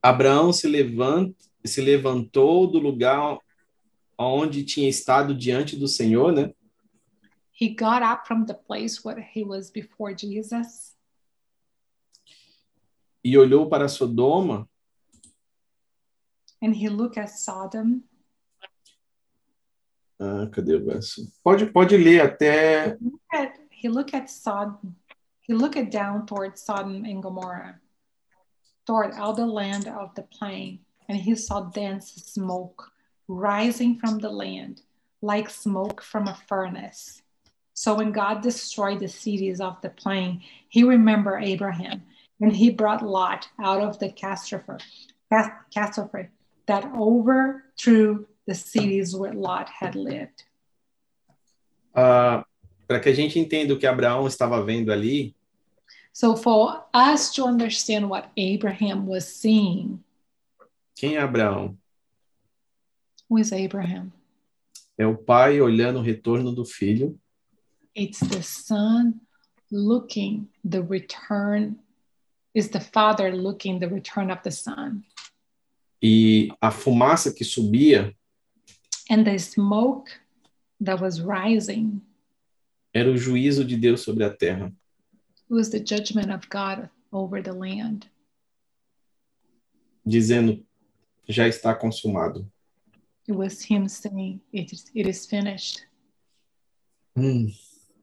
Speaker 1: Abraão se levanta, se levantou do lugar onde tinha estado diante do Senhor, né?
Speaker 2: he got up from the place where he was before Jesus
Speaker 1: e olhou para Sodoma
Speaker 2: and he looked at Sodom.
Speaker 1: Ah, cadê o verso? Pode, pode ler até.
Speaker 2: At, he looked at Sodom. He looked down toward Sodom and Gomorrah, toward all the land of the plain, and he saw dense smoke rising from the land, like smoke from a furnace. So when God destroyed the cities of the plain, he remembered Abraham, and he brought Lot out of the castropher, cas- castropher that overthrew the cities where Lot had lived.
Speaker 1: ah, para que a gente entenda o que Abraão estava vendo ali,
Speaker 2: So, for us to understand what Abraham was seeing,
Speaker 1: quem é Abraão?
Speaker 2: who is Abraham?
Speaker 1: É o pai olhando o retorno do filho
Speaker 2: It's the son looking the return, is the father looking the return of the son.
Speaker 1: e a fumaça que subia
Speaker 2: And the smoke that was rising
Speaker 1: era o juízo de Deus sobre a terra.
Speaker 2: was the judgment of God over the land,
Speaker 1: Dizendo, já está consumado.
Speaker 2: it was him saying, It is, it is finished.
Speaker 1: Hum.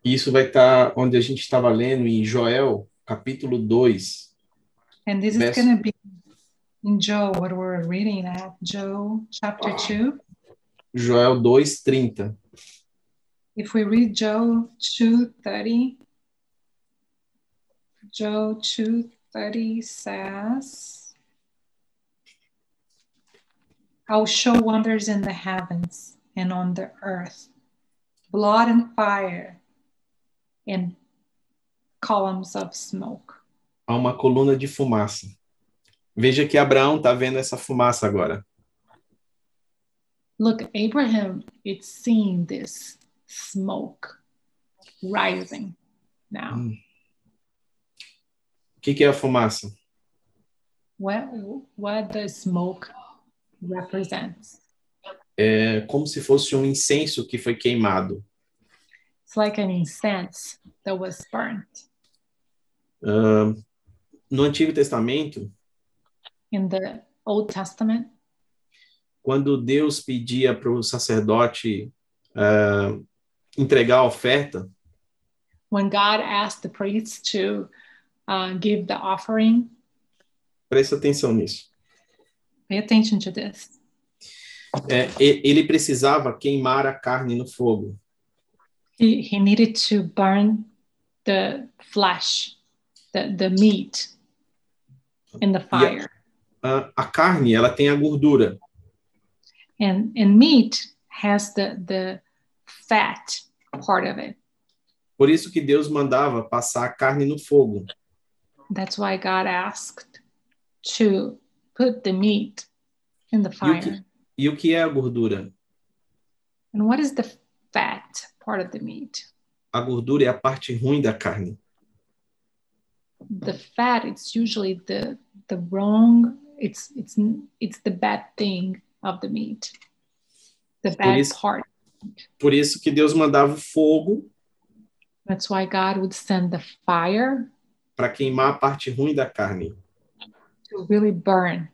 Speaker 1: Isso vai estar onde a gente estava lendo em Joel, capítulo 2,
Speaker 2: And this
Speaker 1: Verse-
Speaker 2: is going to be in Joe, what we're reading at Joe chapter 2,
Speaker 1: Joel 2, 30.
Speaker 2: If we read Joe 2:30, Joe 2:30 says, "I'll show wonders in the heavens and on the earth, blood and fire and columns of smoke."
Speaker 1: Há uma coluna de fumaça. Veja que Abraão está vendo essa fumaça agora.
Speaker 2: Look, Abraham is seeing this smoke rising now.
Speaker 1: Hum. O que, que é a fumaça?
Speaker 2: What what does smoke represent?
Speaker 1: É como se fosse um incenso que foi queimado.
Speaker 2: It's like an incense that was burnt.
Speaker 1: Ah, no Antigo Testamento,
Speaker 2: In the Old Testament,
Speaker 1: quando Deus pedia para o sacerdote ah, entregar a oferta,
Speaker 2: when God asked the priests to uh, give the offering,
Speaker 1: preste atenção nisso.
Speaker 2: pay attention to this.
Speaker 1: É, e- ele precisava queimar a carne no fogo.
Speaker 2: He, he needed to burn the flesh, the, the meat in the fire.
Speaker 1: Ah, a carne, ela tem a gordura.
Speaker 2: And, and meat has the, the fat part of it.
Speaker 1: Por isso que Deus mandava passar a carne no fogo.
Speaker 2: That's why God asked to put the meat in the
Speaker 1: You
Speaker 2: fire.
Speaker 1: can- E o que é a gordura?
Speaker 2: And what is the fat part of the meat?
Speaker 1: A gordura é a parte ruim da carne.
Speaker 2: The fat it's usually the the wrong it's it's it's the bad thing of the meat. The bad
Speaker 1: is-
Speaker 2: part.
Speaker 1: Por isso que Deus mandava o fogo
Speaker 2: That's why God would send the fire
Speaker 1: para queimar a parte ruim da carne.
Speaker 2: to really burn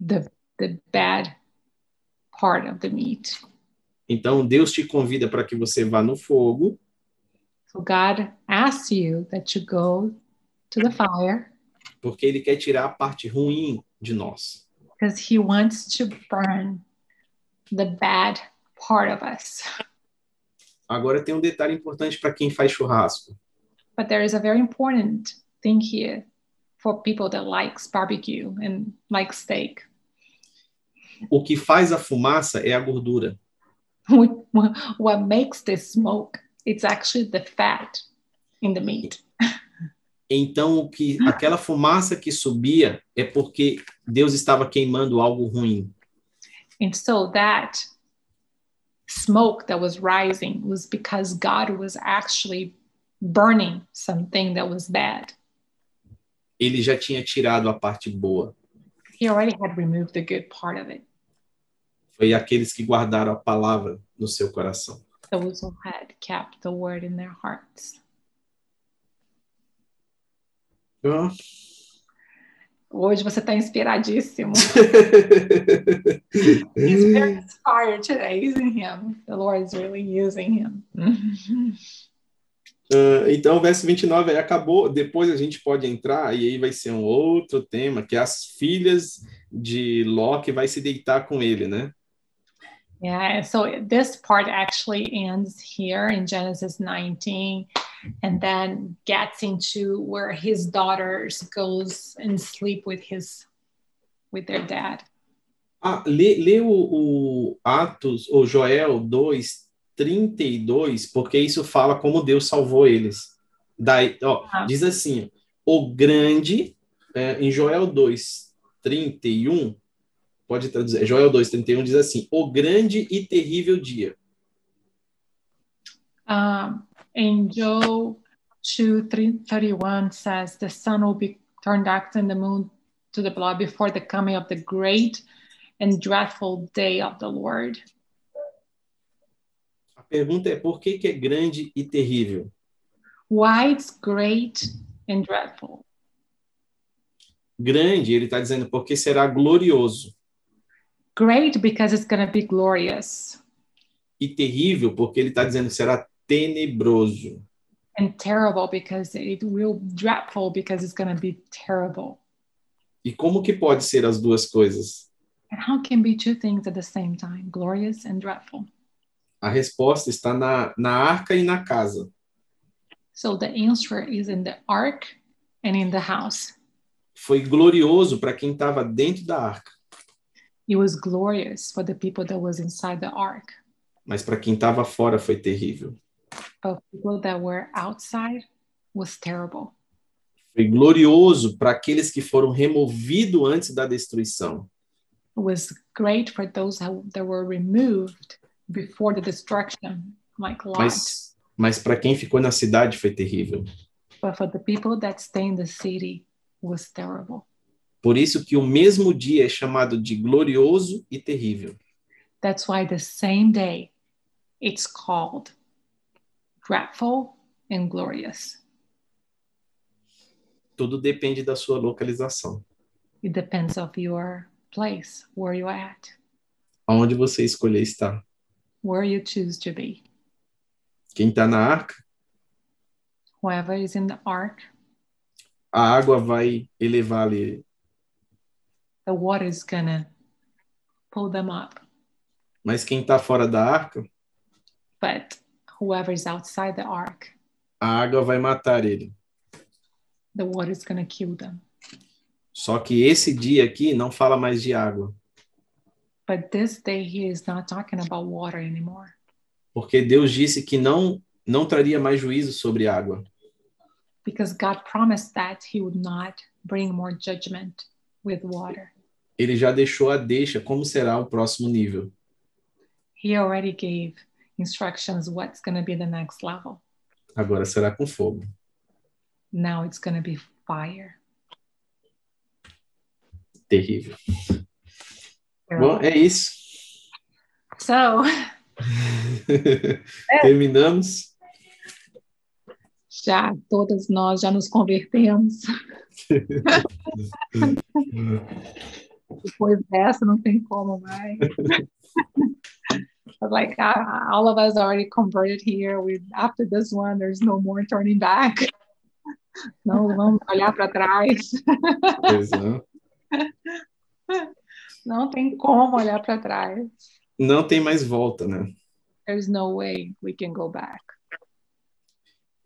Speaker 2: the the bad part of the meat.
Speaker 1: Então Deus te convida para que você vá no fogo
Speaker 2: So God asks you that you go to the fire
Speaker 1: porque ele quer tirar a parte ruim de nós.
Speaker 2: because he wants to burn the bad part of us.
Speaker 1: Agora tem um detalhe importante para quem faz churrasco.
Speaker 2: But there is a very important thing here for people that likes barbecue and like steak.
Speaker 1: O que faz a fumaça é a gordura.
Speaker 2: What, what makes this smoke? It's actually the fat in the meat.
Speaker 1: Então o que aquela fumaça que subia é porque Deus estava queimando algo ruim.
Speaker 2: And so that smoke that was rising was because God was actually burning something that was bad.
Speaker 1: Ele já tinha tirado a parte boa.
Speaker 2: He already had removed the good part of it.
Speaker 1: foi aqueles que guardaram a palavra no seu coração.
Speaker 2: Those who had kept the word in their hearts.
Speaker 1: Ah.
Speaker 2: Hoje você está inspiradíssimo. He's very inspired today using him. The Lord is really using him.
Speaker 1: Ah, então, o verso 29 aí acabou. Depois a gente pode entrar, e aí vai ser um outro tema, que é as filhas de Ló que vai se deitar com ele, né?
Speaker 2: yeah, so this part actually ends here in Genesis 19 and then gets into where his daughters goes and sleep with his with their dad.
Speaker 1: Ah, lê, lê o, o Atos, ou Joel 2, 32, porque isso fala como Deus salvou eles. Daí, ó,
Speaker 2: Ah.
Speaker 1: Diz assim, o grande, é, em Joel 2, 31, pode traduzir, Joel 2, 31 diz assim, o grande e terrível dia.
Speaker 2: Um, and Job 2 three- 31 says, The sun will be turned dark and the moon to the blood before the coming of the great and dreadful day of the Lord.
Speaker 1: A pergunta é, por que que é grande e terrível?
Speaker 2: Why it's great and dreadful.
Speaker 1: Grande, ele está dizendo, porque será glorioso.
Speaker 2: Great because it's going to be glorious,
Speaker 1: E terrível, porque ele está dizendo, será tenebroso.
Speaker 2: and terrible because it will dreadful because it's going to be terrible.
Speaker 1: E como que pode ser as duas coisas?
Speaker 2: And how can be two things at the same time, glorious and dreadful?
Speaker 1: A resposta está na, na arca e na casa.
Speaker 2: So the answer is in the ark and in the house.
Speaker 1: Foi glorioso para quem estava dentro da arca,
Speaker 2: It was glorious for the people that was inside the ark,
Speaker 1: mas para quem estava fora foi terrível.
Speaker 2: but people that were outside was terrible.
Speaker 1: Foi glorioso para aqueles que foram removidos antes da destruição,
Speaker 2: It was great for those who- that were removed before the destruction, like Lot.
Speaker 1: mas, mas para quem ficou na cidade foi terrível.
Speaker 2: But for the people that stay in the city was terrible.
Speaker 1: Por isso que o mesmo dia é chamado de glorioso e terrível.
Speaker 2: That's why the same day it's called dreadful and glorious.
Speaker 1: Tudo depende da sua localização,
Speaker 2: It depends of your place, where you're at,
Speaker 1: aonde você escolher estar.
Speaker 2: where you choose to be.
Speaker 1: Quem está na arca,
Speaker 2: Whoever is in the ark,
Speaker 1: a água vai elevar ele.
Speaker 2: the water is gonna pull them up.
Speaker 1: Mas quem está fora da arca,
Speaker 2: But whoever is outside the ark,
Speaker 1: a água vai matar ele.
Speaker 2: the water is gonna kill them.
Speaker 1: Só que esse dia aqui não fala mais de água,
Speaker 2: But this day he is not talking about water anymore
Speaker 1: porque Deus disse que não não traria mais juízo sobre a água.
Speaker 2: because God promised that he would not bring more judgment with water.
Speaker 1: Ele já deixou a deixa como será o próximo nível.
Speaker 2: He already gave instructions what's going to be the next level.
Speaker 1: Agora será com fogo.
Speaker 2: Now it's going to be fire.
Speaker 1: Terrível. Bom, é isso.
Speaker 2: So,
Speaker 1: Terminamos.
Speaker 2: já todas nós já nos convertemos. Depois dessa não tem como mais. But like uh, all of us already converted here. We after this one, there's no more turning back. Não vamos olhar para trás.
Speaker 1: Pois não.
Speaker 2: Não tem como olhar para trás.
Speaker 1: não tem mais volta, né?
Speaker 2: There's no way we can go back.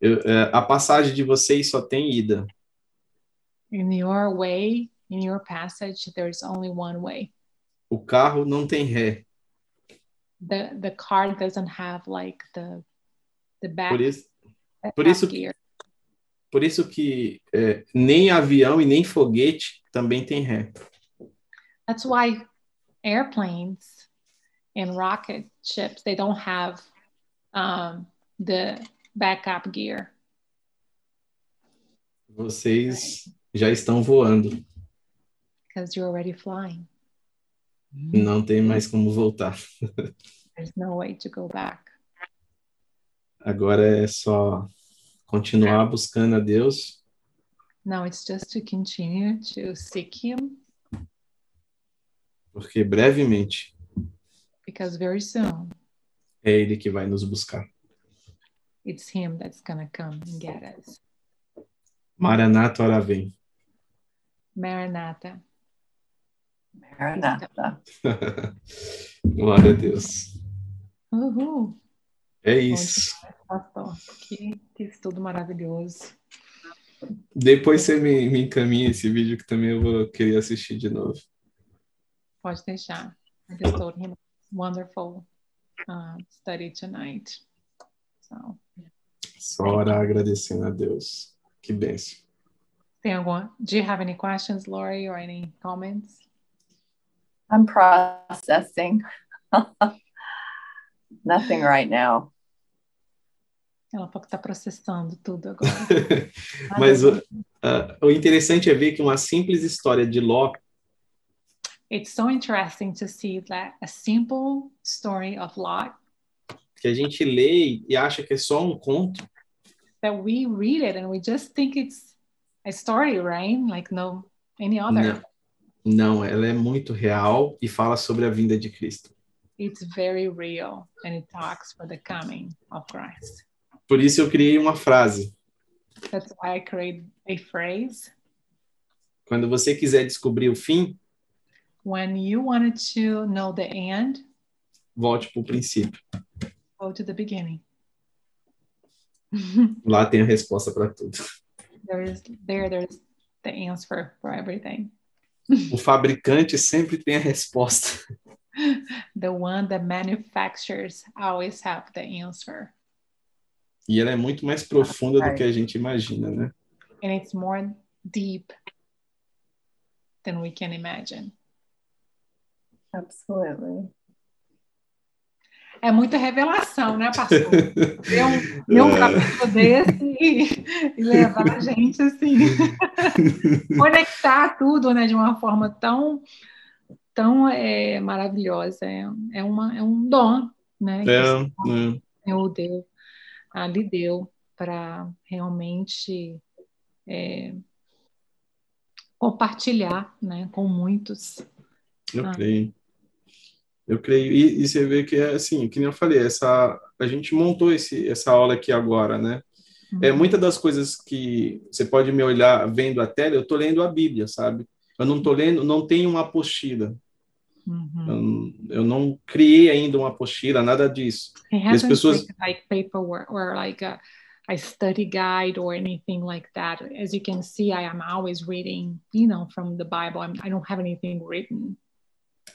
Speaker 1: Eu- é, a passagem de vocês só tem ida.
Speaker 2: In your way, in your passage, there's only one way.
Speaker 1: O carro não tem ré.
Speaker 2: The the car doesn't have like the the back,
Speaker 1: Por isso,
Speaker 2: the
Speaker 1: por isso
Speaker 2: back gear.
Speaker 1: por isso que é, nem avião e nem foguete também tem ré.
Speaker 2: That's why airplanes and rocket ships they don't have um, the backup gear.
Speaker 1: Vocês já estão voando.
Speaker 2: because you're already flying.
Speaker 1: Não tem mais como voltar.
Speaker 2: There's no way to go back.
Speaker 1: Agora é só continuar buscando a Deus
Speaker 2: Now it's just to continue to seek Him
Speaker 1: porque brevemente
Speaker 2: because very soon
Speaker 1: é Ele que vai nos buscar.
Speaker 2: it's Him that's going to come and get us.
Speaker 1: Maranata, ora vem.
Speaker 2: Maranatha.
Speaker 3: Maranatha.
Speaker 1: Glória a Deus.
Speaker 2: Uhul.
Speaker 1: É isso.
Speaker 2: Pastor, que, que estudo maravilhoso.
Speaker 1: Depois você me, me encaminha esse vídeo que também eu vou querer assistir de novo.
Speaker 2: Pode deixar. I just told him wonderful uh, study tonight. So,
Speaker 1: Só orar agradecendo a Deus. Que benção.
Speaker 2: tem alguma, do you have any questions, Lori, or any comments?
Speaker 3: I'm processing. Nothing right now.
Speaker 2: Ela falou que está processando tudo agora.
Speaker 1: Mas o, ah, o interessante é ver que uma simples história de Ló
Speaker 2: It's so interesting to see that a simple story of Lot
Speaker 1: que a gente lê e acha que é só um conto,
Speaker 2: that we read it and we just think it's a story, right? Like no any other.
Speaker 1: Não. não, ela é muito real e fala sobre a vinda de Cristo.
Speaker 2: It's very real and it talks for the coming of Christ.
Speaker 1: Por isso eu criei uma frase.
Speaker 2: That's why I created a phrase.
Speaker 1: Quando você quiser descobrir o fim,
Speaker 2: When you wanted to know the end,
Speaker 1: volte para o princípio.
Speaker 2: Go to the beginning.
Speaker 1: Lá tem a resposta para tudo.
Speaker 2: there is there there's the answer for everything.
Speaker 1: O fabricante sempre tem a resposta.
Speaker 2: The one that manufactures always have the answer.
Speaker 1: E ela é muito mais profunda do
Speaker 3: Ai.
Speaker 1: que a gente imagina, né?
Speaker 2: And it's more deep than we can imagine.
Speaker 3: Absolutely.
Speaker 2: É muita revelação, né, pastor? Ler um, ler um
Speaker 1: É.
Speaker 2: capítulo desse e, e assim, levar a gente assim, conectar tudo, né, de uma forma tão tão é, maravilhosa. É, é uma é um dom, né? que
Speaker 1: É, né?
Speaker 2: o Senhor deu, ah, lhe deu para realmente é, compartilhar, né, com muitos.
Speaker 1: Eu
Speaker 2: Ah.
Speaker 1: creio. Eu creio. E, e você vê que é assim, que nem eu falei, essa, a gente montou esse, essa aula aqui agora, né? É,
Speaker 2: Uhum.
Speaker 1: muitas das coisas que você pode me olhar vendo a tela, eu tô lendo a Bíblia, sabe? Eu não tô lendo, não tenho uma apostila. Eu,
Speaker 2: Uhum.
Speaker 1: não- eu não criei ainda uma apostila, nada disso.
Speaker 2: It
Speaker 1: as
Speaker 2: hasn't
Speaker 1: pessoas-
Speaker 2: taken, like paperwork or like a, a study guide or anything like that. As you can see, I am always reading, you know, from the Bible. I'm, I don't have anything written.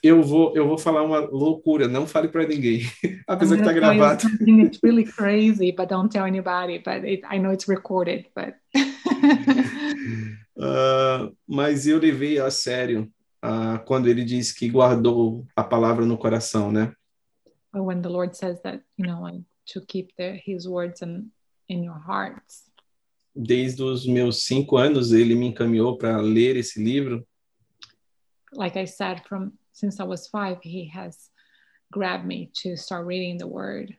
Speaker 1: Eu vou, eu vou falar uma loucura, não fale para ninguém. Apesar
Speaker 2: I'm
Speaker 1: que tá
Speaker 2: gonna tell you
Speaker 1: gravado.
Speaker 2: something that's really crazy, but don't tell anybody. But it, I know it's recorded. But
Speaker 1: Ah, mas eu levei a sério ah, quando ele diz que guardou a palavra no coração, né?
Speaker 2: But when the Lord says that, you know, and to keep the, His words in, in your hearts.
Speaker 1: Desde os meus cinco anos, ele me encaminhou para ler esse livro.
Speaker 2: Like I said, from since I was five, He has grabbed me to start reading the Word.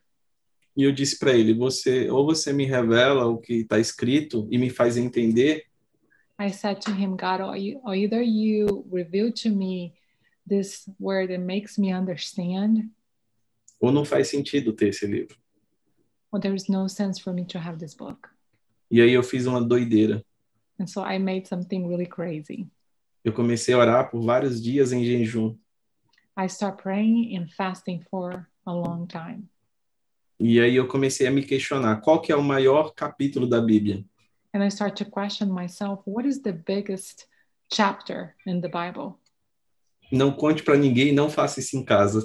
Speaker 1: E eu disse para ele: você ou você me revela o que está escrito e me faz entender,
Speaker 2: I said to Him, God, or you, or either you reveal to me this word and makes me understand,
Speaker 1: ou não faz sentido ter esse livro.
Speaker 2: or there is no sense for me to have this book.
Speaker 1: E aí eu fiz uma doideira.
Speaker 2: And so I made something really crazy.
Speaker 1: Eu comecei a orar por vários dias em jejum.
Speaker 2: I start praying and fasting for a long time.
Speaker 1: E aí eu comecei a me questionar: qual que é o maior capítulo da Bíblia?
Speaker 2: and I start to question myself what is the biggest chapter in the Bible?
Speaker 1: Não conte para ninguém, não faça isso em casa.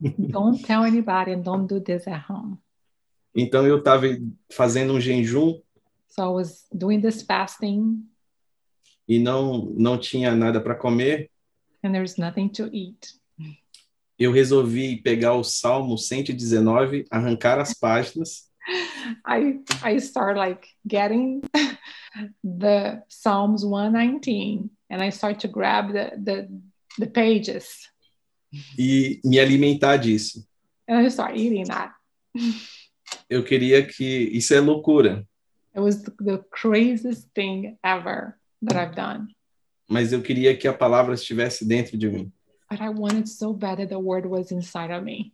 Speaker 2: don't tell anybody and don't do this at home.
Speaker 1: Então eu estava fazendo um jejum
Speaker 2: So I was doing this fasting
Speaker 1: e não não tinha nada para comer.
Speaker 2: and there's nothing to eat.
Speaker 1: Eu resolvi pegar o Salmo 119, arrancar as páginas
Speaker 2: I I start like getting the Psalms 119 and I start to grab the the, the pages
Speaker 1: e me alimentar disso.
Speaker 2: and I start eating that.
Speaker 1: Eu queria que isso é loucura,
Speaker 2: It was the craziest thing ever that I've done.
Speaker 1: mas eu queria que a palavra estivesse dentro de mim.
Speaker 2: But I wanted so bad that the word was inside of me.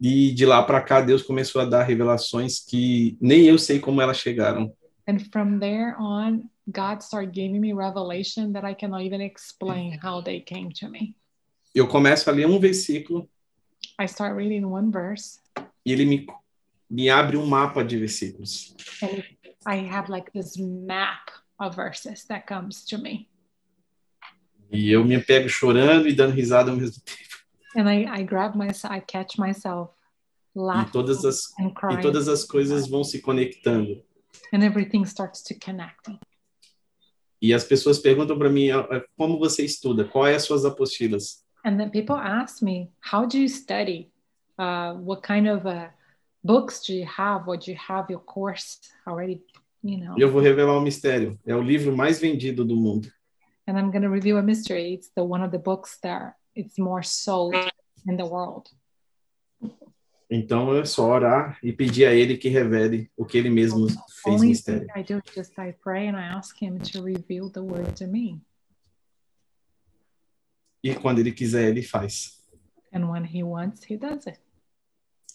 Speaker 1: E de lá para cá Deus começou a dar revelações que nem eu sei como elas chegaram.
Speaker 2: And from there on, God started giving me revelation that I cannot even explain how they came to me.
Speaker 1: Eu começo a ler um versículo
Speaker 2: I start reading one verse,
Speaker 1: e ele me me abre um mapa de versículos.
Speaker 2: and I have like this map of verses that comes to me.
Speaker 1: E eu me pego chorando e dando risada ao mesmo
Speaker 2: And I, I grab myself, I catch myself
Speaker 1: e
Speaker 2: laughing
Speaker 1: todas as
Speaker 2: and
Speaker 1: e
Speaker 2: crying,
Speaker 1: todas as coisas vão se conectando.
Speaker 2: and everything starts to connect.
Speaker 1: E as pessoas perguntam para mim "Ah, ah, como você estuda, qual é as suas apostilas?
Speaker 2: And then people ask me, How do you study? Uh, what kind of uh, books do you have? What do you have your course already? You know.
Speaker 1: E eu vou revelar um mistério. É o livro mais vendido do mundo.
Speaker 2: and I'm going to review a mystery. It's the one of the books that it's more sold in the world.
Speaker 1: Então é só orar e pedir a ele que revele o que ele mesmo fez
Speaker 2: Only
Speaker 1: mistério.
Speaker 2: thing I do is just I pray and I ask him to reveal the word to me.
Speaker 1: E quando ele quiser, ele faz.
Speaker 2: And when he wants, he does it.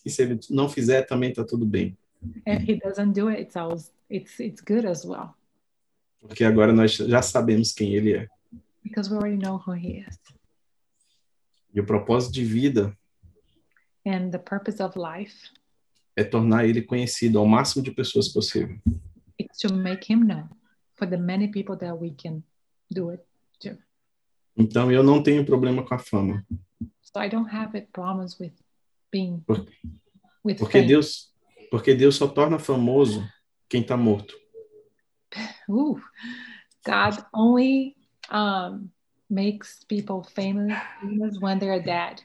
Speaker 1: E se ele não fizer, também tá tudo bem.
Speaker 2: If he doesn't do it, it's always, it's it's good as well
Speaker 1: Porque agora nós já sabemos quem ele é.
Speaker 2: because we already know who he is.
Speaker 1: E o propósito de vida
Speaker 2: And the purpose of life
Speaker 1: é tornar ele conhecido ao máximo de pessoas possível.
Speaker 2: It's to make him known for the many people that we can do it.
Speaker 1: Então eu não tenho problema com a fama,
Speaker 2: So I don't have a problems with being
Speaker 1: Por-
Speaker 2: with
Speaker 1: porque
Speaker 2: fame.
Speaker 1: Deus, porque Deus só torna famoso quem está morto.
Speaker 2: Ooh. God only um, makes people famous, famous when they're dead.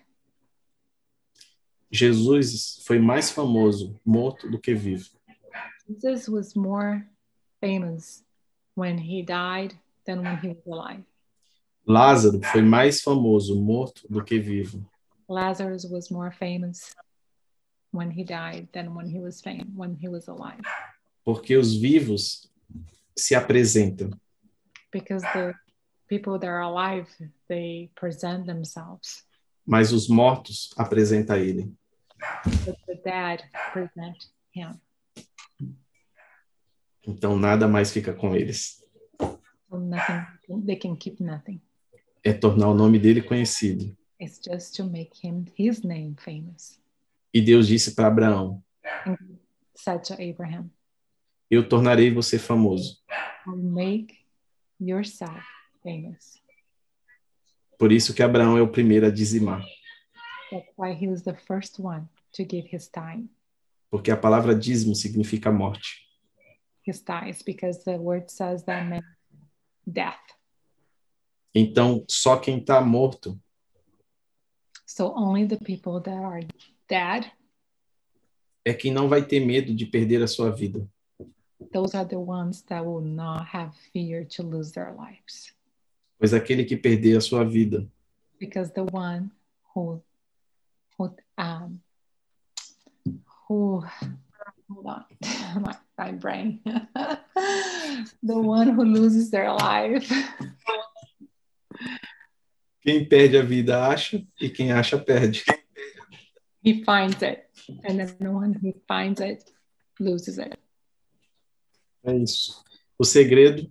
Speaker 1: Jesus foi mais famoso morto do que vivo.
Speaker 2: Jesus was more famous when he died than when he was alive.
Speaker 1: Lázaro foi mais famoso morto do que vivo.
Speaker 2: Lazarus was more famous when he died than when he was fame when he was alive
Speaker 1: porque os vivos se apresentam.
Speaker 2: because the people that are alive they present themselves
Speaker 1: Mas os mortos apresenta ele.
Speaker 2: but the dead present him
Speaker 1: Então nada mais fica com eles.
Speaker 2: so nothing they can keep nothing
Speaker 1: É tornar o nome dele conhecido.
Speaker 2: it's just to make him his name famous
Speaker 1: E Deus disse para Abraão:
Speaker 2: said to Abraham
Speaker 1: Eu tornarei você famoso.
Speaker 2: "I'll make yourself famous
Speaker 1: Por isso que Abraão é o primeiro a dizimar,
Speaker 2: that's why he was the first one to give his time
Speaker 1: porque a palavra dízimo significa morte.
Speaker 2: his tithes because the word says that meant death
Speaker 1: Então só quem está morto
Speaker 2: So only the people that are dead,
Speaker 1: é quem não vai ter medo de perder a sua vida,
Speaker 2: those are the ones that will not have fear to lose their lives.
Speaker 1: pois aquele que perder a sua vida
Speaker 2: Because the one who who um who hold on my, my brain. the one who loses their life.
Speaker 1: quem perde a vida acha e quem acha perde.
Speaker 2: He finds it. And then the one who finds it loses it.
Speaker 1: É isso. O segredo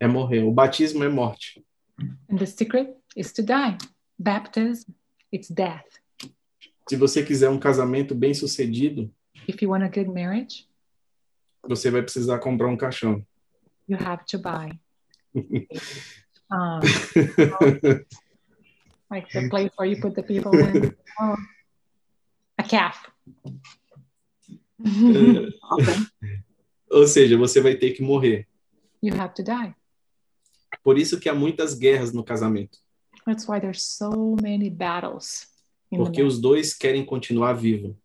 Speaker 1: é morrer. O batismo é morte.
Speaker 2: And the secret is to die. Baptism, it's death.
Speaker 1: Se você quiser um casamento bem sucedido,
Speaker 2: If you want a good marriage,
Speaker 1: você vai precisar comprar um caixão.
Speaker 2: you have to buy um, like the place where you put the people in oh, a calf you
Speaker 1: É, Ou seja, você vai ter que morrer.
Speaker 2: have to die
Speaker 1: Por isso que há muitas guerras no casamento,
Speaker 2: that's why there's so many battles in the
Speaker 1: porque
Speaker 2: marriage,
Speaker 1: os dois querem continuar vivo.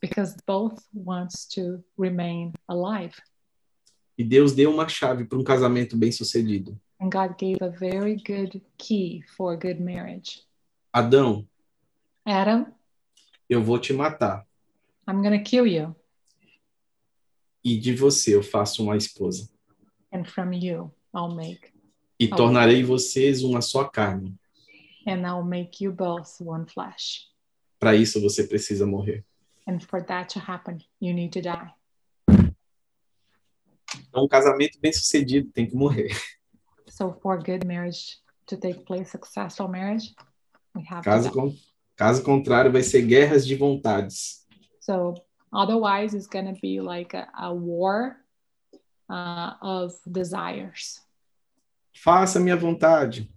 Speaker 2: because both wants to remain alive
Speaker 1: E Deus deu uma chave para um casamento bem sucedido.
Speaker 2: and god gave a very good key for a good marriage
Speaker 1: Adão,
Speaker 2: adam
Speaker 1: eu vou te matar
Speaker 2: i'm going to kill you
Speaker 1: e de você eu faço uma esposa
Speaker 2: and from you i'll make
Speaker 1: e
Speaker 2: Oh.
Speaker 1: tornarei vocês uma só carne.
Speaker 2: and i'll make you both one flesh
Speaker 1: Para isso você precisa morrer.
Speaker 2: And for that to happen, you need to die.
Speaker 1: Então, um casamento bem sucedido tem que morrer.
Speaker 2: So for good marriage to take place, successful marriage, we have
Speaker 1: Caso,
Speaker 2: to die.
Speaker 1: con- caso contrário, vai ser guerras de vontades.
Speaker 2: So otherwise, it's going to be like a, a war uh, of desires.
Speaker 1: Faça minha vontade.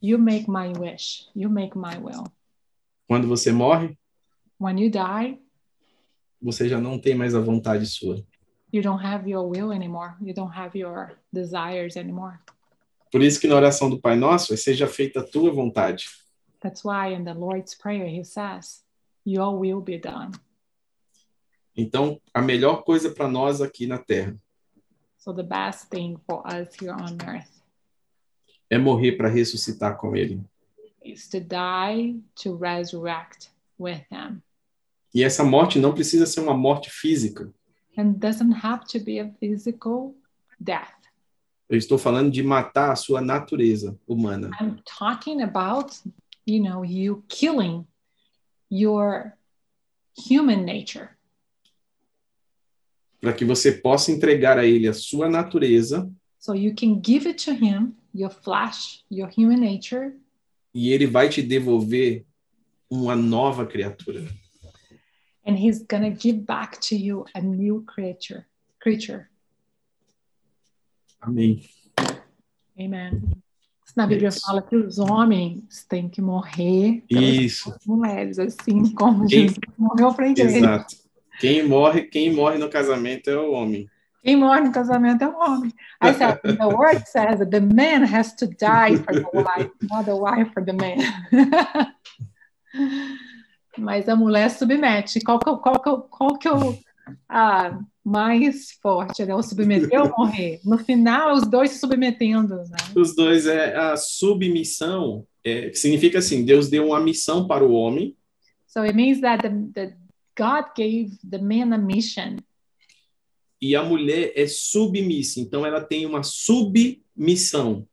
Speaker 2: You make my wish. You make my will.
Speaker 1: Quando você morre,
Speaker 2: When you die,
Speaker 1: você já não tem mais a vontade sua.
Speaker 2: you don't have your will anymore. You don't have your desires anymore.
Speaker 1: Por isso que na oração do Pai Nosso, é seja feita a tua vontade.
Speaker 2: That's why in the Lord's Prayer, He says, Your will be done.
Speaker 1: Então, a melhor coisa para nós aqui na Terra
Speaker 2: So the best thing for us here on earth
Speaker 1: é morrer para ressuscitar com Ele.
Speaker 2: is to die to resurrect with them
Speaker 1: E essa morte não precisa ser uma morte física.
Speaker 2: and doesn't have to be a physical death
Speaker 1: Eu estou falando de matar a sua natureza humana.
Speaker 2: i'm talking about you know you killing your human nature
Speaker 1: Para que você possa entregar a Ele a sua natureza
Speaker 2: so you can give it to him your flesh your human nature
Speaker 1: e Ele vai te devolver uma nova criatura.
Speaker 2: and he's going to give back to you a new creature creature
Speaker 1: Amém.
Speaker 2: amen na Bíblia
Speaker 1: Isso.
Speaker 2: fala que os homens têm que morrer
Speaker 1: Então,
Speaker 2: pelas
Speaker 1: Isso,
Speaker 2: mulheres, assim como
Speaker 1: Quem-
Speaker 2: Jesus morreu pra igreja.
Speaker 1: exato. Quem morre, quem morre no casamento é o homem.
Speaker 2: Quem morre no casamento é o homem. I said, the word says that the man has to die for the wife, not the wife for the man. Mas a mulher submete. Qual que, é o- qual que, é o- qual que é o ah, mais forte? Né? O submeter ou morrer? No final, é os dois se submetendo. Né?
Speaker 1: Os dois é a submissão, é, significa assim, Deus deu uma missão para o homem
Speaker 2: So it means that the, the God gave the man a mission.
Speaker 1: e a mulher é submissa, então ela tem uma submissão.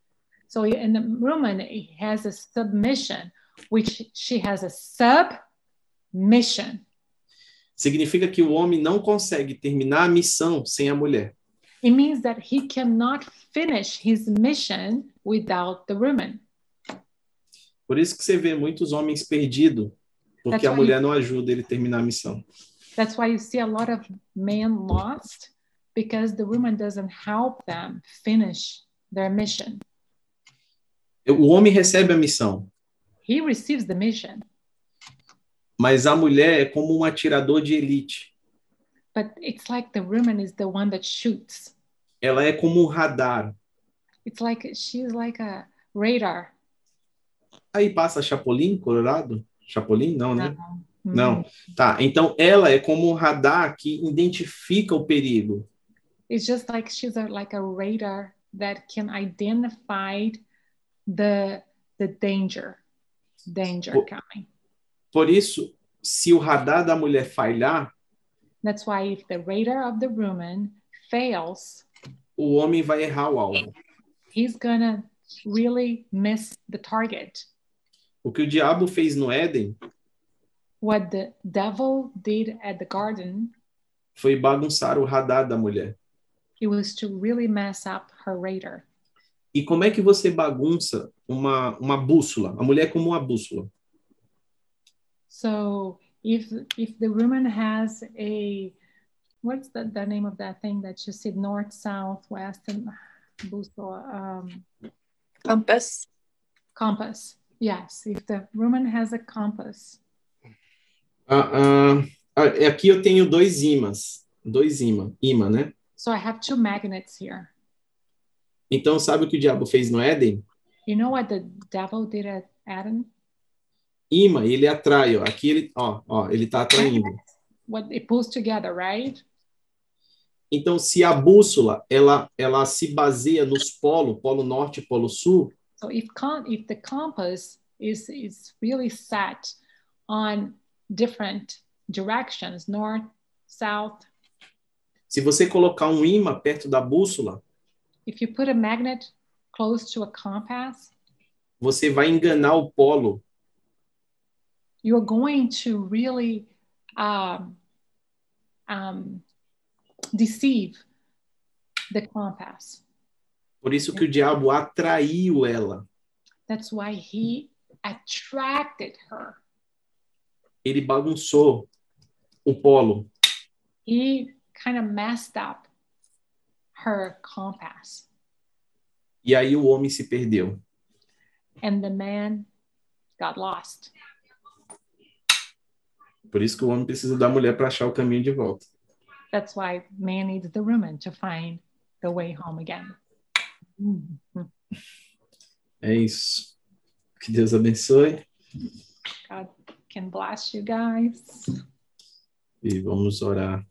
Speaker 2: So in the woman it has a submission, which she has a submission.
Speaker 1: Significa que o homem não consegue terminar a missão sem a mulher.
Speaker 2: It means that he cannot finish his mission without the woman.
Speaker 1: Por isso que você vê muitos homens perdidos, porque
Speaker 2: That's
Speaker 1: a
Speaker 2: why-
Speaker 1: mulher não ajuda ele a terminar a missão.
Speaker 2: That's why you see a lot of men lost because the woman doesn't help them finish their mission.
Speaker 1: O homem recebe a missão,
Speaker 2: He receives the mission,
Speaker 1: mas a mulher é como um atirador de elite.
Speaker 2: but it's like the woman is the one that shoots.
Speaker 1: Ela é como um radar.
Speaker 2: It's like she's like a radar.
Speaker 1: Aí passa Chapolin, Colorado? Chapolin? Não, né?
Speaker 2: Mm.
Speaker 1: Não. Tá, então ela é como um radar que identifica o perigo.
Speaker 2: it's just like she's a, like a radar that can identify the the danger danger
Speaker 1: Well-
Speaker 2: coming
Speaker 1: Por isso, se o radar da mulher falhar,
Speaker 2: that's why if the radar of the woman fails
Speaker 1: o homem vai errar o alvo.
Speaker 2: he's gonna really miss the target
Speaker 1: O que o diabo fez no Éden
Speaker 2: what the devil did at the garden
Speaker 1: foi bagunçar o radar da mulher.
Speaker 2: it was to really mess up her radar
Speaker 1: E como é que você bagunça uma, uma bússola? A mulher é como uma bússola.
Speaker 2: so if if the woman has a what's the, the name of that thing that you see north south west and bússola, um,
Speaker 3: Compass.
Speaker 2: compass yes if the woman has a compass
Speaker 1: Ah, ah, ah, aqui eu tenho dois ímãs. Dois ímã, ímã, né?
Speaker 2: so i have two magnets here
Speaker 1: Então, sabe o que o diabo fez no Éden?
Speaker 2: you know what the devil did at adam
Speaker 1: Imã, ele atrai, ó. Aqui ele, ó, ó, ele tá atraindo.
Speaker 2: what it pulls together right
Speaker 1: Então, se a bússola, ela, ela se baseia nos polos, polo norte e polo sul,
Speaker 2: so if con- if the compass is is really set on different directions north south
Speaker 1: se você colocar um imã perto da bússola,
Speaker 2: if you put a magnet close to a compass
Speaker 1: você vai enganar o polo.
Speaker 2: you're going to really um, um, deceive the compass
Speaker 1: Por isso que o diabo atraiu ela.
Speaker 2: That's why he attracted her.
Speaker 1: Ele bagunçou o polo.
Speaker 2: He kind of messed up her compass,
Speaker 1: E aí o homem se perdeu.
Speaker 2: and the man got lost.
Speaker 1: Por isso que o homem precisa da mulher para achar o caminho de volta.
Speaker 2: That's why man needs the woman to find the way home again.
Speaker 1: É isso. Que Deus abençoe.
Speaker 2: God can bless you guys.
Speaker 1: E vamos orar.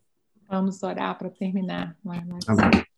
Speaker 2: Vamos orar para terminar. Vai, vai.
Speaker 1: Amém.